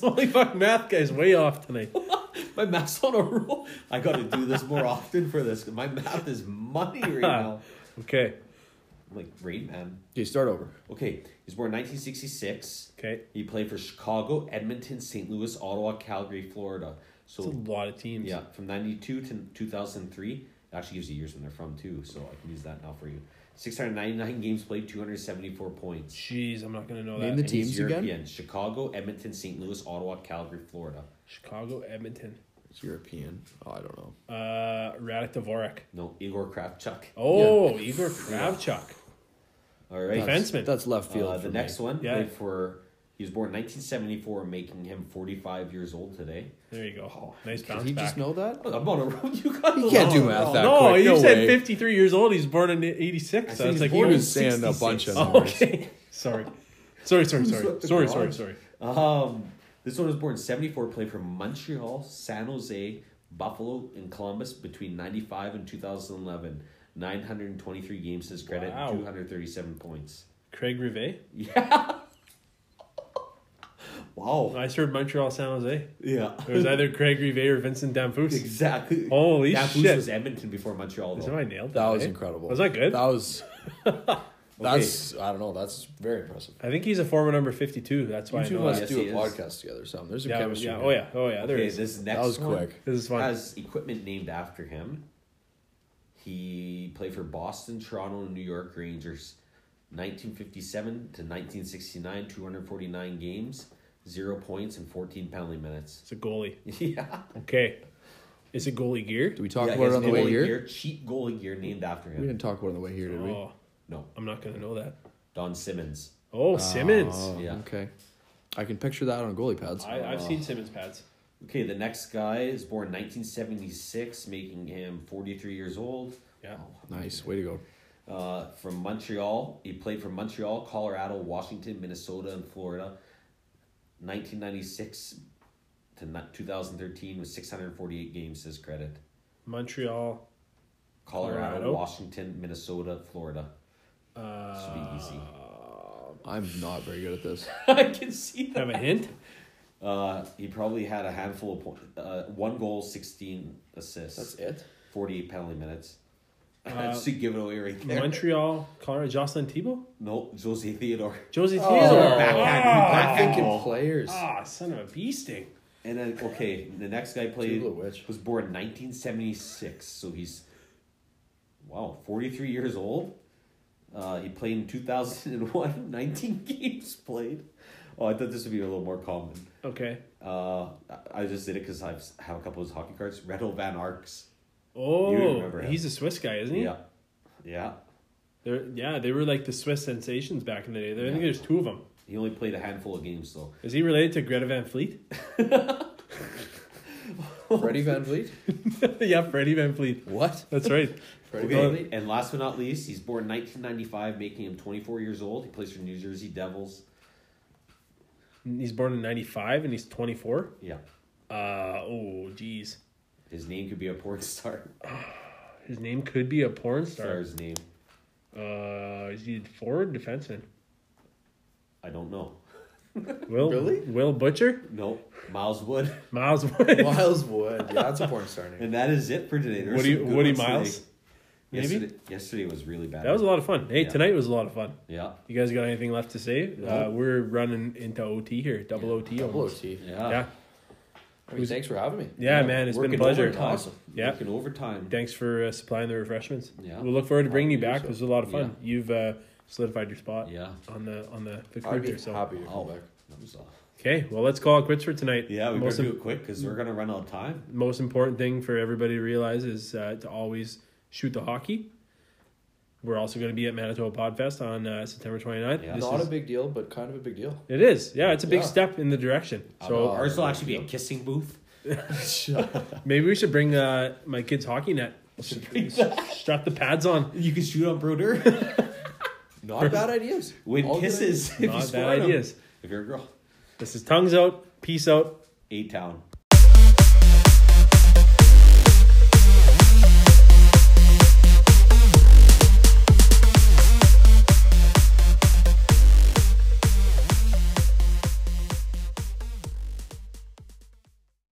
A: [LAUGHS] holy fuck, math guy's way off tonight.
B: [LAUGHS] My math's on a roll. I got to do this more [LAUGHS] often for this. My math is
A: [LAUGHS]
B: money right now.
A: Okay.
B: I'm like, Rain Man.
C: Okay, start over.
B: Okay, he's born 1966.
A: Okay.
B: He played for Chicago, Edmonton, St. Louis, Ottawa, Calgary, Florida.
A: It's a
B: So,
A: lot of teams.
B: yeah, from 92 to 2003. It actually gives you years when they're from, too, so I can use that now for you. 699 games played, 274 points.
A: Jeez, I'm not going to know
C: Name
A: that.
C: the
B: And he's
C: teams again?
B: European. Chicago, Edmonton, St. Louis, Ottawa, Calgary, Florida.
A: Chicago, Edmonton.
C: European. Oh, I don't know.
A: Uh, Radek Dvorak.
B: No, Igor Kravchuk.
A: Oh, Igor Kravchuk.
B: All right.
A: Defense Defenseman.
C: That's left field.
B: Uh,
C: for
B: the
C: me.
B: next one,
A: Yeah.
B: played for. He was born 1974, making him 45 years old today.
A: There you go. Nice
C: Did
A: bounce
C: Oh, he
A: back.
C: just know that?
B: Oh, I'm on a roll. [LAUGHS] You guys Oh,
C: You can't do
B: are
C: math
B: wrong.
C: that
A: no,
C: quick.
A: you
C: No
A: said
C: way.
A: 53 years old. He's born in 86. So
B: think
A: it's
B: he's
A: like
B: born
A: he
B: in
A: was.
B: six-
C: saying a
B: 66.
C: bunch of
B: Oh,
A: Oh,
C: numbers.
A: okay. [LAUGHS] Sorry. Sorry, sorry, sorry.
B: Shut the
A: Sorry,
B: garage.
A: sorry, sorry.
B: Um, this one was born 74, played for Montreal, San Jose, Buffalo, and Columbus between 95 and 2011. 923 games to his credit,
A: Wow.
B: 237 points.
A: Craig Rivet.
B: Wow.
A: I just heard Montreal, San Jose.
B: Yeah. [LAUGHS]
A: It was
C: [LAUGHS]
A: either Craig Rivet or Vincent Damfus.
B: Exactly.
A: Holy
B: that boost
A: shit.
B: was Edmonton before Montreal.
A: So
B: Though.
A: I nailed that.
C: That was
A: eh?
C: incredible.
A: Was that good? [LAUGHS]
C: That was. That's I don't know. That's very impressive.
A: I think he's a former number 52. That's why
C: You
A: I
C: two
A: know
C: must
A: that.
B: Yes,
C: do a
B: he is.
C: podcast together. Something. There's a
A: Yeah,
C: chemistry.
A: yeah.
C: here.
A: Oh, yeah. Oh, yeah. There
B: Okay,
A: is.
B: this next
C: was
B: one
C: quick.
A: This is fun.
B: has equipment named after him. He played for Boston, Toronto, and New York Rangers. 1957 to 1969, 249 games, zero points, and 14 penalty minutes. [LAUGHS]
A: It's a goalie.
B: Yeah.
A: Okay. Is it goalie gear?
C: Did we talk
B: Yeah,
C: about
B: his
C: it on the way
B: goalie
C: here?
B: gear- cheap goalie gear named after
C: We
B: him.
C: didn't talk about it on the way here, did we?
A: Oh,
B: No,
A: I'm not going to know that.
B: Don Simmons.
A: Oh, Simmons.
C: Oh,
B: Yeah.
C: Okay. I can picture that on goalie pads.
A: I, I've seen Simmons pads.
B: Okay, the next guy is born 1976, making him 43 years old. Oh,
A: Yeah.
C: nice. Way to go.
B: Uh, from Montreal. He played for Montreal, Colorado, Washington, Minnesota, and Florida. 1996 to ni- 2013 with 648 games to his credit.
A: Montreal.
B: Colorado,
A: Colorado.
B: Washington, Minnesota, Florida. This should be easy.
C: I'm not very good at this.
B: [LAUGHS] I can see that.
A: Have a hint?
B: Uh, he probably had a handful of points. Uh, one goal, 16 assists.
C: it.
B: 48 penalty minutes. [LAUGHS] That's to give it away right there.
A: Montreal, Colorado, Jocelyn Thibault?
B: no, Jose Theodore.
A: Josie
C: Oh.
A: Theodore.
B: Backhand,
A: Ah,
B: backhand.
C: Thinking
B: Oh.
C: players.
A: ah, son of a bee
B: eh?
A: sting.
B: And then, okay, the next guy played
C: Tubular Witch.
B: was born 1976, so he's wow, 43 years old. Uh, he played in [LAUGHS] 2001, 19 games played. Oh, I thought this would be a little more common.
A: Okay.
B: Uh, I- I just did it because I have a couple of his hockey cards. Redo Van Arks.
A: Oh,
B: remember him.
A: he's a Swiss guy, isn't he?
B: Yeah. Yeah.
A: They're yeah, they were like the Swiss sensations back in the day. There, I think
B: Yeah.
A: there's two of them.
B: He only played a handful of games though.
A: Is he related to Greta Van Fleet? [LAUGHS]
C: Freddie Van Vliet?
A: yeah, Freddie Van Fleet.
C: What?
A: That's right.
C: Freddie
A: Okay.
C: Van Vliet?
B: And last but not least, he's born 1995, making him 24 years old. He plays for New Jersey Devils.
A: He's born in '95 and he's 24.
B: Yeah,
A: Uh oh, geez.
B: his name could be a porn [LAUGHS] star.
A: His name could be a porn star.
B: Star's name,
A: Uh, is he forward or defenseman?
B: I don't know.
A: Will
C: Really?
A: Will Butcher?
B: Nope, Miles Wood.
A: Miles [LAUGHS] Wood?
C: Miles Wood. Yeah, that's a porn
A: [LAUGHS]
C: star name.
B: And that is it for today. There were
A: Woody
B: some good
A: Woody
B: ones
A: Miles?
B: today.
A: Maybe?
B: Yesterday, yesterday was really bad.
A: That was a lot of fun. Hey,
B: Yeah.
A: tonight was a lot of fun.
B: Yeah,
A: You guys got anything left to say? Uh, we're running into OT here, double OT
C: Double
A: almost.
C: OT.
B: yeah,
A: Yeah,
C: I mean, thanks for having me.
A: yeah, man, it's been a
B: Working
A: pleasure.
B: overtime.
C: Awesome.
A: Yeah.
B: Working overtime.
A: Thanks for uh, supplying the refreshments.
B: Yeah.
A: We'll look forward to bringing you
C: Happy to do
A: back.
C: so.
A: This was a lot of fun. You've uh, solidified your spot.
B: Yeah.
A: On the on the fifth
C: I'd
A: group
C: be
A: here. So
C: happy to come
B: Oh,
C: back.
B: that was all.
A: okay, well, let's call it quits for tonight.
B: Yeah, we
A: most
B: better
A: im-
B: do it quick because we're gonna run out of time.
A: most important thing for everybody to realize is uh, to always shoot the hockey. We're also going to be at Manitoba Podfest on uh, September 29th.
B: Yeah.
A: This
C: Not
A: is-
C: a big deal, but kind of a big deal.
A: It is. Yeah, it's a big
C: Yeah.
A: step in the direction.
B: So
A: So
B: ours will actually be a kissing booth.
A: maybe we should bring uh, my kid's hockey
B: [LAUGHS]
A: net. Strap the pads on.
B: You can shoot on Broder.
C: [LAUGHS]
B: [LAUGHS]
C: Not bad ideas.
B: Win
C: All good
B: kisses.
C: ideas.
B: if you
A: Not
B: score
A: bad
B: them.
A: ideas.
B: If you're a girl,
A: This is tongues out, peace out.
B: A Town.